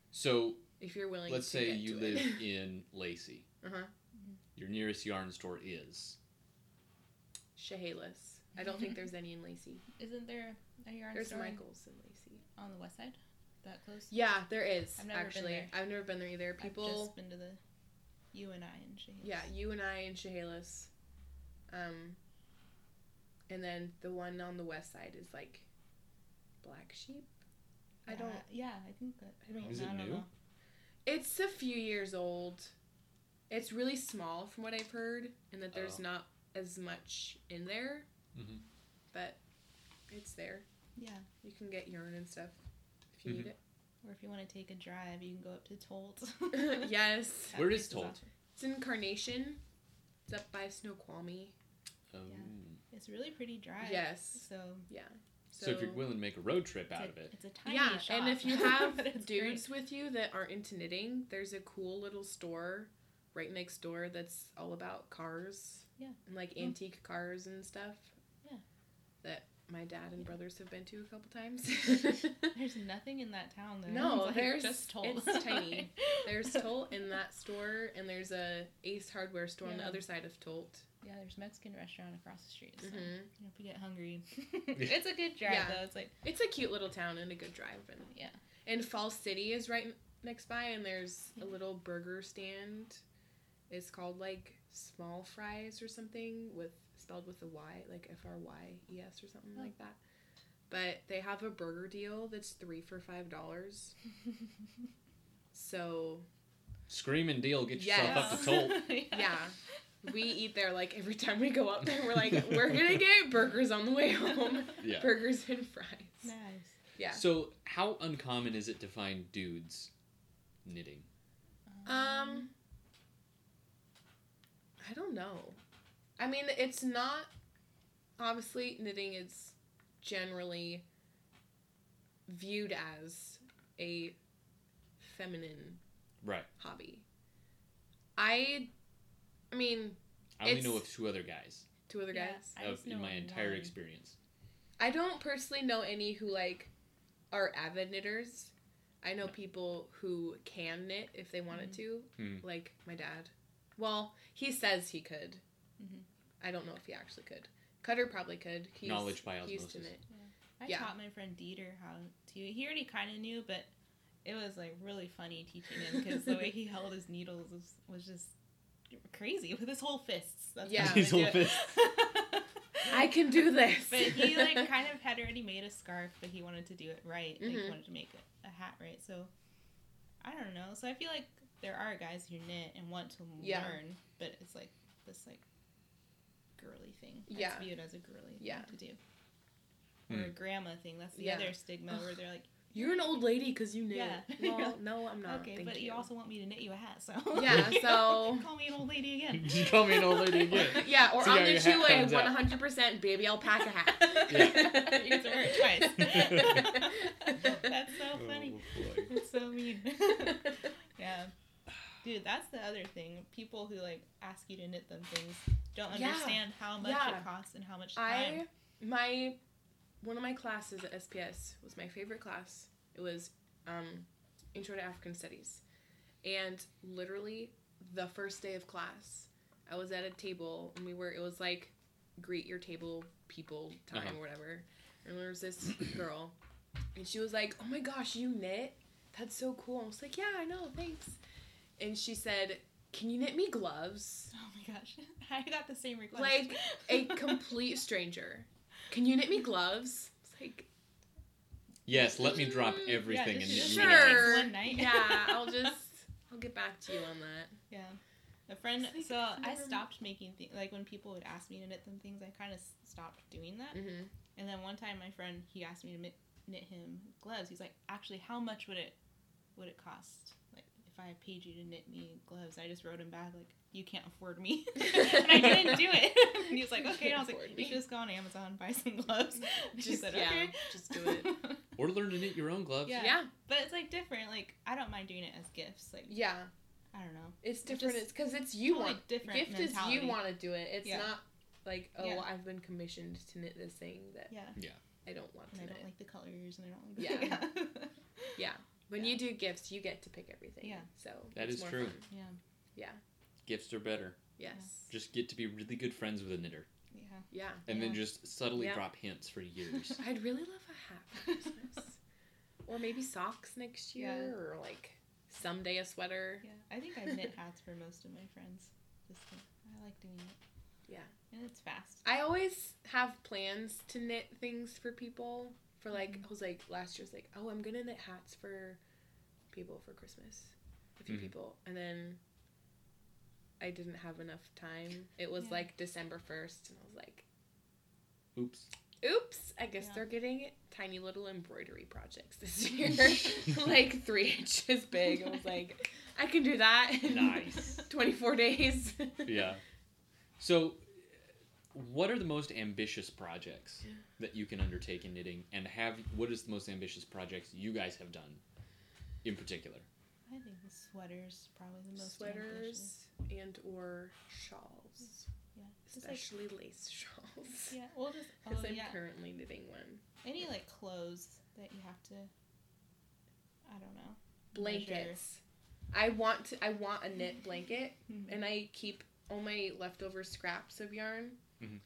Speaker 1: So,
Speaker 3: if you're willing.
Speaker 1: let's
Speaker 3: to
Speaker 1: say
Speaker 3: get
Speaker 1: you
Speaker 3: to it.
Speaker 1: live in Lacey.
Speaker 3: Uh-huh.
Speaker 1: Your nearest yarn store is.
Speaker 3: Chehalis. I don't think there's any in Lacey.
Speaker 2: Isn't there a yarn
Speaker 3: There's
Speaker 2: store in-
Speaker 3: Michael's in Lacey.
Speaker 2: on the west side? That close?
Speaker 3: Yeah, there is,
Speaker 2: I've never been
Speaker 3: actually.
Speaker 2: there.
Speaker 3: I've never been there either. People.
Speaker 2: I've just been to the U and I and Shaheen.
Speaker 3: Yeah, you and I and Chehalis. Um, and then the one on the west side is like Black Sheep. I don't.
Speaker 2: Yeah, I think that.
Speaker 3: I don't.
Speaker 1: Is it
Speaker 2: I don't
Speaker 1: new?
Speaker 2: Know.
Speaker 3: It's a few years old. It's really small from what I've heard, and that there's
Speaker 1: Oh.
Speaker 3: not as much in there,
Speaker 1: Mhm.
Speaker 3: but it's there.
Speaker 2: Yeah,
Speaker 3: You can get yarn and stuff if you need
Speaker 2: or if you want to take a drive, you can go up to Tolt.
Speaker 1: Mm-hmm.
Speaker 3: it. yes,
Speaker 2: That
Speaker 1: Where
Speaker 2: place
Speaker 1: is Tolt?
Speaker 2: awesome.
Speaker 3: it's in Carnation. It's up by Snoqualmie.
Speaker 1: Um,
Speaker 2: It's really pretty dry.
Speaker 3: Yes.
Speaker 2: So
Speaker 3: Yeah.
Speaker 1: so, if you're willing to make a road trip out
Speaker 2: it's
Speaker 1: of
Speaker 2: a,
Speaker 1: it,
Speaker 2: It's a tiny
Speaker 3: yeah,
Speaker 2: shop,
Speaker 3: and if you have
Speaker 2: but it's great.
Speaker 3: dudes with you that aren't into knitting, there's a cool little store right next door that's all about cars.
Speaker 2: Yeah.
Speaker 3: And like
Speaker 2: Mm.
Speaker 3: antique cars and stuff.
Speaker 2: Yeah.
Speaker 3: That my dad and
Speaker 2: Yeah.
Speaker 3: brothers have been to a couple times.
Speaker 2: There's nothing in that town though.
Speaker 3: No,
Speaker 2: It's like
Speaker 3: there's-
Speaker 2: just Tolt.
Speaker 3: it's tiny. there's Tolt in that store, and there's a Ace Hardware store on the
Speaker 2: Yeah.
Speaker 3: other side of Tolt.
Speaker 2: Yeah, there's a Mexican restaurant across the street. So
Speaker 3: hmm
Speaker 2: you know, if you get hungry, it's a good drive
Speaker 3: Yeah.
Speaker 2: though. It's like
Speaker 3: It's a cute little town and a good drive. And
Speaker 2: yeah,
Speaker 3: And Fall City is right n- next by, and there's
Speaker 2: Yeah.
Speaker 3: a little burger stand. It's called like Small Fries or something with spelled with a Y, like F R Y E S or something
Speaker 2: Oh.
Speaker 3: like that. But they have a burger deal that's three for five dollars. So
Speaker 1: screaming deal, get yourself up
Speaker 3: Yes.
Speaker 1: to Tolt.
Speaker 3: Oh. yeah, we eat there like every time we go up there. We're like, we're gonna get burgers on the way home,
Speaker 1: Yeah.
Speaker 3: burgers and fries.
Speaker 2: Nice.
Speaker 3: Yeah.
Speaker 1: So, how uncommon is it to find dudes knitting?
Speaker 3: Um, I don't know. I mean, it's not. Obviously, knitting is generally viewed as a feminine
Speaker 1: Right.
Speaker 3: hobby. I, I mean,
Speaker 1: I only
Speaker 3: It's-
Speaker 1: know of two other guys
Speaker 3: two other
Speaker 2: Yeah,
Speaker 3: guys.
Speaker 2: I
Speaker 1: of,
Speaker 2: just
Speaker 1: in
Speaker 2: know
Speaker 1: my entire
Speaker 2: one.
Speaker 1: experience.
Speaker 3: I don't personally know any who like are avid knitters. I know
Speaker 1: No.
Speaker 3: people who can knit if they wanted
Speaker 2: Mhm.
Speaker 3: to,
Speaker 1: Hmm.
Speaker 3: like my dad. Well, he says he could.
Speaker 2: Mhm.
Speaker 3: I don't know if he actually could. Cutter probably could. He's,
Speaker 1: Knowledge by
Speaker 3: he Used to
Speaker 1: osmosis.
Speaker 3: knit.
Speaker 2: I
Speaker 3: Yeah.
Speaker 2: taught my friend Dieter how to. He already kind of knew, but it was like really funny teaching him because the way he held his needles was, was just crazy with his whole fists. That's
Speaker 3: Yeah.
Speaker 2: how
Speaker 1: His
Speaker 2: I
Speaker 1: whole
Speaker 2: do it.
Speaker 3: I can do this.
Speaker 2: But he like kind of had already made a scarf, but he wanted to do it right. Like,
Speaker 3: Mhm.
Speaker 2: he wanted to make a, a hat right. So I don't know. So I feel like there are guys who knit and want to
Speaker 3: Yeah.
Speaker 2: learn, but it's like this like girly thing.
Speaker 3: Yeah.
Speaker 2: It's viewed as a girly
Speaker 3: Yeah.
Speaker 2: thing to do.
Speaker 1: Hmm.
Speaker 2: Or a grandma thing. That's the
Speaker 3: Yeah.
Speaker 2: other stigma where they're like,
Speaker 3: You're an old lady because you knit.
Speaker 2: Yeah.
Speaker 3: Well, no, I'm not.
Speaker 2: okay,
Speaker 3: Thank
Speaker 2: but you. also want me to knit you a hat, so
Speaker 3: Yeah, so-
Speaker 2: call me an old lady again.
Speaker 1: you call me an old lady again.
Speaker 3: yeah, or
Speaker 1: See
Speaker 3: on
Speaker 1: how
Speaker 3: the
Speaker 1: your hat
Speaker 3: shoe way,
Speaker 1: comes out.
Speaker 3: 100% baby alpaca hat.
Speaker 2: Yeah. You have to wear it twice. That's so funny.
Speaker 1: Oh, boy.
Speaker 2: That's so mean. yeah. Dude, that's the other thing. People who like ask you to knit them things don't
Speaker 3: Yeah.
Speaker 2: understand how much
Speaker 3: Yeah.
Speaker 2: it costs and how much time.
Speaker 3: I my one of my classes at SPS was my favorite class. It was um, Intro to African Studies, and literally the first day of class, I was at a table and we were. It was like greet your table people time
Speaker 1: Uh-huh.
Speaker 3: or whatever. And there was this girl, and she was like, "Oh my gosh, you knit? That's so cool!" I was like, "Yeah, I know, thanks." And she said, "Can you knit me gloves?"
Speaker 2: Oh my gosh. I got the same request.
Speaker 3: Like, a complete stranger. Can you knit me gloves? It's like,
Speaker 1: Yes, let me drop
Speaker 3: Mm, yeah,
Speaker 1: everything
Speaker 2: this
Speaker 1: and knit
Speaker 2: is
Speaker 1: you one.
Speaker 2: just takes
Speaker 3: sure.
Speaker 2: one night.
Speaker 3: yeah, I'll just, I'll get back to you on that.
Speaker 2: Yeah. A friend,
Speaker 3: It's like
Speaker 2: so
Speaker 3: it's
Speaker 2: I
Speaker 3: never-
Speaker 2: stopped making things, like when people would ask me to knit them things, I kind of stopped doing that.
Speaker 3: Mm-hmm.
Speaker 2: And then one time my friend, he asked me to knit, knit him gloves. He's like, actually, how much would it, would it cost? Like, if I paid you to knit me gloves, I just wrote him back, like, you can't afford me. and I didn't do it. and he was like,
Speaker 3: You
Speaker 2: okay. And I was
Speaker 3: can't
Speaker 2: like,
Speaker 3: afford
Speaker 2: you
Speaker 3: me."
Speaker 2: should just go on Amazon, buy some gloves. And she
Speaker 3: Just-
Speaker 2: said,
Speaker 3: yeah,
Speaker 2: okay.
Speaker 3: just do it.
Speaker 1: Or learn to knit your own gloves.
Speaker 2: Yeah.
Speaker 3: Yeah,
Speaker 2: but it's like different. Like, I don't mind doing it as gifts. Like,
Speaker 3: yeah,
Speaker 2: I don't know.
Speaker 3: it's
Speaker 2: Just-
Speaker 3: different. It's because it's you
Speaker 2: Totally
Speaker 3: want.
Speaker 2: different
Speaker 3: Gift is
Speaker 2: mentality.
Speaker 3: you want to do it. It's
Speaker 2: Yeah.
Speaker 3: not like oh,
Speaker 2: Yeah.
Speaker 3: I've been commissioned to knit this thing that
Speaker 2: Yeah.
Speaker 3: I don't want to
Speaker 2: and I
Speaker 3: knit.
Speaker 2: don't like the colors and I don't
Speaker 3: Yeah.
Speaker 2: like the yeah.
Speaker 3: when
Speaker 2: yeah.
Speaker 3: you do gifts, you get to pick everything.
Speaker 2: Yeah.
Speaker 3: so
Speaker 1: That
Speaker 3: it's
Speaker 1: is
Speaker 3: more
Speaker 1: true.
Speaker 3: fun.
Speaker 2: yeah.
Speaker 1: Gifts are better.
Speaker 3: Yes.
Speaker 1: Just get to be really good friends with a knitter.
Speaker 2: Yeah.
Speaker 3: Yeah.
Speaker 1: and then
Speaker 2: Yeah.
Speaker 1: just subtly
Speaker 3: Yeah.
Speaker 1: drop hints for years.
Speaker 3: I'd really love a hat for Christmas. or maybe socks next year
Speaker 2: Yeah.
Speaker 3: or like someday a sweater.
Speaker 2: Yeah. I think I knit hats for most of my friends. Just 'cause I like doing it.
Speaker 3: Yeah.
Speaker 2: And it's fast.
Speaker 3: I always have plans to knit things for people. For like, I was like last year's like, oh, I'm gonna knit hats for people for Christmas, a few
Speaker 1: Mhm.
Speaker 3: people, and then I didn't have enough time. It was
Speaker 2: Yeah.
Speaker 3: like December first, and I was like,
Speaker 1: Oops.
Speaker 3: oops, I guess
Speaker 2: Yeah.
Speaker 3: they're getting tiny little embroidery projects this year, like three inches big. I was like, I can do that. in
Speaker 1: Nice.
Speaker 3: 24 days.
Speaker 1: Yeah. So, what are the most ambitious projects that you can undertake in knitting, and have what is the most ambitious projects you guys have done, in particular?
Speaker 2: I think the sweaters probably the most ambitious.
Speaker 3: Sweaters and or shawls.
Speaker 2: Yeah. Just like
Speaker 3: especially lace shawls.
Speaker 2: yeah. Well, just oh
Speaker 3: Because I'm
Speaker 2: yeah.
Speaker 3: currently knitting one.
Speaker 2: Any like clothes that you have to. I don't know.
Speaker 3: Blankets. I want to, I want a knit blanket,
Speaker 2: Mhm.
Speaker 3: and I keep all my leftover scraps of yarn.
Speaker 1: Mhm.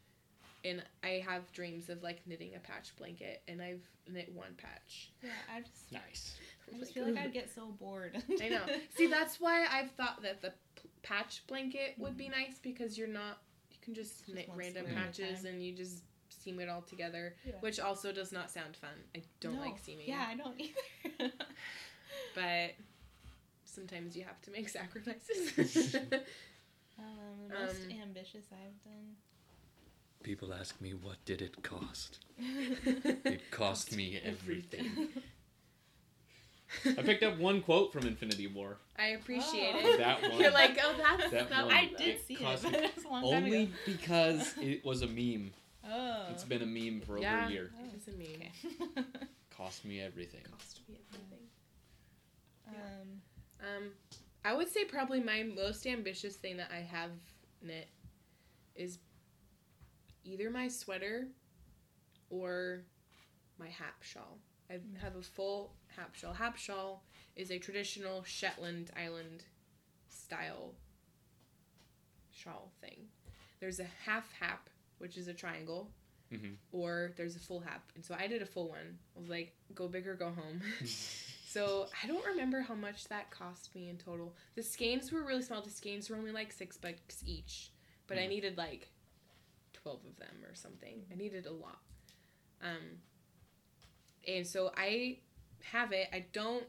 Speaker 3: And I have dreams of like knitting a patch blanket, and I've knit one patch.
Speaker 2: Yeah. I just.
Speaker 1: Nice.
Speaker 2: I
Speaker 3: I'm
Speaker 2: just feel like I'd get so bored.
Speaker 3: "Ugh." I know. See, that's why I've thought that the p- patch blanket would be
Speaker 2: Mm-hmm.
Speaker 3: nice because you're not. You can just,
Speaker 2: Just
Speaker 3: knit
Speaker 2: one
Speaker 3: random
Speaker 1: square at a
Speaker 3: patches,
Speaker 2: time.
Speaker 3: and you just seam it all together,
Speaker 2: Yeah.
Speaker 3: which also does not sound fun. I don't
Speaker 2: No.
Speaker 3: like seaming.
Speaker 2: Yeah, I don't either.
Speaker 3: but sometimes you have to make sacrifices.
Speaker 2: um, the most
Speaker 3: Um,
Speaker 2: ambitious I've done.
Speaker 1: People ask me what did it cost.
Speaker 3: I
Speaker 1: cost me everything. I picked up one quote from Infinity War.
Speaker 3: appreciate
Speaker 2: Oh.
Speaker 3: it.
Speaker 1: That one.
Speaker 3: You're like, oh, that's
Speaker 1: That
Speaker 3: that,
Speaker 1: one.
Speaker 2: I
Speaker 3: one.
Speaker 2: did
Speaker 1: It
Speaker 2: see it,
Speaker 1: cost
Speaker 2: but
Speaker 1: me
Speaker 2: it was a
Speaker 3: Oh,
Speaker 2: long time
Speaker 1: Only
Speaker 2: ago.
Speaker 1: because it was a meme.
Speaker 2: Oh.
Speaker 1: It's been a meme for over
Speaker 3: Yeah.
Speaker 1: a year.
Speaker 2: Oh,
Speaker 3: It's a meme.
Speaker 2: okay.
Speaker 1: Cost me everything.
Speaker 3: Cost me everything.
Speaker 2: um,
Speaker 3: Um, I would say probably my most ambitious thing that I have knit is either my sweater or my hap shawl. I have a full hap shawl. Hap shawl is a traditional Shetland island style shawl thing. There's a half hap, which is a triangle,
Speaker 1: Mhm.
Speaker 3: or there's a full hap. And so I did a full one. I was like, go big or go home. So I don't remember how much that cost me in total. The skeins were really small. The skeins were only like six bucks each, but I
Speaker 1: Mhm.
Speaker 3: needed like twelve of them or something. I needed a lot. Um, and so I have it. I don't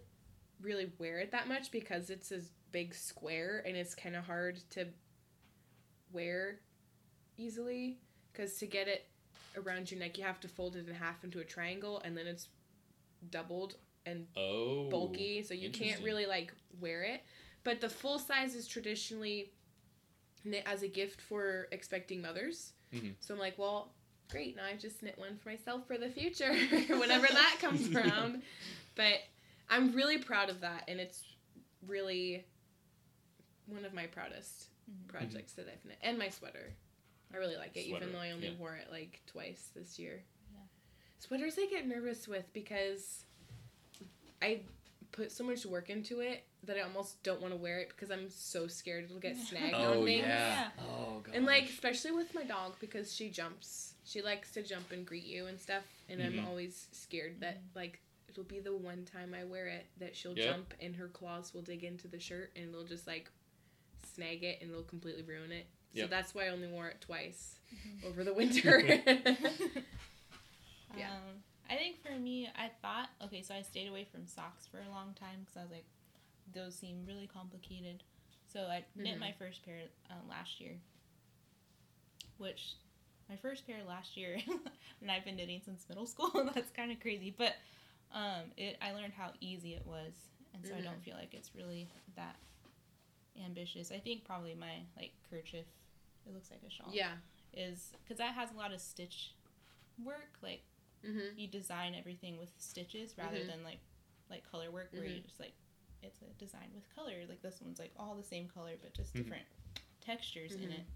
Speaker 3: really wear it that much because it's a big square and it's kind of hard to wear easily. Because to get it around your neck, you have to fold it in half into a triangle, and then it's doubled
Speaker 1: Oh.
Speaker 3: bulky, so you can't
Speaker 1: interesting.
Speaker 3: really like wear it. But the full size is traditionally knit as a gift for expecting mothers.
Speaker 1: Mhm.
Speaker 3: So I'm like, well, great. Now I've just knit one for myself for the future, whenever that comes around. But I'm really proud of that, and it's really one of my proudest
Speaker 2: Mhm.
Speaker 3: projects that I've knit, and my sweater. I really like it,
Speaker 1: Sweater,
Speaker 3: even though I only
Speaker 1: yeah.
Speaker 3: wore it like twice this year.
Speaker 2: Yeah.
Speaker 3: Sweaters I get nervous with because I put so much work into it that I almost don't want to wear it because I'm so scared it'll get
Speaker 2: Yeah.
Speaker 3: snagged
Speaker 1: Oh
Speaker 3: on things.
Speaker 1: yeah.
Speaker 2: Yeah.
Speaker 1: Oh god.
Speaker 3: And like especially with my dog because she jumps. She likes to jump and greet you and stuff and
Speaker 1: Mhm.
Speaker 3: I'm always scared that like it'll be the one time I wear it that she'll
Speaker 1: Yep.
Speaker 3: jump and her claws will dig into the shirt and it'll just like snag it and it'll completely ruin it. So
Speaker 1: Yep.
Speaker 3: that's why I only wore it twice
Speaker 2: Mhm.
Speaker 3: over the winter. Yeah.
Speaker 2: Um, I think for me, I thought okay, so I stayed away from socks for a long time because I was like, those seem really complicated. So I knit
Speaker 3: Mhm.
Speaker 2: my first pair um, last year, which my first pair last year, and I've been knitting since middle school. That's kind of crazy, but um, it I learned how easy it was, and so I
Speaker 3: Mm-hmm.
Speaker 2: don't feel like it's really that ambitious. I think probably my like kerchief, it looks like a shawl,
Speaker 3: yeah.
Speaker 2: is because that has a lot of stitch work, like
Speaker 3: Mhm.
Speaker 2: you design everything with stitches rather
Speaker 3: Mhm.
Speaker 2: than like like color work where
Speaker 3: Mm-hmm.
Speaker 2: you just like it's a design with color like this one's like all the same color but just
Speaker 1: Mhm.
Speaker 2: different textures in
Speaker 3: Mhm.
Speaker 2: it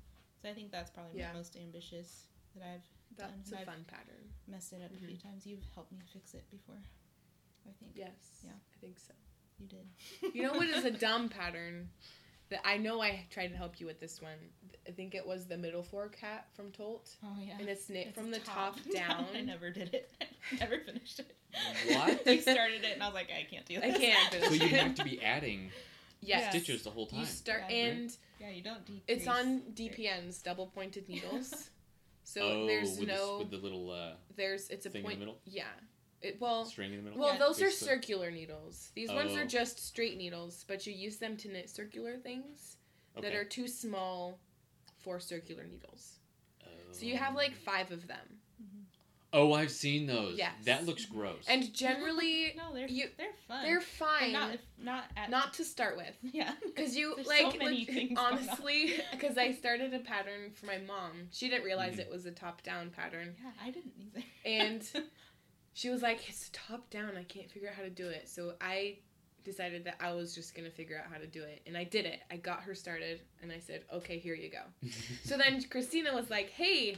Speaker 2: so i think that's probably
Speaker 3: Yeah.
Speaker 2: my most ambitious that i've
Speaker 3: That's
Speaker 2: and
Speaker 3: a
Speaker 2: I've-
Speaker 3: fun pattern.
Speaker 2: messed it up a
Speaker 3: Mm-hmm.
Speaker 2: few times you've helped me fix it before i think
Speaker 3: Yes.
Speaker 2: Yeah.
Speaker 3: I think so.
Speaker 2: you did
Speaker 3: You know what is a dumb pattern? that I know I tried to help you with this one. I think it was the middle fork hat from Tolt,
Speaker 2: Oh yeah.
Speaker 3: and it's knit
Speaker 2: It's
Speaker 3: from the top, down.
Speaker 2: I never did it. I never finished it.
Speaker 1: What?
Speaker 2: you started it, and I was like, I can't do
Speaker 3: I
Speaker 2: this.
Speaker 3: can't do
Speaker 1: So
Speaker 3: this.
Speaker 1: you have to be adding
Speaker 3: Yes.
Speaker 2: Yeah.
Speaker 1: stitches the whole time.
Speaker 3: You start
Speaker 2: Yeah.
Speaker 3: and
Speaker 2: Yeah, you don't decrease.
Speaker 3: it's on DPNs, double pointed needles. So
Speaker 1: oh,
Speaker 3: there's
Speaker 1: with, the,
Speaker 3: no
Speaker 1: with the little uh,
Speaker 3: there's it's a
Speaker 1: thing in
Speaker 3: point
Speaker 1: the middle?
Speaker 3: Yeah. It well
Speaker 1: string in the middle.
Speaker 3: well
Speaker 2: Yeah.
Speaker 3: those are
Speaker 1: There's the-
Speaker 3: circular needles. These ones are
Speaker 1: Oh.
Speaker 3: just straight needles, but you use them to knit circular things that
Speaker 1: Okay.
Speaker 3: are too small for circular needles.
Speaker 1: Oh.
Speaker 3: So you have like 5 of them.
Speaker 1: Oh, I've seen those.
Speaker 3: Yes.
Speaker 1: That looks gross.
Speaker 3: And generally
Speaker 2: No, they're
Speaker 3: you-
Speaker 2: they're fun.
Speaker 3: they're
Speaker 2: They're
Speaker 3: fine
Speaker 2: not
Speaker 3: not,
Speaker 2: if not at
Speaker 3: to start with.
Speaker 2: yeah.
Speaker 3: Cause you
Speaker 2: There's
Speaker 3: like,
Speaker 2: so many
Speaker 3: leg-
Speaker 2: things going on.
Speaker 3: honestly, because I started a pattern for my mom. She didn't realize
Speaker 1: Mhm.
Speaker 3: it was a top-down pattern,
Speaker 2: Yeah, I didn't either.
Speaker 3: and she was like, "It's top down. I can't figure out how to do it." So I decided that I was just gonna figure out how to do it, and I did it. I got her started, and I said, "Okay, here you go." So then Christina was like, "Hey,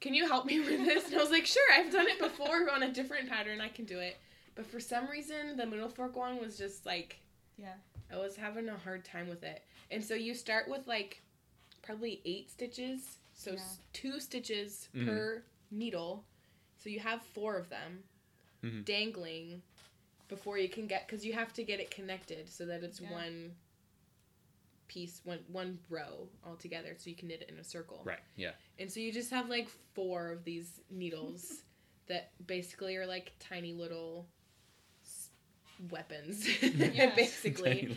Speaker 3: can you help me with this?" And I was like, "Sure. I've done it before on a different pattern. I can do it." But for some reason, the middle fork one was just like,
Speaker 2: Yeah.
Speaker 3: I was having a hard time with it. And so you start with like probably eight stitches, so s- two stitches
Speaker 1: Mhm.
Speaker 3: per needle. So you have four of them
Speaker 1: Mhm.
Speaker 3: dangling before you can get because you have to get it connected so that it's
Speaker 2: Yeah.
Speaker 3: one piece, one one row all together, so you can knit it in a circle.
Speaker 1: right. Yeah.
Speaker 3: And so you just have like four of these needles that basically are like tiny little s- weapons,
Speaker 1: Yeah. Tiny
Speaker 3: basically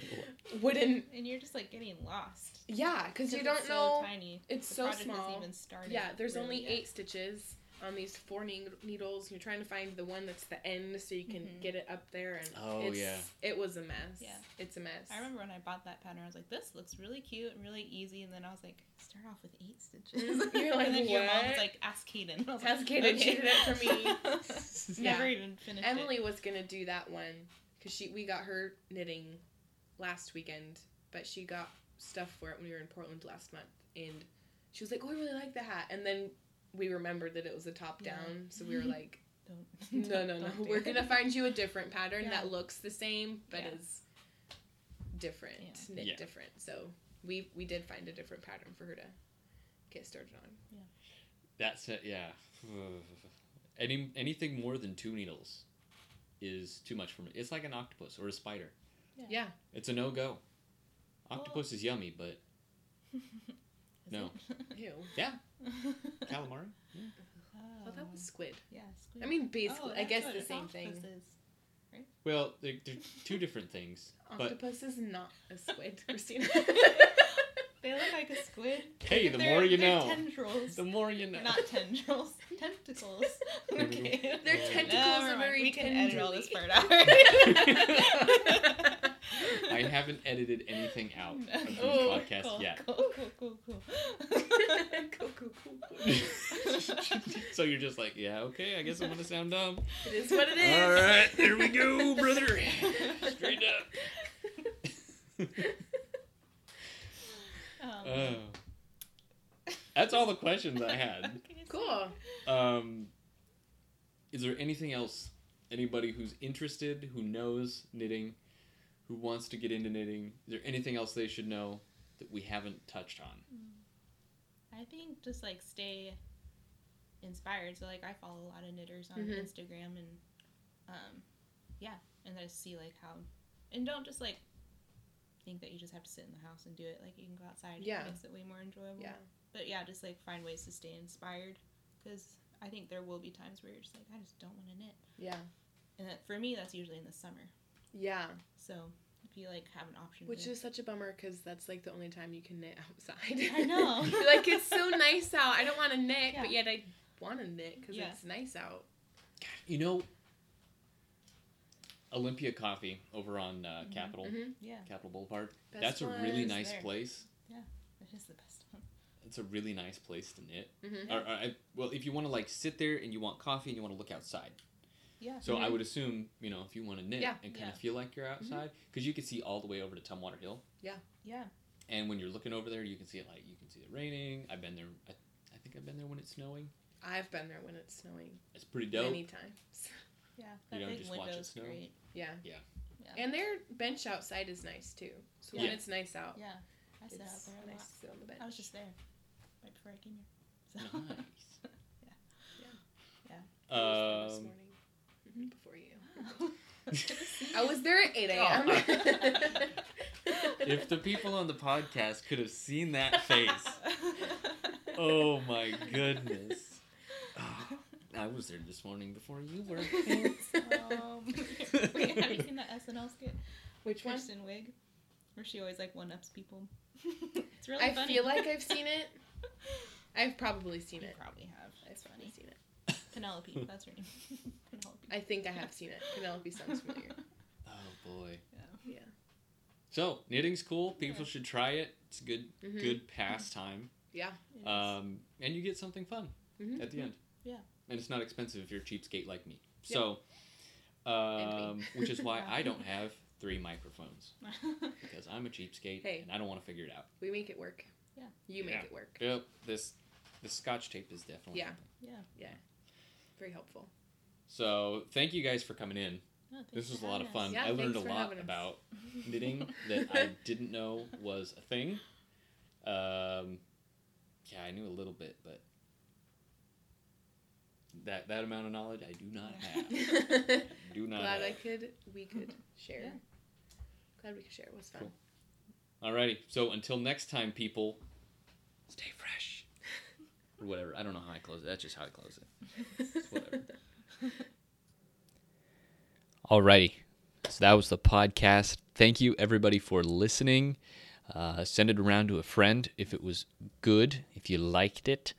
Speaker 1: little-
Speaker 3: wooden.
Speaker 2: And you're just like getting lost.
Speaker 3: Yeah, because you don't
Speaker 2: it's
Speaker 3: know.
Speaker 2: So tiny.
Speaker 3: It's
Speaker 2: the
Speaker 3: so
Speaker 2: project
Speaker 3: small.
Speaker 2: Isn't even started
Speaker 3: Yeah, there's
Speaker 2: really
Speaker 3: only
Speaker 2: yet.
Speaker 3: eight stitches on these four ne- needles. You're trying to find the one that's the end so you can
Speaker 2: Mhm.
Speaker 3: get it up there. And
Speaker 1: Oh,
Speaker 3: it's,
Speaker 1: yeah.
Speaker 3: it was a mess.
Speaker 2: Yeah.
Speaker 3: it's a mess.
Speaker 2: I remember when I bought that pattern, I was like, "This looks really cute and really easy." And then I was like, "Start off with eight stitches."
Speaker 3: You're like,
Speaker 2: and then your mom
Speaker 3: "What?"
Speaker 2: was like, "Ask Kaden." I was
Speaker 3: Ask
Speaker 2: like,
Speaker 3: Kaden, she did it for
Speaker 2: me.
Speaker 3: Yeah.
Speaker 2: Never even finished it.
Speaker 3: Emily was gonna do that one because she we got her knitting last weekend, but she got stuff for it when we were in Portland last month, and she was like, "Oh, I really like the hat," and then we remembered that it was a top
Speaker 2: Yeah.
Speaker 3: down, so we were like,
Speaker 2: Don't.
Speaker 3: "No, no, no,
Speaker 2: don't do
Speaker 3: we're
Speaker 2: it.
Speaker 3: gonna find you a different pattern
Speaker 2: Yeah.
Speaker 3: that looks the same but
Speaker 2: Yeah.
Speaker 3: is different,
Speaker 2: Yeah.
Speaker 3: knit
Speaker 1: Yeah.
Speaker 3: different." So we we did find a different pattern for her to get started on.
Speaker 1: That's it. Yeah. Any anything more than two needles is too much for me. It's like an octopus or a spider.
Speaker 2: Yeah.
Speaker 3: Yeah.
Speaker 1: It's a no go. Octopus is yummy, but
Speaker 2: Is
Speaker 1: No.
Speaker 2: it?
Speaker 3: Ew.
Speaker 2: oh.
Speaker 1: calamari.
Speaker 3: Well, that was squid.
Speaker 2: Um, Yeah.
Speaker 3: I mean,
Speaker 2: Oh,
Speaker 3: basically, I
Speaker 2: that's
Speaker 3: guess
Speaker 2: what
Speaker 3: the
Speaker 2: an
Speaker 3: same thing.
Speaker 2: octopus is.
Speaker 1: Well, they're, they're two different things. But
Speaker 3: Octopus is not a squid, Christina.
Speaker 2: They look like a squid.
Speaker 1: hey, the
Speaker 2: They're-
Speaker 1: more you
Speaker 2: they're
Speaker 1: know.
Speaker 2: Tendrils.
Speaker 1: The more you know.
Speaker 2: They're not tendrils. Tentacles. okay.
Speaker 3: Their
Speaker 1: Yeah.
Speaker 3: tentacles
Speaker 2: Never
Speaker 3: are
Speaker 2: mind.
Speaker 3: very
Speaker 2: We can edit all this
Speaker 3: tendrily.
Speaker 2: part out.
Speaker 1: I haven't edited anything out of this
Speaker 3: Oh,
Speaker 1: podcast
Speaker 2: cool,
Speaker 1: yet.
Speaker 2: Cool, cool, cool, cool.
Speaker 3: Cool, cool, cool, cool.
Speaker 1: so you're just like, yeah, okay, I guess I'm gonna sound dumb.
Speaker 3: It is what it is.
Speaker 1: All right, there we go, brother. Straight up.
Speaker 2: Um,
Speaker 1: oh. That's all the questions I had.
Speaker 2: okay, so-
Speaker 3: Cool.
Speaker 1: Um, is there anything else? Anybody who's interested, who knows knitting, who wants to get into knitting, is there anything else they should know that we haven't touched on?
Speaker 2: I think just like stay inspired. So like I follow a lot of knitters on
Speaker 3: Mhm.
Speaker 2: Instagram and um yeah, and then see like how and don't just like think that you just have to sit in the house and do it. Like you can go outside.
Speaker 3: Yeah.
Speaker 2: It makes it way more enjoyable.
Speaker 3: Yeah.
Speaker 2: But yeah, just like find ways to stay inspired because I think there will be times where you're just like I just don't want to knit.
Speaker 3: Yeah.
Speaker 2: And that, for me that's usually in the summer.
Speaker 3: Yeah.
Speaker 2: So if you like have an option
Speaker 3: Which
Speaker 2: to-
Speaker 3: is such a bummer because that's like the only time you can knit outside.
Speaker 2: I know.
Speaker 3: You're like, it's so nice out. I don't want to knit,
Speaker 2: Yeah.
Speaker 3: but yet I want to knit because
Speaker 2: Yeah.
Speaker 3: it's nice out.
Speaker 1: You know, Olympia Coffee over on uh,
Speaker 2: Mhm.
Speaker 1: Capitol
Speaker 3: Mhm.
Speaker 2: yeah,
Speaker 1: Capitol Boulevard.
Speaker 3: Best
Speaker 1: That's a really
Speaker 3: ones.
Speaker 1: nice
Speaker 2: there.
Speaker 1: place.
Speaker 2: that is the best one.
Speaker 1: It's a really nice place to knit.
Speaker 3: Mhm.
Speaker 1: Or, or I, well, if you want to like sit there and you want coffee and you want to look outside.
Speaker 2: Yeah.
Speaker 1: So I
Speaker 3: Mhm.
Speaker 1: would assume you know if you want to knit
Speaker 3: Yeah. Mm-hmm.
Speaker 1: and kind
Speaker 2: Yeah.
Speaker 1: of feel like you're outside because you can see all the way over to Tumwater Hill.
Speaker 2: Yeah.
Speaker 1: And when you're looking over there, you can see it like you can see it raining. I've been there. I, I think I've been there when it's snowing.
Speaker 3: I've been there when it's snowing
Speaker 1: It's pretty dope.
Speaker 3: many times.
Speaker 2: Yeah, that
Speaker 1: know,
Speaker 2: big
Speaker 1: just watch it
Speaker 2: window's
Speaker 1: snow.
Speaker 2: great.
Speaker 3: Yeah.
Speaker 1: Yeah.
Speaker 2: Yeah.
Speaker 3: And their bench outside is nice too. So
Speaker 1: Yeah.
Speaker 3: when it's nice out,
Speaker 2: Yeah. I
Speaker 3: it's
Speaker 2: sit out there a
Speaker 3: nice
Speaker 2: lot.
Speaker 3: to sit on the bench.
Speaker 2: I was just there right before I came here. So.
Speaker 1: Nice.
Speaker 3: I was there
Speaker 1: Um,
Speaker 3: this morning Mm-hmm, before you.
Speaker 2: Ah.
Speaker 3: I
Speaker 2: Wow.
Speaker 3: was there at eight a.m.
Speaker 1: if the people on the podcast could have seen that face, oh my goodness. Ah, I was there this morning before you were.
Speaker 2: Um, wait, have you seen that SNL skit?
Speaker 3: Which one?
Speaker 2: Kristen Wiig, where she always like one ups people. it's really
Speaker 3: I
Speaker 2: funny.
Speaker 3: feel like I've seen it. I've probably seen
Speaker 2: You
Speaker 3: it.
Speaker 2: probably have. It's
Speaker 3: I've probably
Speaker 2: funny.
Speaker 3: seen it.
Speaker 2: Penelope, that's her name. Penelope.
Speaker 3: I think I have seen it. Penelope sounds familiar.
Speaker 1: Oh boy.
Speaker 3: Yeah.
Speaker 1: So knitting's cool. People
Speaker 2: Yeah. Mm-hmm.
Speaker 1: should try it. It's a good,
Speaker 3: Mhm.
Speaker 1: good pastime.
Speaker 2: It is. Mm-hmm.
Speaker 1: Um, and you get something fun
Speaker 3: Mhm.
Speaker 1: at the end.
Speaker 2: Yeah.
Speaker 1: And it's not expensive if you're a cheapskate like me.
Speaker 3: Yep.
Speaker 1: So, um, which is why
Speaker 2: Yeah.
Speaker 1: I don't have three microphones because I'm a cheapskate
Speaker 3: Hey.
Speaker 1: and I don't want to figure it out.
Speaker 3: We make it work.
Speaker 2: Yeah.
Speaker 3: You make
Speaker 1: Yeah.
Speaker 3: it work.
Speaker 1: Yep. This, the Scotch tape is definitely.
Speaker 3: Yeah.
Speaker 1: helping.
Speaker 3: Very helpful.
Speaker 1: So thank you guys for coming in.
Speaker 2: No, thanks
Speaker 1: This
Speaker 2: for
Speaker 1: was a lot of
Speaker 2: having
Speaker 1: fun.
Speaker 2: us.
Speaker 3: Yeah,
Speaker 1: I learned
Speaker 3: thanks
Speaker 1: a
Speaker 3: for
Speaker 1: lot
Speaker 3: having us.
Speaker 1: about knitting that I didn't know was a thing. Um, yeah, I knew a little bit, but that that amount of knowledge I do not have. Do not.
Speaker 3: Glad I
Speaker 1: have.
Speaker 3: could. We could share.
Speaker 2: Yeah.
Speaker 3: Glad we could share. It was fun.
Speaker 1: Cool. Alrighty. So until next time, people, stay fresh. Or whatever. I don't know how I close it. That's just how I close it. whatever. Alrighty. So that was the podcast. Thank you everybody for listening. Uh, send it around to a friend if it was good, if you liked it.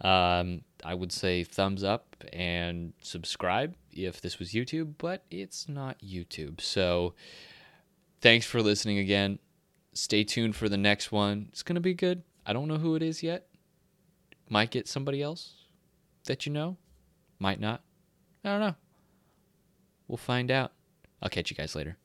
Speaker 1: Um, I would say thumbs up and subscribe if this was YouTube, but it's not YouTube. So thanks for listening again. Stay tuned for the next one. It's going to be good. I don't know who it is yet. Might get somebody else that you know, might not. I don't know. We'll find out. I'll catch you guys later.